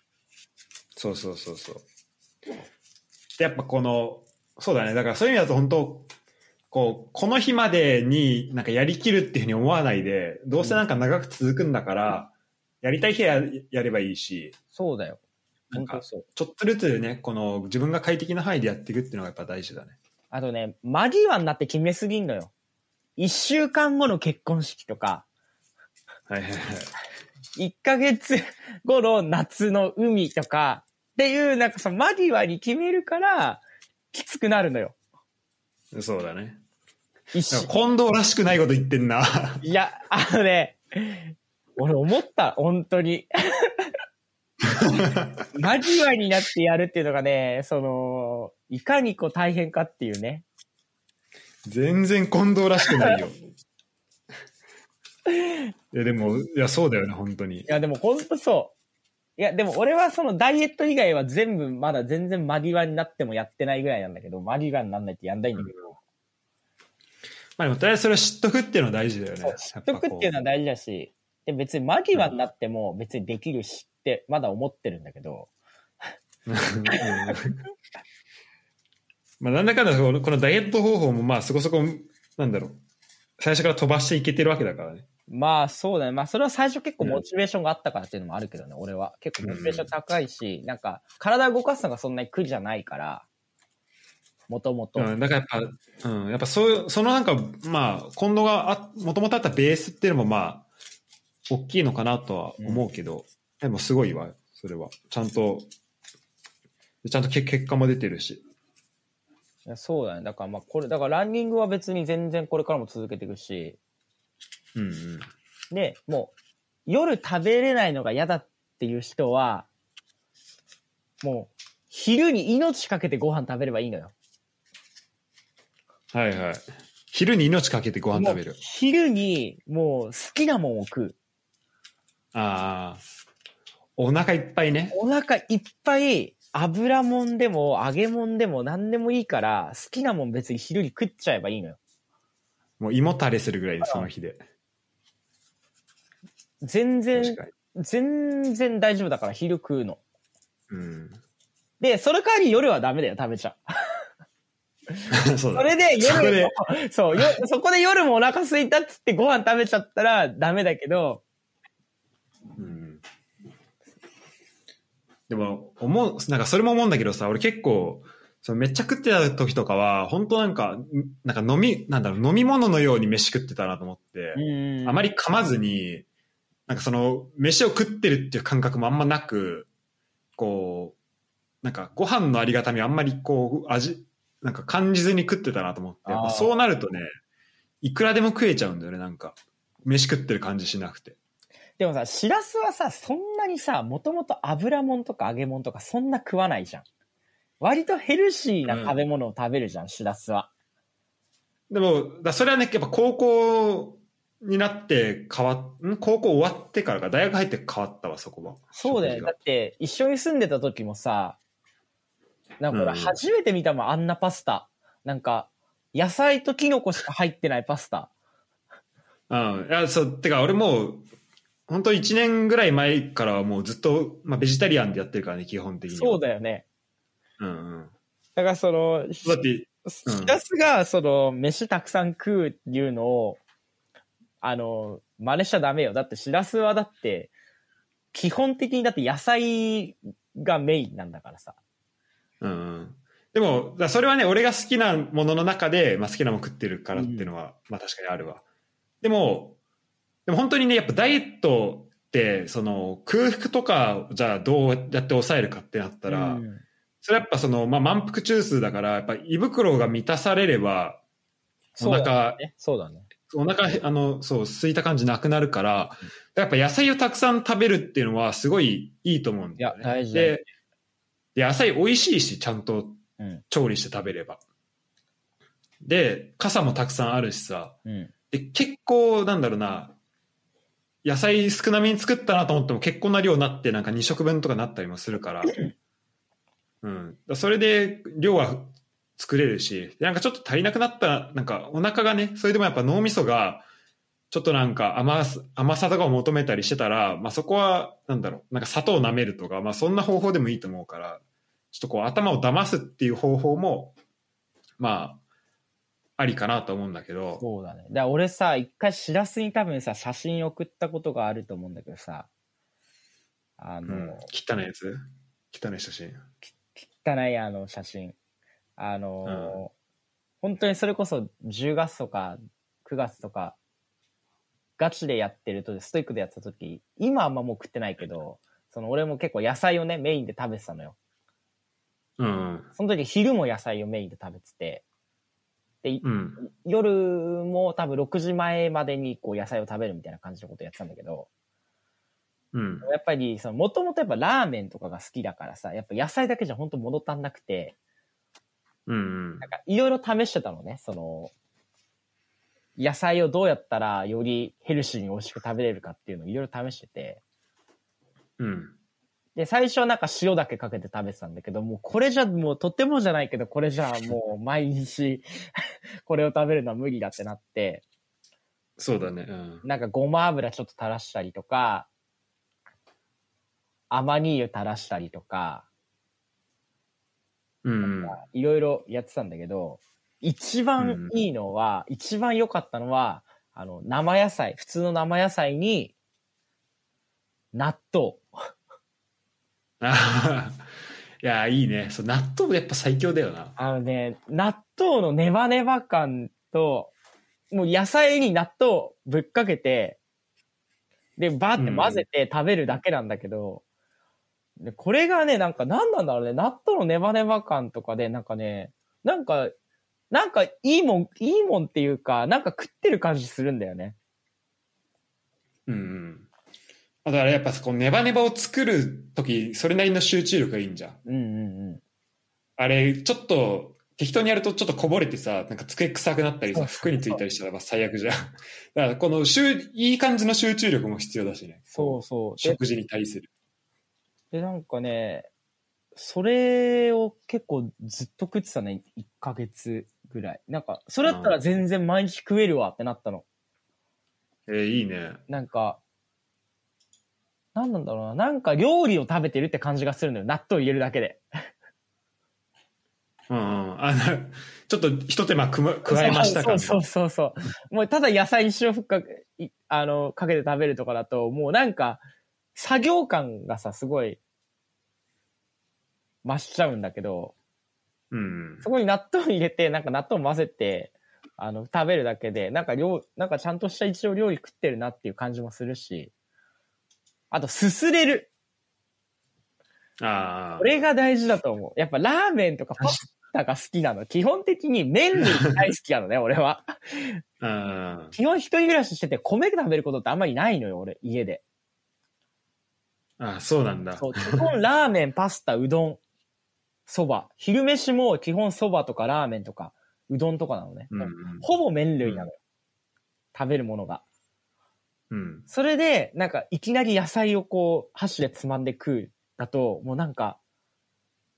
Speaker 1: そうそうそうそう。やっぱこの、そうだね。だからそういう意味だと本当、こう、この日までになんかやりきるっていうふうに思わないで、どうせなんか長く続くんだから、やりたい日はややればいいし、
Speaker 2: そうだよ。
Speaker 1: なんか
Speaker 2: 本当そう。
Speaker 1: ちょっとずつね、この自分が快適な範囲でやっていくっていうのがやっぱ大事だね。
Speaker 2: あとね、間際になって決めすぎんのよ。一週間後の結婚式とか、
Speaker 1: はいはいはい。
Speaker 2: 一ヶ月後の夏の海とか、っていう、なんかその間際に決めるから、きつくなるのよ。
Speaker 1: そうだね。
Speaker 2: 一
Speaker 1: なん
Speaker 2: 週
Speaker 1: か近藤らしくないこと言ってんな。
Speaker 2: いや、あのね、俺思った、本
Speaker 1: *laughs*
Speaker 2: 当に。間際になってやるっていうのがね、その、いかにこう大変かっていうね。
Speaker 1: 全然近藤らしくない *laughs* よ。いやでも、いやそうだよね、本当に
Speaker 2: い。や、でもほんとそう。いや、でも俺はそのダイエット以外は全部まだ全然間際になってもやってないぐらいなんだけど、間際になんないってやんないんだけど、
Speaker 1: まあでもとりあえずそれを知っとくっていうのは大事だよね。 *laughs*
Speaker 2: そう知っとくっていうのは大事だし、で別に間際になっても別にできるしってまだ思ってるんだけど、
Speaker 1: やっぱこううんまあなんだかんだこのこのダイエット方法もまあそこそこ、なんだろう。最初から飛ばしていけてるわけだからね。
Speaker 2: まあそうだね。まあそれは最初結構モチベーションがあったからっていうのもあるけどね、俺は。結構モチベーション高いし、なんか体動かすのがそんなに苦じゃないから、もともと。
Speaker 1: うん、だからやっぱ、うん、やっぱそういう、そのなんか、まあ、今度があ、もともとあったベースっていうのもまあ、大きいのかなとは思うけど、でもすごいわ、それは。ちゃんと、ちゃんとけ結果も出てるし。
Speaker 2: いやそうだね。だからまあこれ、だからランニングは別に全然これからも続けていくし、
Speaker 1: うんうん。
Speaker 2: で、もう夜食べれないのが嫌だっていう人は、もう昼に命かけてご飯食べればいいのよ。
Speaker 1: はいはい。昼に命かけてご飯食べ
Speaker 2: もう
Speaker 1: る。
Speaker 2: 昼にもう好きなもんを食う。
Speaker 1: ああ。お腹いっぱいね。
Speaker 2: お腹いっぱい油もんでも揚げもんでも何でもいいから、好きなもん別に昼に食っちゃえばいいのよ。
Speaker 1: もう胃もたれするぐらいで、その日で。
Speaker 2: 全
Speaker 1: 確
Speaker 2: 然
Speaker 1: か、に。
Speaker 2: 全然大丈夫だから昼食うの。
Speaker 1: うん。
Speaker 2: で、それ代わり夜はダメだよ、食べちゃう。
Speaker 1: そうだ
Speaker 2: それで
Speaker 1: それ
Speaker 2: 夜
Speaker 1: で
Speaker 2: も、 *laughs* そう、よそこで夜もお腹空いたっつってご飯食べちゃったらダメだけど、
Speaker 1: うん。でも、思う、なんかそれも思うんだけどさ、俺結構、そのめっちゃ食ってた時とかは、本当なんか、なんか飲み、なんだろう、飲み物のように飯食ってたなと思って、あま
Speaker 2: り、
Speaker 1: り噛まずに、なんかその、飯を食ってるっていう感覚もあんまなく、こう、なんかご飯のありがたみをあんまりこう、味、なんか感じずに食ってたなと思って、やっぱ
Speaker 2: あー
Speaker 1: そうなるとね、いくらでも食えちゃうんだよね、なんか。飯食ってる感じしなくて。
Speaker 2: でもさ、しらすはさ、そんなにさ、もともと油もんとか揚げもんとかそんな食わないじゃん。割とヘルシーな食べ物を食べるじゃん、しらすは。
Speaker 1: でも、だそれはね、やっぱ高校になって変わっ、ん高校終わってからか、大学入って変わったわ、そこは。
Speaker 2: そうだよね。だ
Speaker 1: 食
Speaker 2: って、一緒に住んでた時もさ、なんか俺
Speaker 1: うん
Speaker 2: 初めて見たもん、あんなパスタ。なんか、野菜とキノコしか入ってないパスタ。
Speaker 1: 事がうん。いや、そう、てか俺もう、本当1年ぐらい前からはもうずっと、まあ、ベジタリアンでやってるからね、基本的には。
Speaker 2: そう
Speaker 1: だ。
Speaker 2: だよね。
Speaker 1: うんうん。
Speaker 2: だからその、
Speaker 1: だって、
Speaker 2: ひたすが、その、飯たくさん食うっていうのを、あの、真似しちゃダメよ。だって、しらすはだって、基本的にだって野菜がメインなんだからさ。
Speaker 1: うんうん。でも、だそれはね、俺が好きなものの中で、まあ、好きなもの食ってるからっていうのは、まあ確かにあるわ。でも、でも本当にね、やっぱダイエットって、その空腹とか、じゃあどうやって抑えるかってなったら、
Speaker 2: うん
Speaker 1: それやっぱその、まあ満腹中枢だから、やっぱ胃袋が満たされれば、お
Speaker 2: そうだ
Speaker 1: 腹、
Speaker 2: ね。そうだね。
Speaker 1: お腹、あの、そう、空いた感じなくなるから、やっぱ野菜をたくさん食べるっていうのはすごいいいと思うんだよね。
Speaker 2: いや大事だよ
Speaker 1: で、で野菜美味しいし、ちゃんと
Speaker 2: うん。
Speaker 1: 調理して食べれば。で、傘もたくさんあるしさ、
Speaker 2: うん。
Speaker 1: で、結構、なんだろうな、野菜少なめに作ったなと思っても結構な量になって、なんか2食分とかなったりもするから、うん。だからそれで量は作れるし、でなんかちょっと足りなくなったら、なんかお腹がね、それでもやっぱ脳みそが、ちょっとなんか甘す甘さとかを求めたりしてたら、まあ、そこは、なんだろう、なんか砂糖を舐めるとか、まあ、そんな方法でもいいと思うから、ちょっとこう頭を騙すっていう方法も、まあ、ありかなと思うんだけど、
Speaker 2: そうだね。だから俺さ、一回しらすに多分さ、写真送ったことがあると思うんだけどさ、あ
Speaker 1: う
Speaker 2: の、
Speaker 1: ん、汚いやつ汚い写真。
Speaker 2: 汚いあの写真。あのー本当にそれこそ10月とか9月とか、ガチでやってると、ストイックでやってた時、今あんまもう食ってないけど、その俺も結構野菜をね、メインで食べてたのよ。
Speaker 1: うん。
Speaker 2: その時昼も野菜をメインで食べてて、
Speaker 1: うん。
Speaker 2: 夜も多分6時前までにこう野菜を食べるみたいな感じのことやってたんだけど、
Speaker 1: うん。
Speaker 2: やっぱり、その、もともとやっぱラーメンとかが好きだからさ、やっぱ野菜だけじゃ本当物足んなくて、
Speaker 1: うん。
Speaker 2: なんかいろいろ試してたのね、その、野菜をどうやったらよりヘルシーに美味しく食べれるかっていうのをいろいろ試してて、
Speaker 1: うん。
Speaker 2: で、最初はなんか塩だけかけて食べてたんだけど、もうこれじゃもうとてもじゃないけど、これじゃもう毎日 *laughs* これを食べるのは無理だってなって、
Speaker 1: そうだね。うん。
Speaker 2: なんかごま油ちょっと垂らしたりとか、甘煮油垂らしたりとか、
Speaker 1: うん。 *laughs*
Speaker 2: いろいろやってたんだけど、一番いいのは、一番良かったのは、あの、生野菜、普通の生野菜に、納豆。
Speaker 1: あははいや、いいね。そう納豆やっぱ最強だよな。
Speaker 2: あのね、納豆のネバネバ感と、もう野菜に納豆ぶっかけて、で、バーって混ぜて食べるだけなんだけど、でこれがね、なんか何なんだろうね、納豆のネバネバ感とかで、なんかね、なんか、なんかいいもん、いいもんっていうか、なんか食ってる感じするんだよね。
Speaker 1: うんうん。あだからやっぱこうネバネバを作るとき、それなりの集中力がいいんじゃん。
Speaker 2: うんうんうん。
Speaker 1: あれ、ちょっと、適当にやるとちょっとこぼれてさ、なんか机臭くなったり
Speaker 2: そ
Speaker 1: さ、
Speaker 2: うそう
Speaker 1: 服についたりしたらまあ最悪じゃん。だ *laughs* からこの集、いい感じの集中力も必要だしね。
Speaker 2: そうそう。で
Speaker 1: 食事に対する。
Speaker 2: で、なんかね、それを結構ずっと食ってたね、1ヶ月ぐらい。なんか、それだったら全然毎日食えるわってなったの。
Speaker 1: えーいいね。
Speaker 2: なんか、なんなんだろうな。なんか料理を食べてるって感じがするのよ。納豆入れるだけで。
Speaker 1: うんうん。あなちょっと一手間くま加えましたか
Speaker 2: そう
Speaker 1: ね。
Speaker 2: そうそうそう。もうただ野菜に塩ふっかけ、いあの、かけて食べるとかだと、もうなんか、作業感がさ、すごい、増しちゃうんだけど、
Speaker 1: うん。
Speaker 2: そこに納豆入れて、なんか納豆混ぜて、あの、食べるだけで、なんか料、なんかちゃんとした一応料理食ってるなっていう感じもするし、あと、すすれる。
Speaker 1: ああ
Speaker 2: こ。れが大事だと思う。やっぱラーメンとかパスタが好きなの。基本的に麺類大好きなのね、俺は。
Speaker 1: うん。
Speaker 2: 基本一人暮らししてて米食べることってあんまりないのよ、俺、家で。
Speaker 1: あそうなんだ。
Speaker 2: そう、基本ラーメン、パスタ、うどん、そば。昼飯も基本そばとかラーメンとか、うどんとかなのね。
Speaker 1: うん
Speaker 2: ほぼ麺類なのよ。食べるものが。
Speaker 1: うん。
Speaker 2: それで、なんか、いきなり野菜をこう、箸でつまんで食う、だと、もうなんか、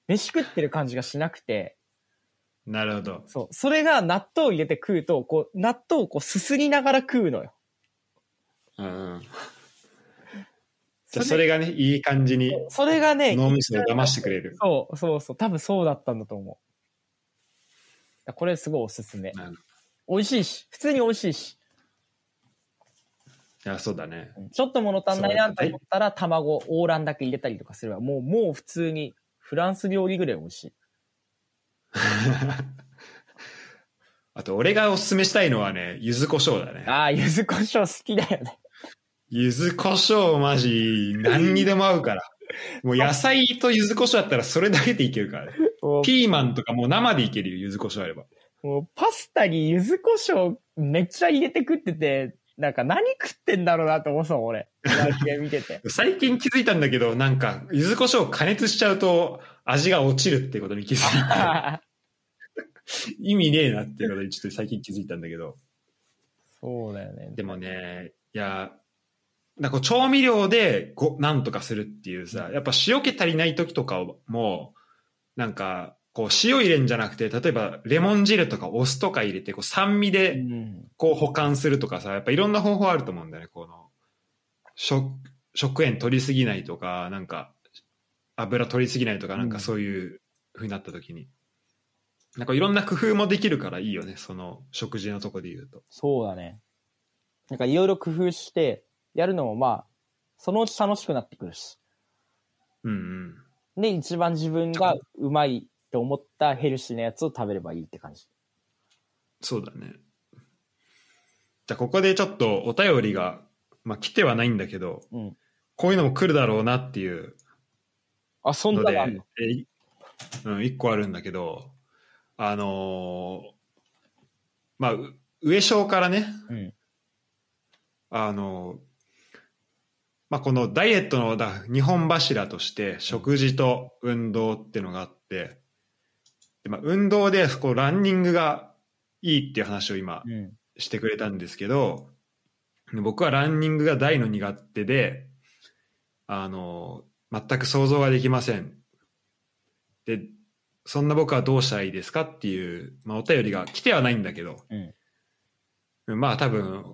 Speaker 2: 飯食ってる感じがしなくて、
Speaker 1: なるほど。
Speaker 2: そう。それが納豆を入れて食うと、こう、納豆をこう、すすりながら食うのよ。
Speaker 1: うん。じゃあそれがね、いい感じに
Speaker 2: それがね、
Speaker 1: 脳みそを騙してくれる。
Speaker 2: そう、そうそう。多分そうだったんだと思う。これすごいおすすめ。
Speaker 1: なるほ
Speaker 2: 美味しいし、普通に美味しいし、
Speaker 1: どいや、そうだね。 *laughs*
Speaker 2: ちょっと物足んないなと思ったら、卵、オーランだけ入れたりとかすれば、もう、もう普通に、フランス料理ぐらい美味しい。
Speaker 1: あと、俺がおすすめしたいのはね、柚子胡椒だね。
Speaker 2: ああ、柚子胡椒好きだよね。
Speaker 1: 柚子胡椒マジ、何にでも合うから。もう野菜と柚子胡椒だったらそれだけでいけるからね。
Speaker 2: もう
Speaker 1: ピーマンとかもう生でいけるよ、柚子胡椒あれば。
Speaker 2: もうパスタに柚子胡椒めっちゃ入れて食ってて、なんか何食ってんだろうなと思ってたもん、俺。周りで見てて。
Speaker 1: 最近気づいたんだけど、なんか、柚子胡椒加熱しちゃうと味が落ちるってことに気づい *laughs* て、意味ねえなっていうことにちょっと最近気づいたんだけど。
Speaker 2: *laughs* そうだよね。
Speaker 1: でもね、いや、なんかこう調味料でご、なんとかするっていうさ、やっぱ塩気足りない時とかも、なんか、こう塩入れんじゃなくて、例えばレモン汁とかお酢とか入れて、こう酸味
Speaker 2: う
Speaker 1: で
Speaker 2: ん。
Speaker 1: こう保管するとかさ、やっぱいろんな方法あると思うんだよね、この、食、食塩取りすぎないとか、なんか、油取りすぎないとか、なん
Speaker 2: う
Speaker 1: か
Speaker 2: ん
Speaker 1: そういう風になった時に。なんかいろんな工夫もできるからいいよね、その食事のとこで言うと。
Speaker 2: そうだね。なんかいろいろ工夫して、やるのもまあ、そのうち楽しくなってくるし。
Speaker 1: うんうん。
Speaker 2: で、一番自分がうまいって思ったヘルシーなやつを食べればいいって感じ。
Speaker 1: そうだね。じゃあここでちょっとお便りが、まあ来てはないんだけど、
Speaker 2: うん。
Speaker 1: こういうのも来るだろうなっていう
Speaker 2: あ、そん
Speaker 1: の
Speaker 2: な
Speaker 1: で、
Speaker 2: のあんの
Speaker 1: えいうん、一個あるんだけど、あのーまあ、う上昇からね、
Speaker 2: うん。
Speaker 1: あのーまあ、このダイエットのだ日本柱として食事と運動ってのがあって、でまあ、運動でこうランニングがいいっていう話を今
Speaker 2: うん。
Speaker 1: してくれたんですけど、僕はランニングが大の苦手で、あの、全く想像ができません。で、そんな僕はどうしたらいいですかっていう、まあお便りが来てはないんだけど、まあ多分、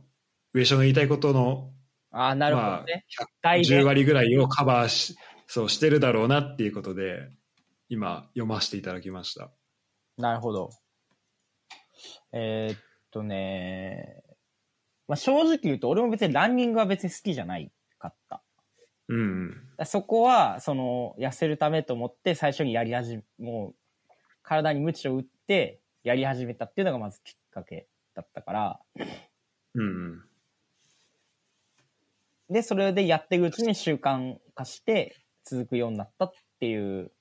Speaker 1: 上昇の言いたいことの、
Speaker 2: ああ、なるほどね。大事
Speaker 1: 10割ぐらいをカバーし、そうしてるだろうなっていうことで、今読ませていただきました。
Speaker 2: なるほど。えーっとね、まあ、正直言うと、俺も別にランニングは別に好きじゃないかった。だか
Speaker 1: うんうん。
Speaker 2: らそこは、その、痩せるためと思って、最初にやり始め、もう、体に鞭を打って、やり始めたっていうのがまずきっかけだったから、
Speaker 1: うんうん。
Speaker 2: で、それでやっていくうちに習慣化して、続くようになったっていう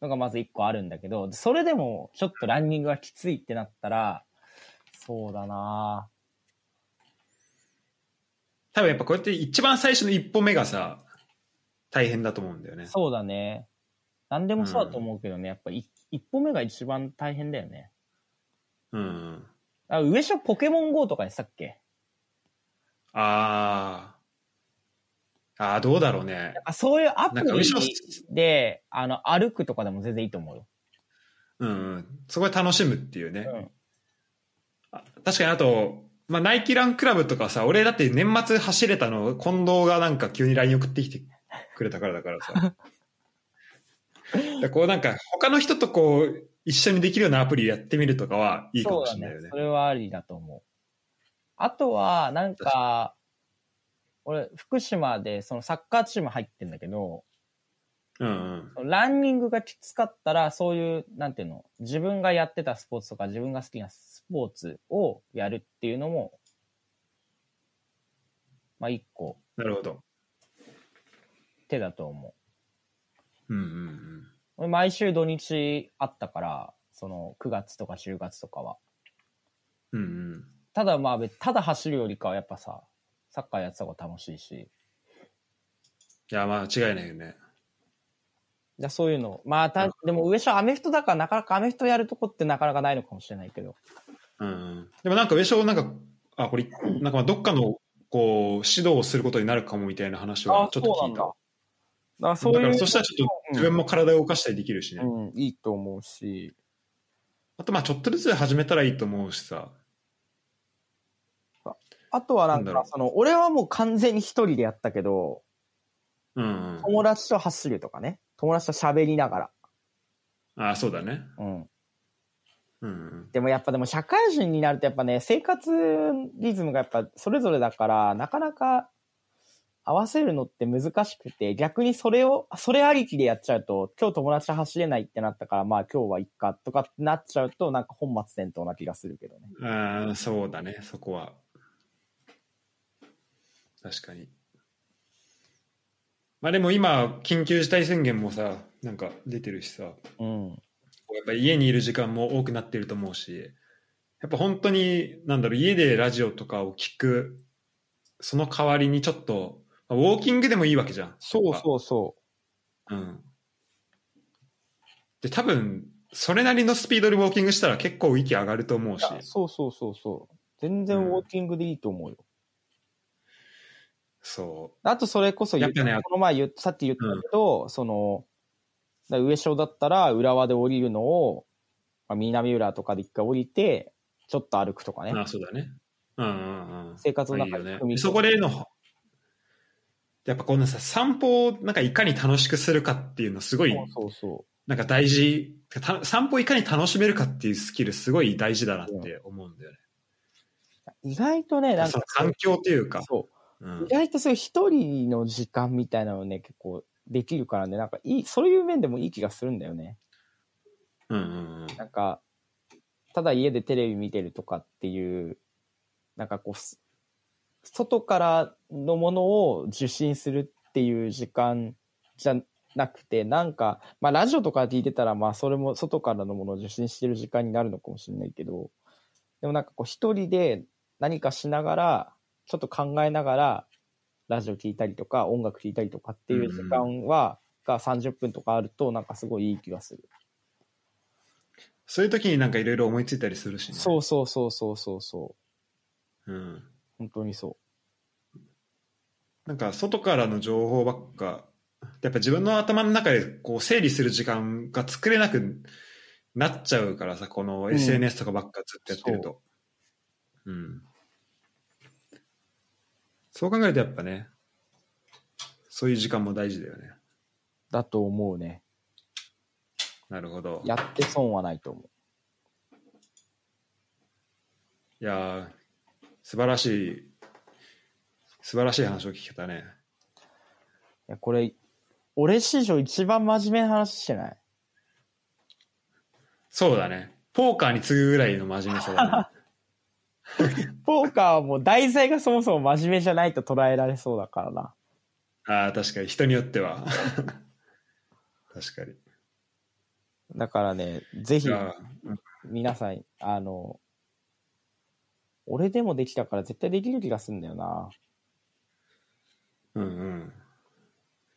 Speaker 2: のがまず一個あるんだけど、それでもちょっとランニングがきついってなったら、そうだなぁ
Speaker 1: 多分やっぱこうやって一番最初の一歩目がさ、大変だと思うんだよね。
Speaker 2: そうだね。何でもそうだと思うけどね、やっぱい一歩目が一番大変だよね。
Speaker 1: うん。
Speaker 2: あ上所ポケモン GO とかにしたっけ
Speaker 1: ああ。ああ、どうだろうね。
Speaker 2: あそういうアプ
Speaker 1: なんか、後ろ、
Speaker 2: リで、あの、歩くとかでも全然いいと思うよ。
Speaker 1: うんうん。そこで楽しむっていうね。
Speaker 2: うん
Speaker 1: あ確かにあと、まあ、ナイキランクラブとかさ、俺だって年末走れたの、近藤がなんか急に LINE 送ってきてくれたからだから *laughs* さ。だこうなんか、他の人とこう、一緒にできるようなアプリやってみるとかはいいかもしれないよ
Speaker 2: そうだ
Speaker 1: ね
Speaker 2: そ。れはありだと思う。あとは、なん
Speaker 1: 確
Speaker 2: か、俺、福島でそのサッカーチーム入ってんだけど、
Speaker 1: うんうん。
Speaker 2: ランニングがきつかったら、そういう、なんていうの、自分がやってたスポーツとか、自分が好きなスポーツをやるっていうのも、まあ、一個
Speaker 1: なるほど。
Speaker 2: 手だと思う。
Speaker 1: うんうんうん。
Speaker 2: 俺、毎週土日あったから、その、9月とか10月とかは。
Speaker 1: うんうん。
Speaker 2: ただまあ、ただ走るよりかはやっぱさ、サッカーやってた方が楽しいし、
Speaker 1: いや、まあ、違いないよね。
Speaker 2: じゃあそういうの。まあ、
Speaker 1: な
Speaker 2: た
Speaker 1: る、
Speaker 2: でも上昇アメフトだからなかなかアメフトやるとこってなかなかないのかもしれないけど。
Speaker 1: うんうん、でもなんか上昇なんか、あ、これ、なんかまあどっかの、こう、指導をすることになるかもみたいな話はちょっと聞いた。
Speaker 2: だから
Speaker 1: だからそしたらちょっと自分も体を動かしたりできるしね。
Speaker 2: うん、いいと思うし。
Speaker 1: あとまあちょっとずつ始めたらいいと思うしさ。
Speaker 2: あとはなん
Speaker 1: なんだろ
Speaker 2: か
Speaker 1: う、
Speaker 2: その、俺はもう完全に一人でやったけど、
Speaker 1: うん、うん。
Speaker 2: 友達と走るとかね。友達と喋りながら。
Speaker 1: あ、そうだね。
Speaker 2: う
Speaker 1: う
Speaker 2: ん。
Speaker 1: んうん。
Speaker 2: でもやっぱでも社会人になるとやっぱね、生活リズムがやっぱそれぞれだから、なかなか合わせるのって難しくて、逆にそれを、それありきでやっちゃうと、今日友達と走れないってなったから、まあ今日はいっかとかってなっちゃうと、なんか本末転倒な気がするけどね。
Speaker 1: あーそうだね、そこは。確かに。まあでも今、緊急事態宣言もさ、なんか出てるしさ。
Speaker 2: うん。
Speaker 1: やっぱ家にいる時間も多くなってると思うし、やっぱ本当に、なんだろう、家でラジオとかを聞く、その代わりにちょっと、まあウォーキングでもいいわけじゃん。
Speaker 2: そうそうそう。
Speaker 1: う。うん。で、多分、それなりのスピードでウォーキングしたら結構息上がると思うし、
Speaker 2: そうそうそうそう。全然ウォーキングでいいと思うよ。
Speaker 1: そ
Speaker 2: あとそれこそ言っ
Speaker 1: やっぱね
Speaker 2: この前言っさっき言ったけど、その、だから上昇だったら浦和で降りるのを、まあ、南浦とかで一回降りて、ちょっと歩くとか
Speaker 1: う。
Speaker 2: ね。
Speaker 1: ああ、そうだね。うんうんうん。
Speaker 2: 生活の
Speaker 1: いい
Speaker 2: 中
Speaker 1: よ
Speaker 2: に
Speaker 1: ね
Speaker 2: 組み。込
Speaker 1: そ
Speaker 2: む
Speaker 1: こでの、やっぱこのさ、散歩をなんかいかに楽しくするかっていうのすごい、
Speaker 2: そうそう
Speaker 1: なんか大事、た散歩いかに楽しめるかっていうスキルすごい大事だなって思うんだよね。
Speaker 2: そう。意外とね、なん
Speaker 1: そ
Speaker 2: か
Speaker 1: の、環境というか。
Speaker 2: そうう。
Speaker 1: ん
Speaker 2: 意、外とそういう一人の時間みたいなのね、結構できるからね、なんかいい、そういう面でもいい気がするんだよね。
Speaker 1: うんうんうん。
Speaker 2: なんか、ただ家でテレビ見てるとかっていう、なんかこうす、外からのものを受信するっていう時間じゃなくて、なんか、まあラジオとか聞いてたら、まあそれも外からのものを受信してる時間になるのかもしれないけど、でもなんかこう一人で何かしながら、ちょっと考えながら、ラジオ聞いたりとか、音楽聞いたりとかっていう時間は、が30分とかあると、なんかすごいいい気がする。
Speaker 1: そういう時になんかいろいろ思いついたりするしね。
Speaker 2: そうそうそうそうそうそう。
Speaker 1: う。うん。
Speaker 2: 本当にそ
Speaker 1: なんか外からの情報ばっか、やっぱ自分の頭の中でこう整理する時間が作れなくなっちゃうからさ、この
Speaker 2: ん
Speaker 1: SNS とかばっかずっとやってると。うん。そう考えるとやっぱね、そういう時間も大事だよね。
Speaker 2: う。だと思うね。
Speaker 1: なるほど。
Speaker 2: やって損はないと思う。
Speaker 1: いやー素晴らしい、素晴らしい話を聞けたね。
Speaker 2: いや、これ、俺史上一番真面目な話してない
Speaker 1: そうだね。ポーカーに次ぐぐらいの真面目さだね。
Speaker 2: ポーカーはもう題材がそもそも真面目じゃないと捉えられそうだからな。
Speaker 1: ああ、確かに。人によっては。 *laughs* 確かに。
Speaker 2: だからね、ぜひ
Speaker 1: じ、ゃあ、
Speaker 2: 皆さん、あの、俺でもできたから絶対できる気がするんだよな。
Speaker 1: うん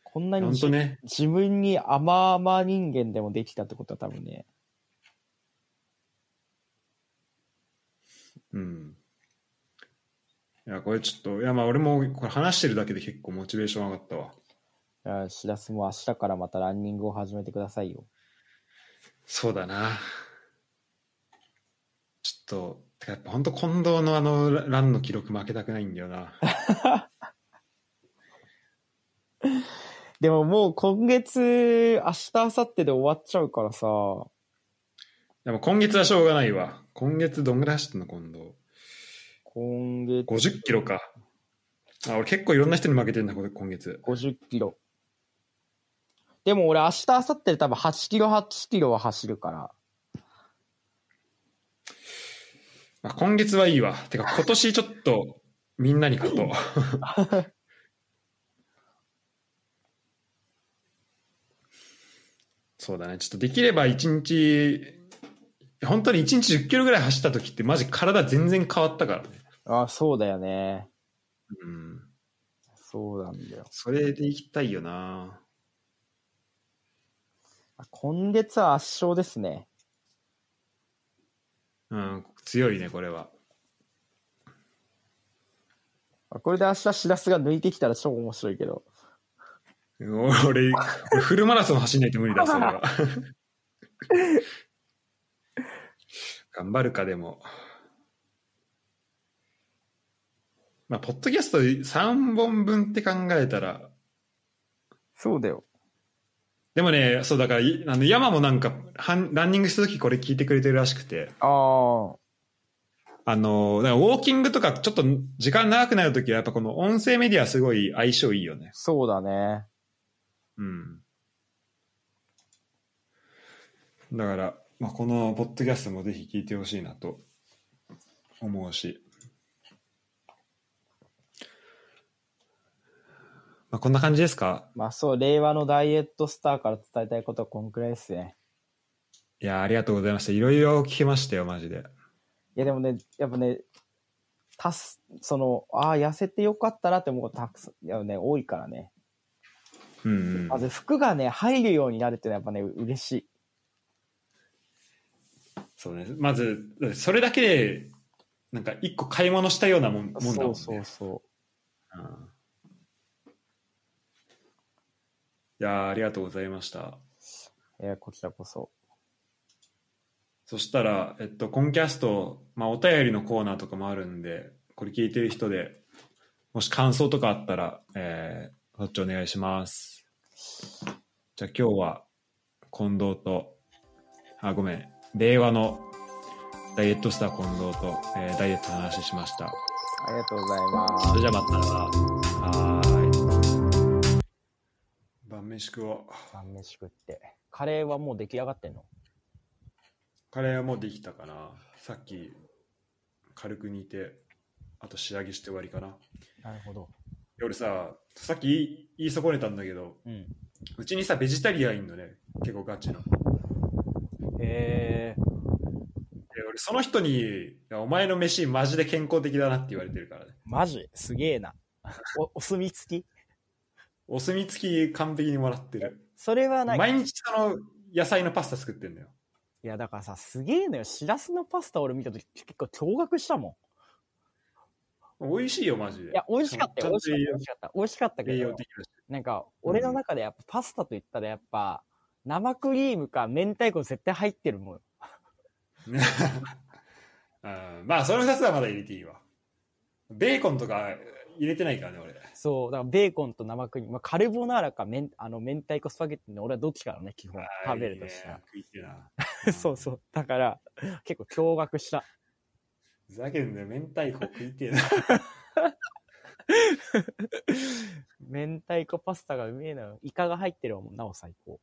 Speaker 2: こんな
Speaker 1: うん。
Speaker 2: に
Speaker 1: 本当ね。
Speaker 2: 自分に甘々人間でもできたってことは多分ね、
Speaker 1: うん。いや、これちょっと、いや、まあ俺もこれ話してるだけで結構モチベーション上がったわ。
Speaker 2: あしらすも明日からまたランニングを始めてくださいよ。
Speaker 1: そうだな。ちょっと、てかやっぱ本当近藤のあのラランの記録負けたくないんだよな。
Speaker 2: でももう今月、明日、明後日で終わっちゃうからさ、
Speaker 1: でも今月はしょうがないわ。今月どんぐらい走ってんの近藤。
Speaker 2: 今月
Speaker 1: 50キロか。あ、俺結構いろんな人に負けてんだ、これ今月。
Speaker 2: 50キロ。でも俺明日、明後日で多分8キロ、8キロは走るから。
Speaker 1: まあ、今月はいいわ。てか今年ちょっとみんなに勝 *laughs* とう。そうだね。ちょっとできれば一日、本当に一日10キロぐらい走った時ってマジ体全然変わったからね。
Speaker 2: あそうだよね。
Speaker 1: うん。
Speaker 2: そうなんだよ。
Speaker 1: それで行きたいよな。
Speaker 2: 今月は圧勝ですね。
Speaker 1: うん、強いね、これは。
Speaker 2: これで明日、しらすが抜いてきたら超面白いけど。
Speaker 1: *laughs* 俺、俺フルマラソン走んないと無理だ、それは。 *laughs* 頑張るか、でも。まあ、ポッドキャスト3本分って考えたら、
Speaker 2: そうだよ。
Speaker 1: でもね、そうだから、いあの山もなんか、はんランニングするときこれ聞いてくれてるらしくて、
Speaker 2: あ
Speaker 1: あの、だからウォーキングとかちょっと時間長くなるときは、やっぱこの音声メディアすごい相性いいよね
Speaker 2: あ、。そうだね。
Speaker 1: うん。だから、まあ、このポッドキャストもぜひ聞いてほしいなと思うし、まあ、こんな感じですか
Speaker 2: まあそう、令和のダイエットスターから伝えたいことはこんくらいですね。
Speaker 1: いやー、ありがとうございました。いろいろ聞けましたよ、マジで。
Speaker 2: いやでもね、やっぱね、たす、その、ああ、痩せてよかったなって思うことたくさん、いやね、多いからね。
Speaker 1: うん、う
Speaker 2: ま
Speaker 1: ん。
Speaker 2: ず服がね、入るようになるってのはやっぱね、嬉しい。
Speaker 1: そうね。まず、それだけでなんか一個買い物したようなもんもんだもんね。
Speaker 2: そうそうそう。
Speaker 1: うんいやーありがとうございました。
Speaker 2: えーこちらこそ。
Speaker 1: そしたら、えっと、コンキャスト、まあ、お便りのコーナーとかもあるんで、これ聞いてる人で、もし感想とかあったら、えー、そっちお願いします。じゃあ今日は、近藤と、あ、ごめん、令和のダイエットスター近藤と、えーダイエットの話しました。
Speaker 2: ありがとうございます。
Speaker 1: それじゃあまた、はーい。晩飯食おう。
Speaker 2: 晩飯食って。カレーはもう出来上がってんの
Speaker 1: カレーはもうできたかな。さっき、軽く煮て、あと仕上げして終わりかな。
Speaker 2: なるほど。
Speaker 1: 俺ささっき言い言い損ねたんだけど
Speaker 2: うん。
Speaker 1: うちにさベジタリアンいんのね結構ガチなで
Speaker 2: えー、
Speaker 1: 俺その人にいや「お前の飯マジで健康的だな」って言われてるからね
Speaker 2: マジすげえな。お、お墨付き
Speaker 1: お墨付き完璧にもらってる
Speaker 2: それはない。
Speaker 1: 毎日その野菜のパスタ作ってんだよ
Speaker 2: いや、だからさ、すげえのよ。しらすのパスタ俺見たとき結構驚愕したも
Speaker 1: 美味しいよマジで
Speaker 2: ん。いや、美味しかったよ。美味
Speaker 1: ちゃんと
Speaker 2: しかった。美味しかった。美
Speaker 1: 栄
Speaker 2: 味しか
Speaker 1: 養
Speaker 2: ったけど、
Speaker 1: 的だし *laughs*
Speaker 2: なんか、俺の中でやっぱパスタと言ったらやっぱ、生クリームか明太子絶対入ってるもん。
Speaker 1: ねうんまあその2つはまだ入れていいわベーコンとか入れてないからね俺
Speaker 2: そう、だからベーコンと生クリーム。まあ、カルボナーラか明あの明太子スパゲッティの俺はどっちかだね、基本。食べるとした
Speaker 1: あ
Speaker 2: ら
Speaker 1: ー。いいね食いてえな
Speaker 2: *laughs* そうそう。だから、結構驚愕した。
Speaker 1: ふざけんなよ明太子食いてえな
Speaker 2: 明太子パスタがうめえな。イカが入ってるわもんなお最高。